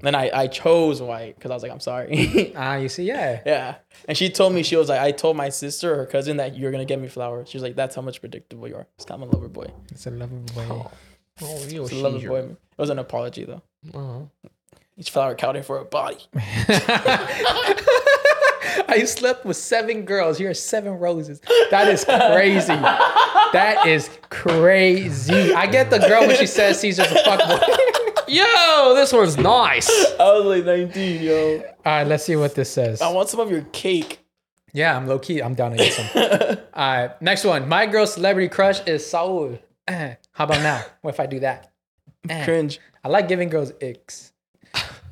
D: Then I I chose white because I was like I'm sorry.
C: ah, you see, yeah.
D: yeah. And she told me she was like I told my sister or her cousin that you're gonna get me flowers. She was like that's how much predictable you are. 'Cause I'm a lover boy.
C: It's a lovely way.
E: Oh, you
D: It's a lover boy. It was an apology though.
C: Uh-huh.
E: Oh.
D: Each flower counted for a body.
C: I slept with seven girls. You're seven roses. That is crazy. that is crazy. I get the girl when she says Caesar's a fuckboy.
E: Yo, this one's nice.
D: I was like 19, yo.
C: All right, let's see what this says.
D: I want some of your cake.
C: Yeah, I'm low key. I'm down to get some. All right, next one. My girl celebrity crush is Saul. Eh, How about now? What if I do that? Eh.
D: Cringe.
C: I like giving girls icks.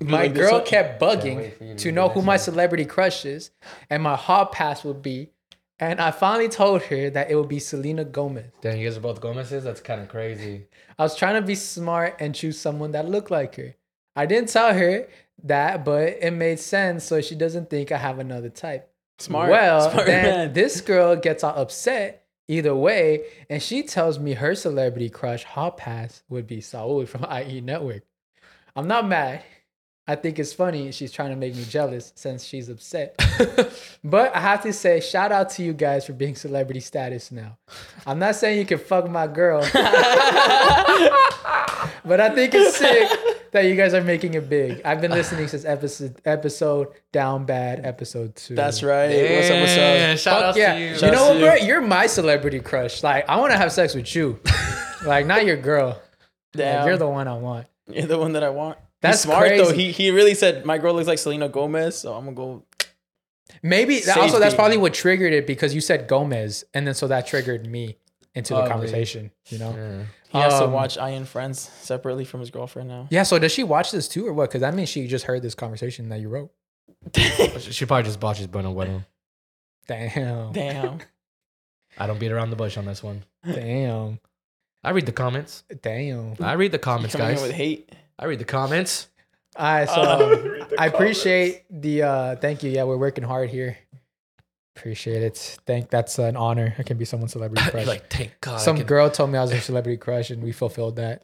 C: My
D: like this
C: girl
D: one?
C: kept bugging to know who my celebrity crush is, and my hot pass would be. And I finally told her that it would be Selena Gomez.
E: Damn, you guys are both Gomez's. That's kind of crazy.
C: I was trying to be smart and choose someone that looked like her. I didn't tell her that, but it made sense so she doesn't think I have another type.
D: Smart.
C: Well,
D: Smart
C: then
D: man.
C: this girl gets all upset either way, and she tells me her celebrity crush, Hot Pass, would be Saul from IE Network. I'm not mad. I think it's funny she's trying to make me jealous since she's upset. but I have to say, shout out to you guys for being celebrity status now. I'm not saying you can fuck my girl, but I think it's sick that you guys are making it big. I've been listening since episode episode down bad episode two.
D: That's right. What's up, what's up?
E: shout
C: Fuck
E: out
C: yeah.
E: to you.
C: You
D: Shout out
C: know
D: to
C: what,
D: you.
C: bro? You're my celebrity crush. Like, I want to have sex with you. like, not your girl. Like,
D: Damn.
C: you're the one I want.
D: You're the one that I want.
C: That's
D: He's smart though.
C: crazy.
D: He he really said my girl looks like Selena Gomez, so I'm gonna go.
C: Maybe that, also
D: Safety.
C: that's probably what triggered it because you said Gomez, and then so that triggered me into the
E: Probably.
C: conversation. You know? Yeah.
E: Yeah.
D: He has to
C: Um,
D: watch I and Friends separately from his girlfriend now.
C: So does she watch this too, or what? Because that means she just heard this conversation that you wrote.
E: She she probably just botched his butt on wedding.
C: Damn. Damn.
D: Damn.
E: I don't beat around the bush on this one.
C: Damn.
E: I read the comments. I read the comments,
D: Coming in with
E: guys.
D: hate.
E: I read the comments.
C: All right. So um,
D: Uh,
C: I appreciate the. uh Thank you. Yeah, we're working hard here. Appreciate it. Thank that's an honor. I can be someone's celebrity
E: You're
C: crush.
E: like, thank God. I
C: Some
E: can-
C: girl told me I was a celebrity crush, and we fulfilled that.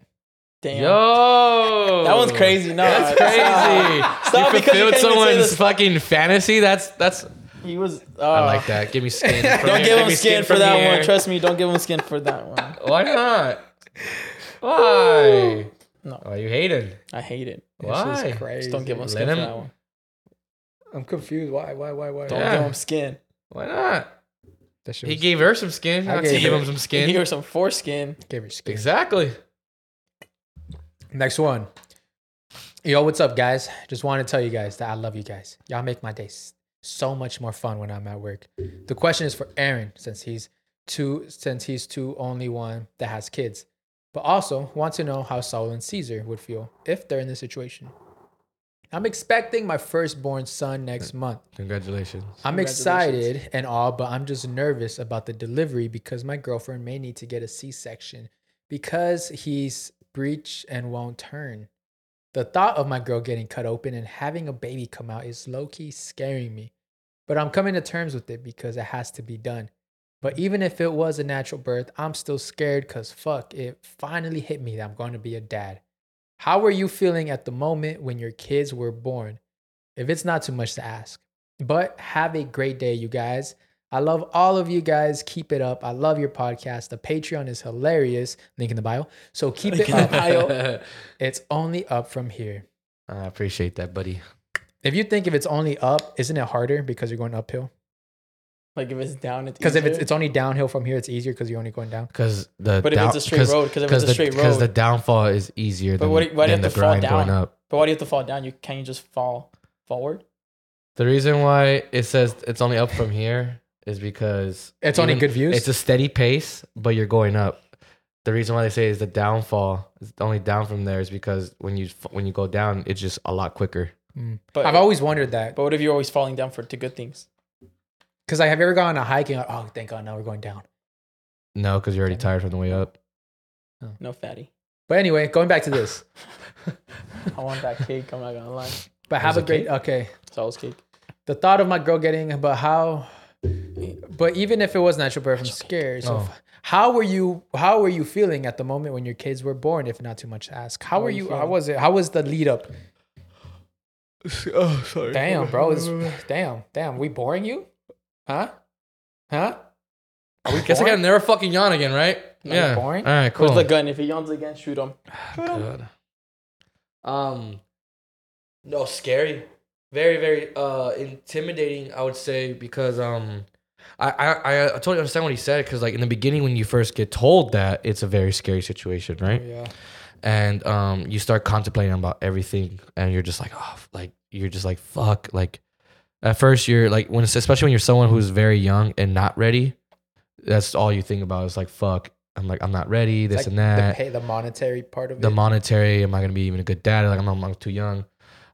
D: Damn.
E: Yo,
D: That one's crazy. No,
E: That's
D: stop.
E: crazy.
D: Stop because
E: you
D: you
E: fulfilled
D: can't even say
E: someone's
D: this.
E: fucking fantasy. That's that's.
D: He was. Uh,
E: I like that. Give me skin. from
D: Don't
E: here.
D: give
E: Give
D: him
E: me
D: skin, for
E: from
D: that
E: here.
D: one. Trust me, don't give him skin for that one.
E: Why not? Why?
D: No.
E: Why you hating?
D: I hate it.
C: This
E: Why?
C: is crazy.
D: Just don't give him
E: Let
D: skin
E: him-
D: for that one.
C: I'm confused. Why? Why? Why? Why?
D: Don't
E: Yeah.
D: give him skin.
E: Why not?
C: That shit
E: He
C: was-
E: gave her some skin.
C: I
E: Not to
C: gave
E: give
C: her-
E: him some
D: Give
E: skin.
D: her some foreskin.
C: gave her skin.
E: Exactly.
C: Next one. Yo, what's up, guys? Just want to tell you guys that I love you guys. Y'all make my days so much more fun when I'm at work. The question is for Aaron, since he's two, since he's two only one that has kids, but also want to know how Saul and Caesar would feel if they're in this situation. I'm expecting my firstborn son next month.
E: Congratulations.
C: I'm
D: Congratulations.
C: excited and all, but I'm just nervous about the delivery because my girlfriend may need to get a C-section because he's breech and won't turn. The thought of my girl getting cut open and having a baby come out is low-key scaring me. But I'm coming to terms with it because it has to be done. But even if it was a natural birth, I'm still scared because fuck, it finally hit me that I'm going to be a dad. How were you feeling at the moment when your kids were born? If it's not too much to ask. But have a great day, you guys. I love all of you guys. Keep it up. I love your podcast. The Patreon is hilarious. Link in the bio. So keep it up.
E: I
C: It's only up from here.
E: appreciate that, buddy.
C: If you think if it's only up, isn't it harder because you're going uphill?
D: Like if it's down, it's
C: Because if it's,
D: easier.
C: it's only downhill from here, it's easier because you're only going down.
E: Because the
D: But if it's a straight road, because if it's a straight
E: because the
D: road,
E: downfall is easier
D: But
E: than,
D: what do you- why do you
E: than the
D: have to fall
E: grind going
D: down?
E: up.
D: but why do you have to fall down? You can't you just fall forward?
E: The reason why it says it's only up from here is because
C: It's only
E: even-
C: good views?
E: It's a steady pace, but you're going up. The reason why they say is the downfall is only down from there is because when you f- when you go down, it's just a lot quicker.
D: But
C: I've always wondered that.
D: but what if you're always falling down for to good things?
C: Because I have you ever gone on a hike and you're like, oh, thank God, now we're going down.
E: No, because you're already tired from the way up.
D: No fatty.
C: But anyway, going back to this.
D: I want that cake. I'm not gonna lie.
C: But have
E: There's
C: a
E: a
C: great, okay.
D: It's always cake.
C: The thought of my girl getting, but how? But even if it was natural birth, I'm scared. So,
E: Oh.
C: f- how were you? How were you feeling at the moment when your kids were born? If not too much to ask, how, were
D: are you
C: you? how
D: feeling?
C: was it? How was the lead up?
E: Oh, sorry.
C: Damn, bro, it's damn, damn. We boring you? Huh? Huh? Are we
E: Guess I
C: boring?
E: gotta never fucking yawn again, right?
C: Are you
E: yeah.
C: boring?
E: All right, cool.
D: Where's the gun? If he yawns again, shoot him.
E: God. Um, no, scary, very, very uh intimidating. I would say because um, I I I, I totally understand what he said because like in the beginning when you first get told that it's a very scary situation, right?
C: Yeah.
E: And um, you start contemplating about everything, and you're just like, oh, f- like you're just like fuck, like. At first, you're like when, it's- especially when you're someone who's very young and not ready. That's all you think about is like, fuck. I'm like, I'm not ready. This
C: Like
E: and that
C: The, pay, the monetary part of
E: the
C: it.
E: monetary am i going to be even a good dad like i'm, not- I'm too young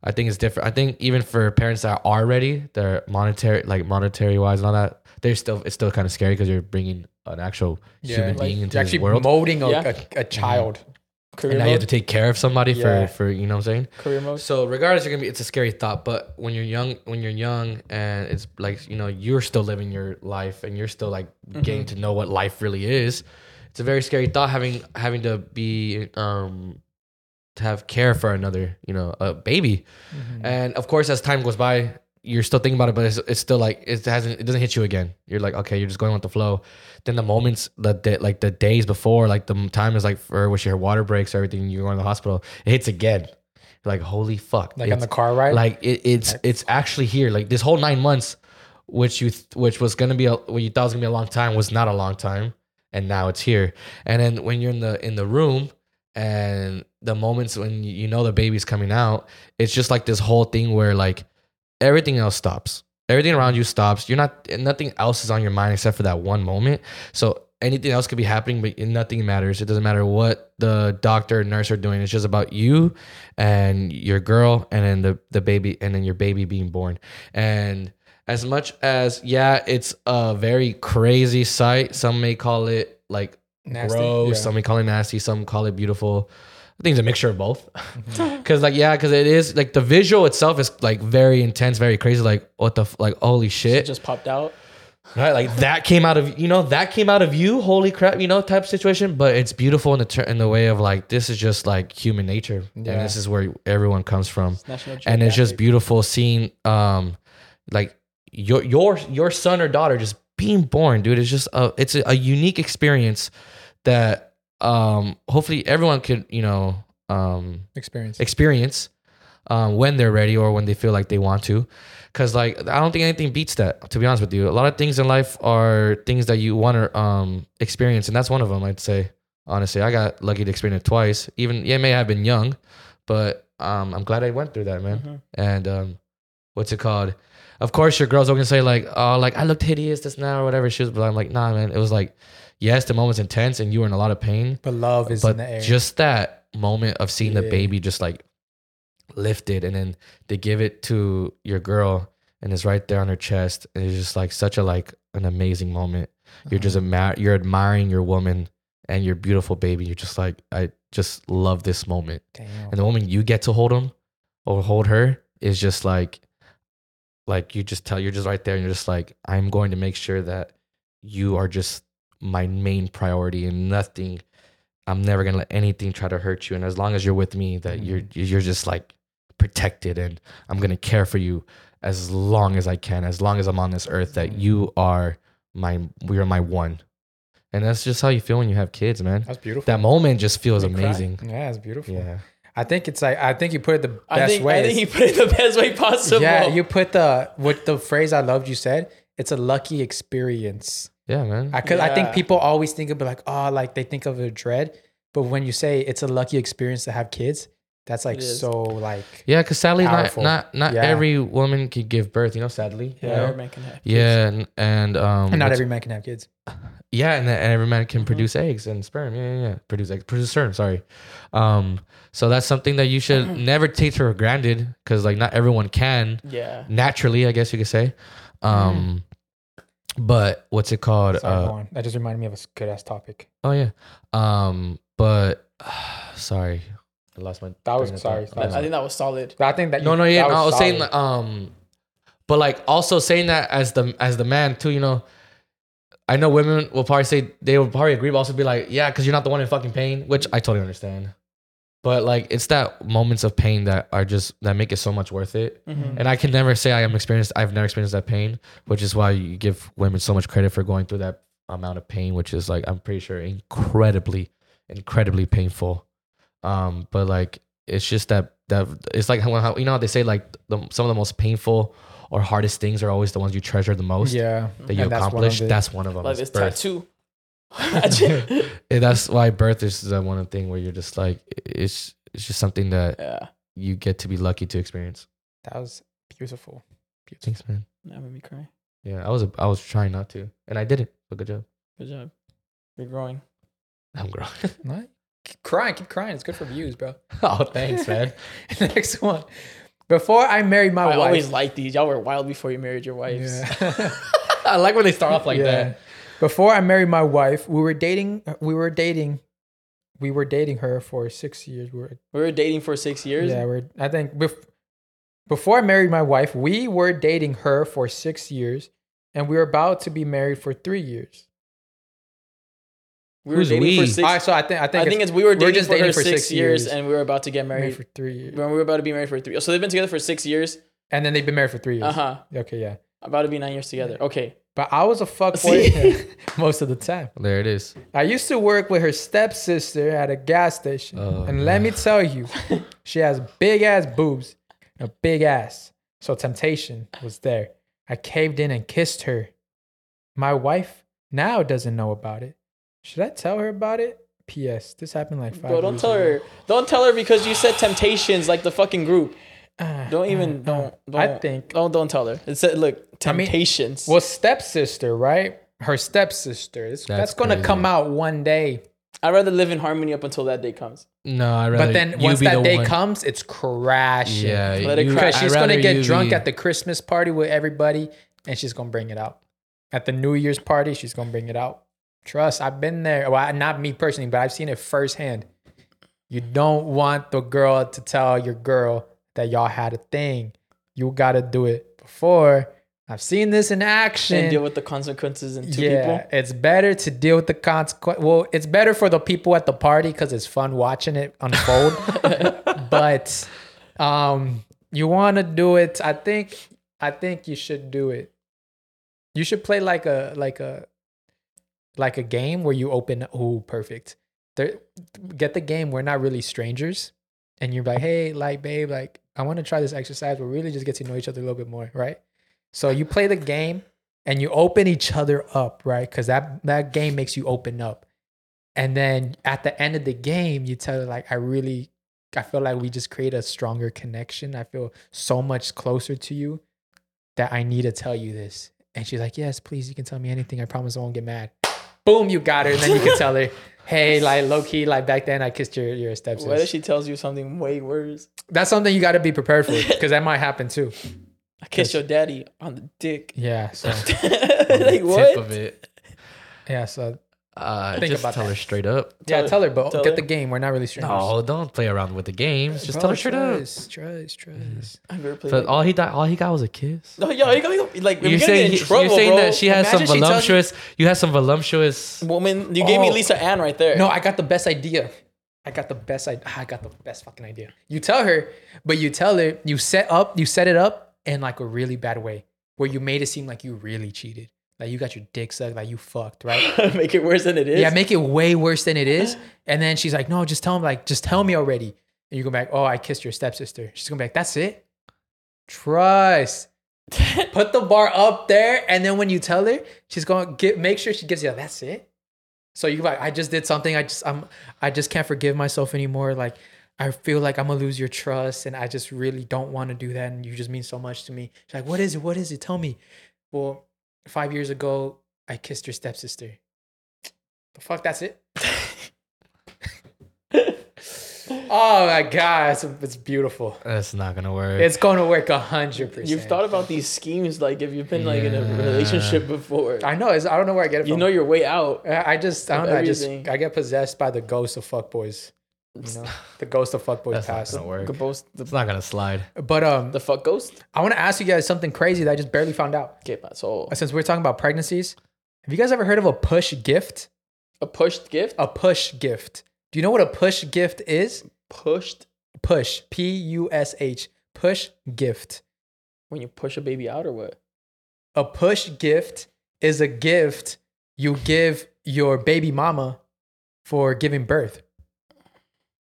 E: i think it's different i think even for parents that are ready they're monetary like monetary wise and all that they're still it's still kind of scary because you're bringing an actual human
C: like,
E: being into
C: you're
E: this
C: actually
E: world Mm-hmm.
C: molding a,
D: Yeah.
C: a, a child.
E: and
D: Career
E: now you have to
D: mode.
E: take care of somebody
C: Yeah.
E: for for you know what i'm saying
D: Career mode.
E: so regardless you're gonna be it's a scary thought but when you're young when you're young and it's like you know you're still living your life and you're still like getting to know what life really is it's a very scary thought having having to be um to have care for another you know a baby and of course as time goes by you're still thinking about it but it's, it's still like it hasn't it doesn't hit you again you're like okay you're just going with the flow then the moments the day, like the days before like the time is like for which your water breaks or everything you're going to the hospital it hits again like holy fuck
C: Like on
E: It's-
C: the car ride.
E: like it, it's it's actually here like this whole nine months which you th- which was gonna be a, what you thought was gonna be a long time was not a long time and now it's here and then when you're in the in the room and the moments when you- you know the baby's coming out it's just like this whole thing where like everything else stops everything around you stops you're not and nothing else is on your mind except for that one moment so anything else could be happening but nothing matters it doesn't matter what the doctor or nurse are doing it's just about you and your girl and then the, the baby and then your baby being born and as much as yeah it's a very crazy sight some may call it like
C: Nasty,
E: gross
C: yeah.
E: some may call it nasty some call it beautiful i think it's a mixture of both because like yeah because it is like the visual itself is like very intense very crazy like what the f- like holy
D: It
E: shit
D: just popped out.
E: Right, like that came out of you know that came out of you. Holy crap, you know type of situation. But it's beautiful in the ter- in the way of like this is just like human nature,
D: Yeah.
E: and this is where everyone comes from.
D: National
E: and it's just
D: Geographic.
E: beautiful seeing um like your your your son or daughter just being born dude it's just a it's a, a unique experience that um hopefully everyone could you know um
C: experience.
E: experience um, when they're ready or when they feel like they want to. Because like I don't think anything beats that. To be honest with you, a lot of things in life are things that you want to um, experience, and that's one of them. I'd say honestly, I got lucky to experience it twice. Even yeah, it may have been young, but um, I'm glad I went through that, man.
D: Mhm.
E: And um, what's it called? Of course, your girls are gonna say like, "Oh, like I looked hideous this now or whatever." She was, but I'm like, "Nah, man." It was like, yes, the moment's intense, and you were in a lot of pain,
C: But love is in the air.
E: just that moment of seeing the
C: Yeah.
E: baby just like lifted and then they give it to your girl and it's right there on her chest and it's just like such a like an amazing moment you're just
C: Uh-huh.
E: admire you're admiring your woman and your beautiful baby you're just like i just love this moment
C: Damn.
E: and the moment you get to hold him or hold her is just like like you just tell you're just right there and you're just like i'm going to make sure that you are just my main priority and nothing i'm never going to let anything try to hurt you and as long as you're with me that you're you're just like protected and i'm going to care for you as long as i can as long as i'm on this earth that you are my we are my one and that's just how you feel when you have kids man
C: That's beautiful.
E: that moment just feels
C: You cry.
E: amazing
C: Yeah, that's beautiful.
E: yeah
C: I think it's like I think you put it the best
D: I think,
C: way.
D: I think you put it the best way possible.
C: yeah, you put the what the phrase I loved you said. It's a lucky experience.
E: yeah man
C: I could. I think
D: Yeah.
C: people always think of like oh, like they think of a dread, but when you say it's a lucky experience to have kids, that's like
D: It is.
C: so like
E: Yeah, because sadly, not
C: Powerful.
E: not not
C: Yeah.
E: every woman could give birth. You know, sadly.
D: Yeah,
E: you know?
D: every man can have kids.
E: Yeah, and, and um,
C: and not
E: what's-
C: every Mm-hmm. man can have kids.
E: yeah, and, and every man can
D: Mhm.
E: produce eggs and sperm. Yeah, yeah, yeah. Produce eggs, produce sperm. Sorry. Um, so that's something that you should
C: Mm-hmm.
E: never take for granted because like not everyone can
D: Yeah.
E: naturally, I guess you could say. Um, but what's it called?
C: Mm-hmm. Sorry,
E: Uh,
C: go on. That just reminded me of a good ass topic.
E: oh yeah. Um, but sorry, I lost my.
C: That was-
E: train of
C: sorry,
E: thought.
D: I, I think that was solid.
C: But I think that
E: No,
C: you-
E: no, yeah.
C: that
E: no, I was
C: solid.
E: saying like, um, but like also saying that as the as the man too, you know. I know women will probably say they will probably agree, but also be like, yeah, because you're not the one in fucking pain, which I totally understand. But like, it's that moments of pain that are just that make it so much worth it.
C: Mm-hmm.
D: Mhm.
E: And I can never say I am experienced. I've never experienced that pain, which is why you give women so much credit for going through that amount of pain, which is like I'm pretty sure incredibly, incredibly painful. Um, but like it's just that that it's like how, how you know how they say like the, some of the most painful or hardest things are always the ones you treasure the most
C: yeah,
E: that you
C: and that's one of
E: accomplish.
C: it.
E: That's one of
D: Mm-hmm.
E: them.
D: Like this
E: is birth.
D: tattoo.
E: And that's why birth is the one thing where you're just like it's it's just something that
D: yeah.
E: you get to be lucky to experience.
C: That was beautiful. Beautiful.
E: Thanks, man.
D: That made me cry.
E: Yeah, I was I was trying not to, and I did it. But good job.
D: Good job. You're growing.
E: I'm growing.
C: What? Keep crying, keep crying. It's good for views, bro.
E: oh, thanks, man.
C: Next one. Before I married my
D: I
C: wife.
D: always liked these. Y'all were wild before you married your wives.
C: Yeah.
E: I like when they start off like
C: Yeah.
E: that.
C: Before I married my wife, we were dating. We were dating. We were dating her for six years. We were,
D: We were dating for six years.
C: yeah, we're. I think bef- before I married my wife, we were dating her for six years, and we were about to be married for three years.
D: we were
E: Who's
D: dating for
E: we?
D: six.
C: All right, so I think I
D: I
C: think,
D: think it's we were dating
C: just
D: for
C: dating
D: her
C: for
D: six,
C: six
D: years,
C: years.
D: and we were about to get married.
C: married for three years,
D: when we were about to be married for three. So they've been together for six years.
C: and then they've been married for three years.
D: Uh huh.
C: Okay, yeah.
D: About to be nine years together. Okay.
C: But I was a
D: See?
C: fuckboy most of the time.
E: There it is.
C: I used to work with her stepsister at a gas station.
E: Oh,
C: and let me tell you, she has big ass boobs, and a big ass. So temptation was there. I caved in and kissed her. My wife now doesn't know about it. Should I tell her about it? P.S. This happened like five
D: Bro, don't
C: years
D: tell
C: ago.
D: her. Don't tell her because you said temptations like the fucking group.
C: Ah,
D: Don't even.
C: ah, ah.
D: Don't. don't
C: I think.
D: Don't. Don't tell her. It said, look,
C: I mean,
D: temptations.
C: Well, stepsister, right? Her stepsister. That's,
E: That's
C: that's going to
E: crazy.
C: come out one day.
D: I'd rather live in harmony up until that day comes.
E: No, I rather.
C: But then
E: you
C: once
E: be
C: that
E: the
C: day
E: one-
C: comes, it's crashing.
E: yeah,
D: Let it
E: you-
D: crash.
C: because
E: I'd
C: she's gonna
E: rather
C: get
E: you
C: drunk
E: be-
C: at the Christmas party with everybody, and she's gonna bring it out. At the New Year's party, she's gonna bring it out. Trust, I've been there. Well, not me personally, but I've seen it firsthand. You don't want the girl to tell your girl that y'all had a thing. You gotta do it before, I've seen this in action.
D: and deal with the consequences in two
C: yeah,
D: people.
C: it's better to deal with the consequence. Well, it's better for the people at the party because it's fun watching it unfold. but um, you want to do it. I think. I think you should do it. You should play like a like a like a game where you open. Oh, perfect. There, get the game. We're not really strangers, and you're like, hey, like, babe, like, I want to try this exercise. We really just get to know each other a little bit more, right? So you play the game and you open each other up, right? Because that that game makes you open up. And then at the end of the game, you tell her like, I really, I feel like we just create a stronger connection. I feel so much closer to you that I need to tell you this. And she's like, Yes, please, you can tell me anything. I promise I won't get mad. Boom, you got her. And then you can tell her, Hey, like low key, like back then I kissed your your stepsister.
D: What if she tells you something way worse?
C: That's something you got to be prepared for because that might happen too.
D: I kissed your daddy on the dick.
C: Yeah. So
D: like
E: Tip
D: what?
E: of it.
C: yeah. So
E: Uh,
C: Think
E: just
C: about
E: tell
C: that.
E: her straight up.
C: yeah,
D: Tell-
C: tell her, but
D: tell
C: get
D: her.
C: the game. We're not really strangers.
E: No, don't play around with the games. Just tell her straight up.
C: Trust, trust, trust.
D: I've never played.
E: So
D: like-
E: all he got, all he got was a kiss.
D: No, yo, you got me like
E: You're
D: you're getting
E: saying, he-
D: in trouble,
E: you're saying
D: bro.
E: that she has
D: Imagine
E: some
D: she tells you-
E: voluptuous. You have some voluptuous.
D: woman. You gave me
C: Oh.
D: Lisa Ann right there.
C: No, I got the best idea. I got the best idea. I got the best fucking idea. You tell her, but you tell her you set up, you set it up in like a really bad way where you made it seem like you really cheated, like you got your dick sucked, like you fucked, right?
D: make it worse than it is.
C: Yeah, make it way worse than it is. And then she's like, no, just tell him, like, just tell me already. And you go back, oh, I kissed your stepsister. She's gonna be like, that's it. Trust. Put the bar up there, and then when you tell her, she's gonna get make sure she gives you. a, That's it. So you like, I just did something. I just I'm I just can't forgive myself anymore. Like I feel like I'm gonna lose your trust, and I just really don't want to do that. And you just mean so much to me. She's like, what is it? What is it? Tell me. Well, five years ago, I kissed your stepsister. The fuck, that's it. oh my god, it's, it's beautiful.
E: That's not gonna work.
C: It's gonna work a hundred percent.
D: You've thought about these schemes, like if you've been like in a
E: Yeah.
D: relationship before,
C: I know. It's, I don't know where I get it
D: you
C: from.
D: know your way out.
C: I I just, I
D: Of
C: don't know. I just,
D: everything.
C: I get possessed by the ghost of fuckboys. You know, the ghost of fuckboys
E: That's not
C: past.
E: gonna work.
D: The ghost, the,
E: It's not gonna slide.
C: But um,
D: the fuck ghost.
C: I want to ask you guys something crazy that I just barely found out.
D: Okay, my soul.
C: Since we're talking about pregnancies, have you guys ever heard of a push gift?
D: A pushed gift.
C: A push gift. Do you know what a push gift is?
D: pushed
C: Push. P U S H. Push gift.
D: when you push a baby out or what?
C: a push gift is a gift you give your baby mama for giving birth.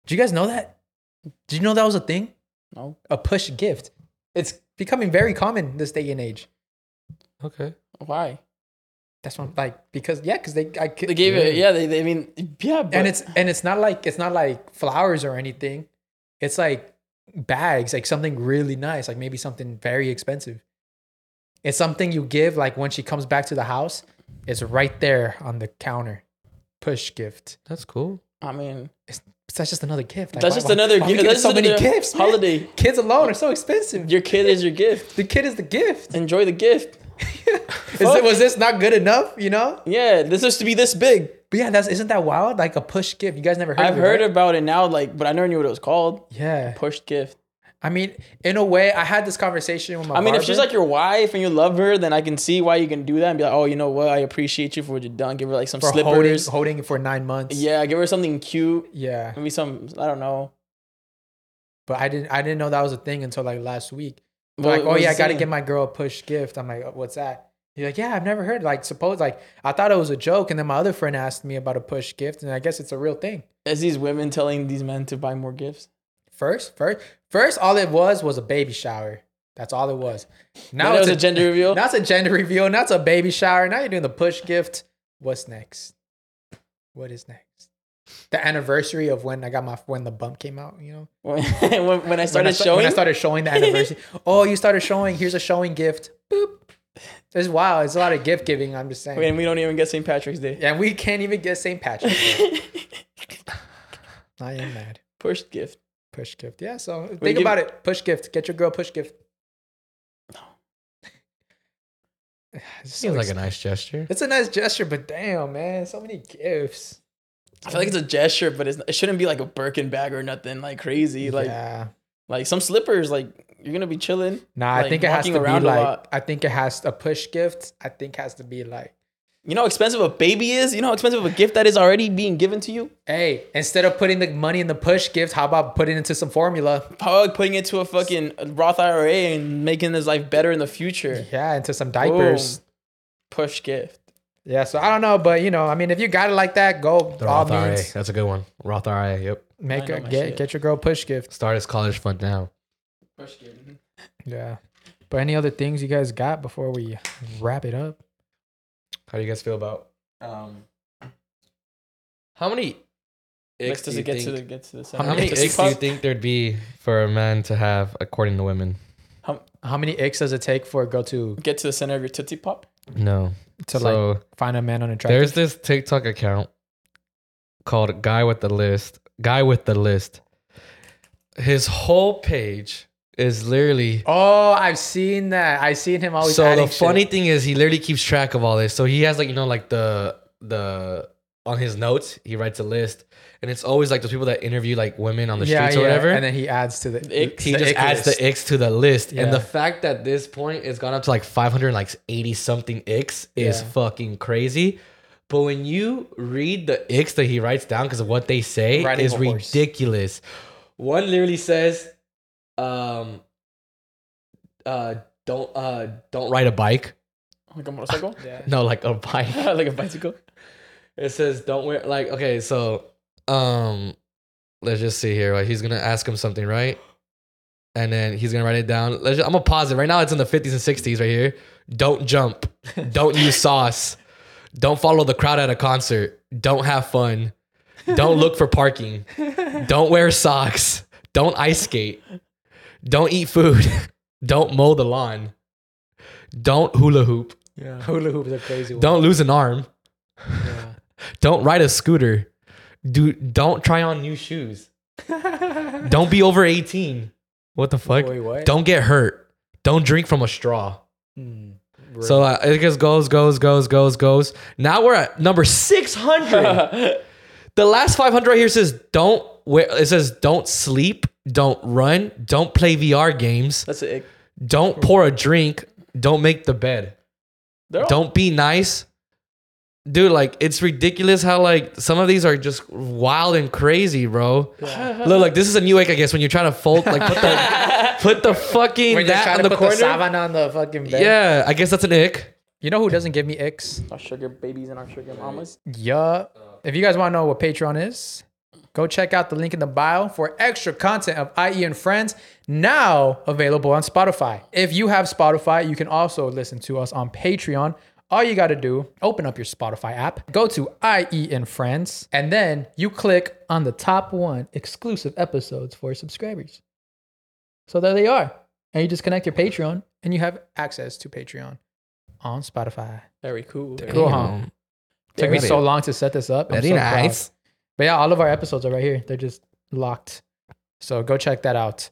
C: Do you guys know that? Did you know that was a thing?
D: No.
C: A push gift. It's becoming very common this day and age.
E: Okay.
D: Why?
C: That's what I'm like because yeah, because they I
D: They gave it. Yeah, they. they I mean, yeah, but
C: and it's and it's not like it's not like flowers or anything. It's like bags, like something really nice, like maybe something very expensive. It's something you give like when she comes back to the house. It's right there on the counter. Push gift.
E: That's cool.
D: I mean,
C: It's, that's just another gift. Like,
D: that's
C: why-
D: just
C: why-
D: another.
C: why we
D: gift.
C: getting
D: That's
C: so
D: just
C: many
D: another
C: gifts. man?
D: Holiday.
C: Kids alone are so expensive.
D: Your kid is your gift.
C: the kid is the gift.
D: Enjoy the gift.
C: Is it, was this not good enough? You know.
D: Yeah, this is to be this big.
C: But yeah, that's isn't that wild? Like a push gift. You guys never heard?
D: I've
C: of it,
D: heard
C: right?
D: about it now, like, but I never knew what it was called.
C: Yeah.
D: Pushed gift.
C: I mean, in a way, I had this conversation with my.
D: I mean, if
C: barber.
D: she's like your wife and you love her, then I can see why you can do that and be like, oh, you know what? I appreciate you for what you've done. Give her like some
C: for
D: slippers.
C: holding holding it for nine months.
D: Yeah, give her something cute.
C: yeah.
D: Maybe some, I don't know.
C: But I didn't I didn't know that was a thing until like last week. They're like, oh yeah, I gotta get my girl a push gift. I'm like, what's that? You're like, yeah, I've never heard. Like, suppose like I thought it was a joke, and then my other friend asked me about a push gift, and I guess it's a real thing.
D: Is these women telling these men to buy more gifts?
C: First, first, first, all it was was a baby shower. That's all it was. Now
D: Then it
C: it's
D: was a gender reveal?
C: Now it's a gender reveal. Now it's a baby shower. Now you're doing the push gift. What's next? What is next? The anniversary of when I got my when the bump came out. You know.
D: When, when, when I
C: when
D: started
C: I, sta-
D: showing,
C: When I started showing the anniversary. oh, you started showing. Here's a showing gift. Boop. It's wow. It's a lot of gift giving. I'm just saying.
D: and we don't even get St. Patrick's Day.
C: and we can't even get St. Patrick's. Day. I am mad.
D: Pushed gift.
C: Push gift. Yeah. So think
D: give-
C: about it. Push gift. Get your girl push gift. It's, so
E: Seems like
C: ex-
E: a nice gesture.
C: it's a nice gesture, but damn, man, so many gifts.
D: I feel like it's a gesture, but it's, it shouldn't be like a Birkin bag or nothing like crazy. Like,
C: yeah.
D: Like some slippers, like you're gonna be chilling.
C: Nah, I
D: like,
C: think it has
D: walking
C: to be
D: around a
C: like
D: lot.
C: I think it has a push gift. I think has to be like,
D: You know how expensive a baby is. You know how expensive a gift that is already being given to you.
C: hey, instead of putting the money in the push gift, how about putting it into some formula?
D: How about putting it to a fucking Roth IRA and making his life better in the future?
C: Yeah, into some diapers.
D: Boom. Push gift.
C: Yeah, so I don't know, but you know, I mean, if you got it like that, go
E: The
C: all
E: Roth IRA.
C: means.
E: That's a good one. Roth IRA. Yep.
C: Make
D: I
C: a,
D: know my
C: get
D: shit.
C: get your girl push gift.
E: Start his college fund now.
D: Push gift. mm-hmm.
C: Yeah. But any other things you guys got before we wrap it up?
E: How do you guys feel about
D: Um,
E: how many?
D: X
E: Eggs
D: does it
E: do you
D: get to
E: think-
D: the get to the
E: How many
D: center?
E: eggs do you think there'd be for a man to have, according to women?
C: How many icks does it take for a girl to
D: get to the center of your tootsie pop?
E: No.
C: to like
E: so
C: find a man on a
E: there's this TikTok account called Guy with the List. Guy with the List. His whole page is literally.
C: Oh, I've seen that. I've seen him always.
E: so the
C: Oh, adding shit.
E: funny thing is, he literally keeps track of all this. So he has like you know like the the on his notes he writes a list, and it's always like those people that interview like women on the streets or whatever.
C: And then he adds to the
D: Icks.
E: he
C: the
E: just
C: ick
E: adds
C: list.
E: the icks to the list.
C: Yeah.
E: And the fact that this point it's gone up to like 500, like 80 something icks is
C: Yeah.
E: fucking crazy. But when you read the icks that he writes down because of what they say
C: Riding
E: is
C: a horse.
E: ridiculous. One literally says, um, uh, don't uh don't ride a bike.
D: Like a motorcycle?
E: No, like a bike.
D: like a bicycle?
E: It says don't wear like okay, so um let's just see here. Like he's gonna ask him something, right? And then he's gonna write it down. Let's ju- I'm gonna pause it. Right now it's in the 50s and 60s right here. Don't jump. Don't use sauce. Don't follow the crowd at a concert. Don't have fun. Don't look for parking. Don't wear socks. Don't ice skate. Don't eat food. Don't mow the lawn. Don't hula hoop.
C: Yeah. Hula hoop is a crazy one.
E: Don't lose an arm.
C: Yeah.
E: Don't ride a scooter. Do don't try on new shoes. don't be over 18. What the fuck?
C: Wait, what?
E: Don't get hurt. Don't drink from a straw.
C: Mm.
E: So uh, it just goes, goes, goes, goes, goes. Now we're at number 600. the last 500 right here says don't wear, it says don't sleep, don't run, don't play VR games,
D: That's an ick.
E: don't pour a drink, don't make the bed
D: They're all-
E: don't be nice dude like it's ridiculous how like some of these are just wild and crazy bro look like this is a new egg i guess when you're trying to fold like put the put the fucking
C: When you're
E: that
C: trying
E: on
C: to
E: the
C: put
E: corner
C: the savana on the fucking bed.
E: yeah i guess that's an ick
C: You know who doesn't give me icks?
D: our sugar babies and our sugar mamas.
C: Yeah. If you guys want to know what Patreon is, go check out the link in the bio for extra content of IE and Friends now available on Spotify. If you have Spotify, you can also listen to us on Patreon. All you got to do, open up your Spotify app, go to IE and Friends, and then you click on the top one exclusive episodes for subscribers. So there they are. And you just connect your Patreon and you have access to Patreon on Spotify.
D: Very cool. Very
C: Cool, huh? Took me
E: Really?
C: so long to set this up. I'm
E: Very
C: so proud.
E: nice
C: But yeah, all of our episodes are right here. They're just locked. So go check that out.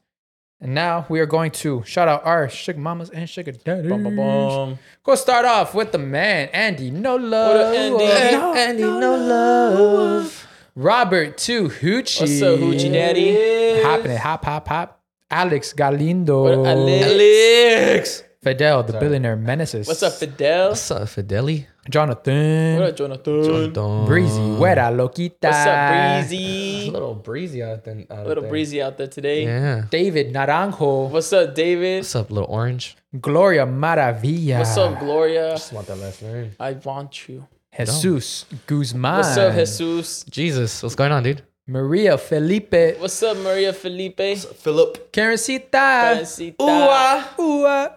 C: And now we are going to shout out our sugar mamas and sugar daddies.
D: Bum, bum, bum.
C: Go start off with the man, Andy No Love.
D: What up, Andy? No,
C: Andy No, Love. Robert Two Hoochie.
D: What's up, Hoochie Daddy?
C: Hopping it, hop, hop, hop. Alex Galindo.
D: What up, Alex?
E: Alex.
C: Fidel, the billionaire menaces.
D: What's up, Fidel?
E: what's up fideli
C: Jonathan?
D: What up, Jonathan?
E: Dun.
C: Breezy, Huera, Loquita.
D: What's up,
E: a
D: Breezy?
E: little breezy out then out
D: A little
E: there.
D: breezy out there today.
E: yeah
C: David Naranjo,
D: What's up, David?
E: what's up little orange
C: Gloria Maravilla,
D: What's up, Gloria?
E: just want that last name
D: I want you.
C: Jesus Guzman,
D: What's up, Jesus?
E: jesus what's going on dude
C: Maria Felipe,
D: What's up, Maria Felipe?
E: philip
C: Karencita,
D: Karencita.
C: Ua,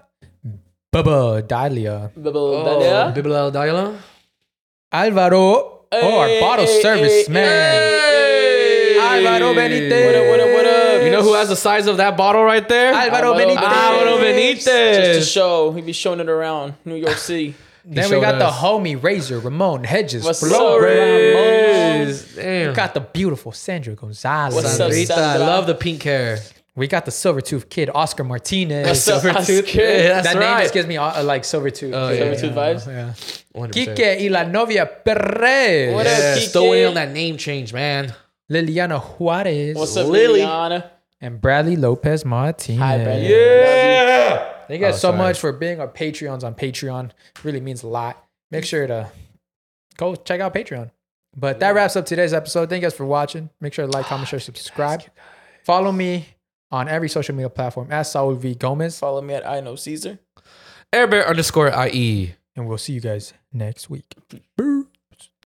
C: Bubba Dalia,
E: Oh,
D: Bubble Dalia.
E: Bibilal Dialogue.
C: Alvaro, oh, our
D: Hey,
C: bottle
D: hey,
C: service
D: hey,
C: man,
D: hey.
C: Alvaro Benitez.
D: What up, what up, what up?
E: You know who has the size of that bottle right there?
C: Alvaro
D: Alvaro
C: Benitez.
E: Alvaro
D: Just to
E: Benitez.
D: show, he be showing it around New York City.
C: Then
E: showed
C: we got the
E: us.
C: homie Razor Ramon Hedges,
D: What's
C: Flores.
D: up, Ramon?
C: We got the beautiful Sandra Gonzalez.
D: What's up,
E: Sandrita, I
D: Sandra?
E: love the pink hair.
C: We got the silver tooth kid, Oscar Martinez.
D: What's up, Oscar?
E: Yeah, that's
C: that name
E: right.
C: just gives me uh, uh, like silver tooth.
E: Oh,
D: Silver
E: yeah.
D: Tooth vibes.
C: Yeah.
E: 100%.
C: Kike y la novia Perez.
D: What up,
E: Yeah,
D: Kike?
E: throw in on that name change, man.
C: Liliana Juarez.
D: What's up,
E: Lily.
D: Liliana?
C: and Bradley Lopez Martinez.
D: Hi, Bradley.
E: Yeah.
C: Thank you guys
E: Oh,
C: so
E: sorry.
C: much for being our Patreons on Patreon. Really means a lot. Make sure to go check out Patreon. But that wraps up today's episode. Thank you guys for watching. Make sure to like, comment, share, subscribe. Follow me on every social media platform at Saul V Gomez.
D: Follow me at I know Caesar.
E: Airbear underscore E. IE.
C: And we'll see you guys next week.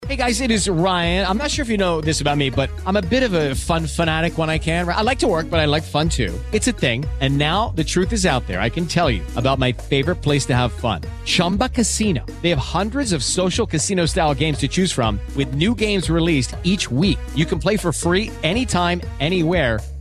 F: Hey guys, it is Ryan. I'm not sure if you know this about me, but I'm a bit of a fun fanatic when I can. I like to work, but I like fun too. It's a thing. And now the truth is out there. I can tell you about my favorite place to have fun Chumba Casino. They have hundreds of social casino style games to choose from, with new games released each week. You can play for free anytime, anywhere.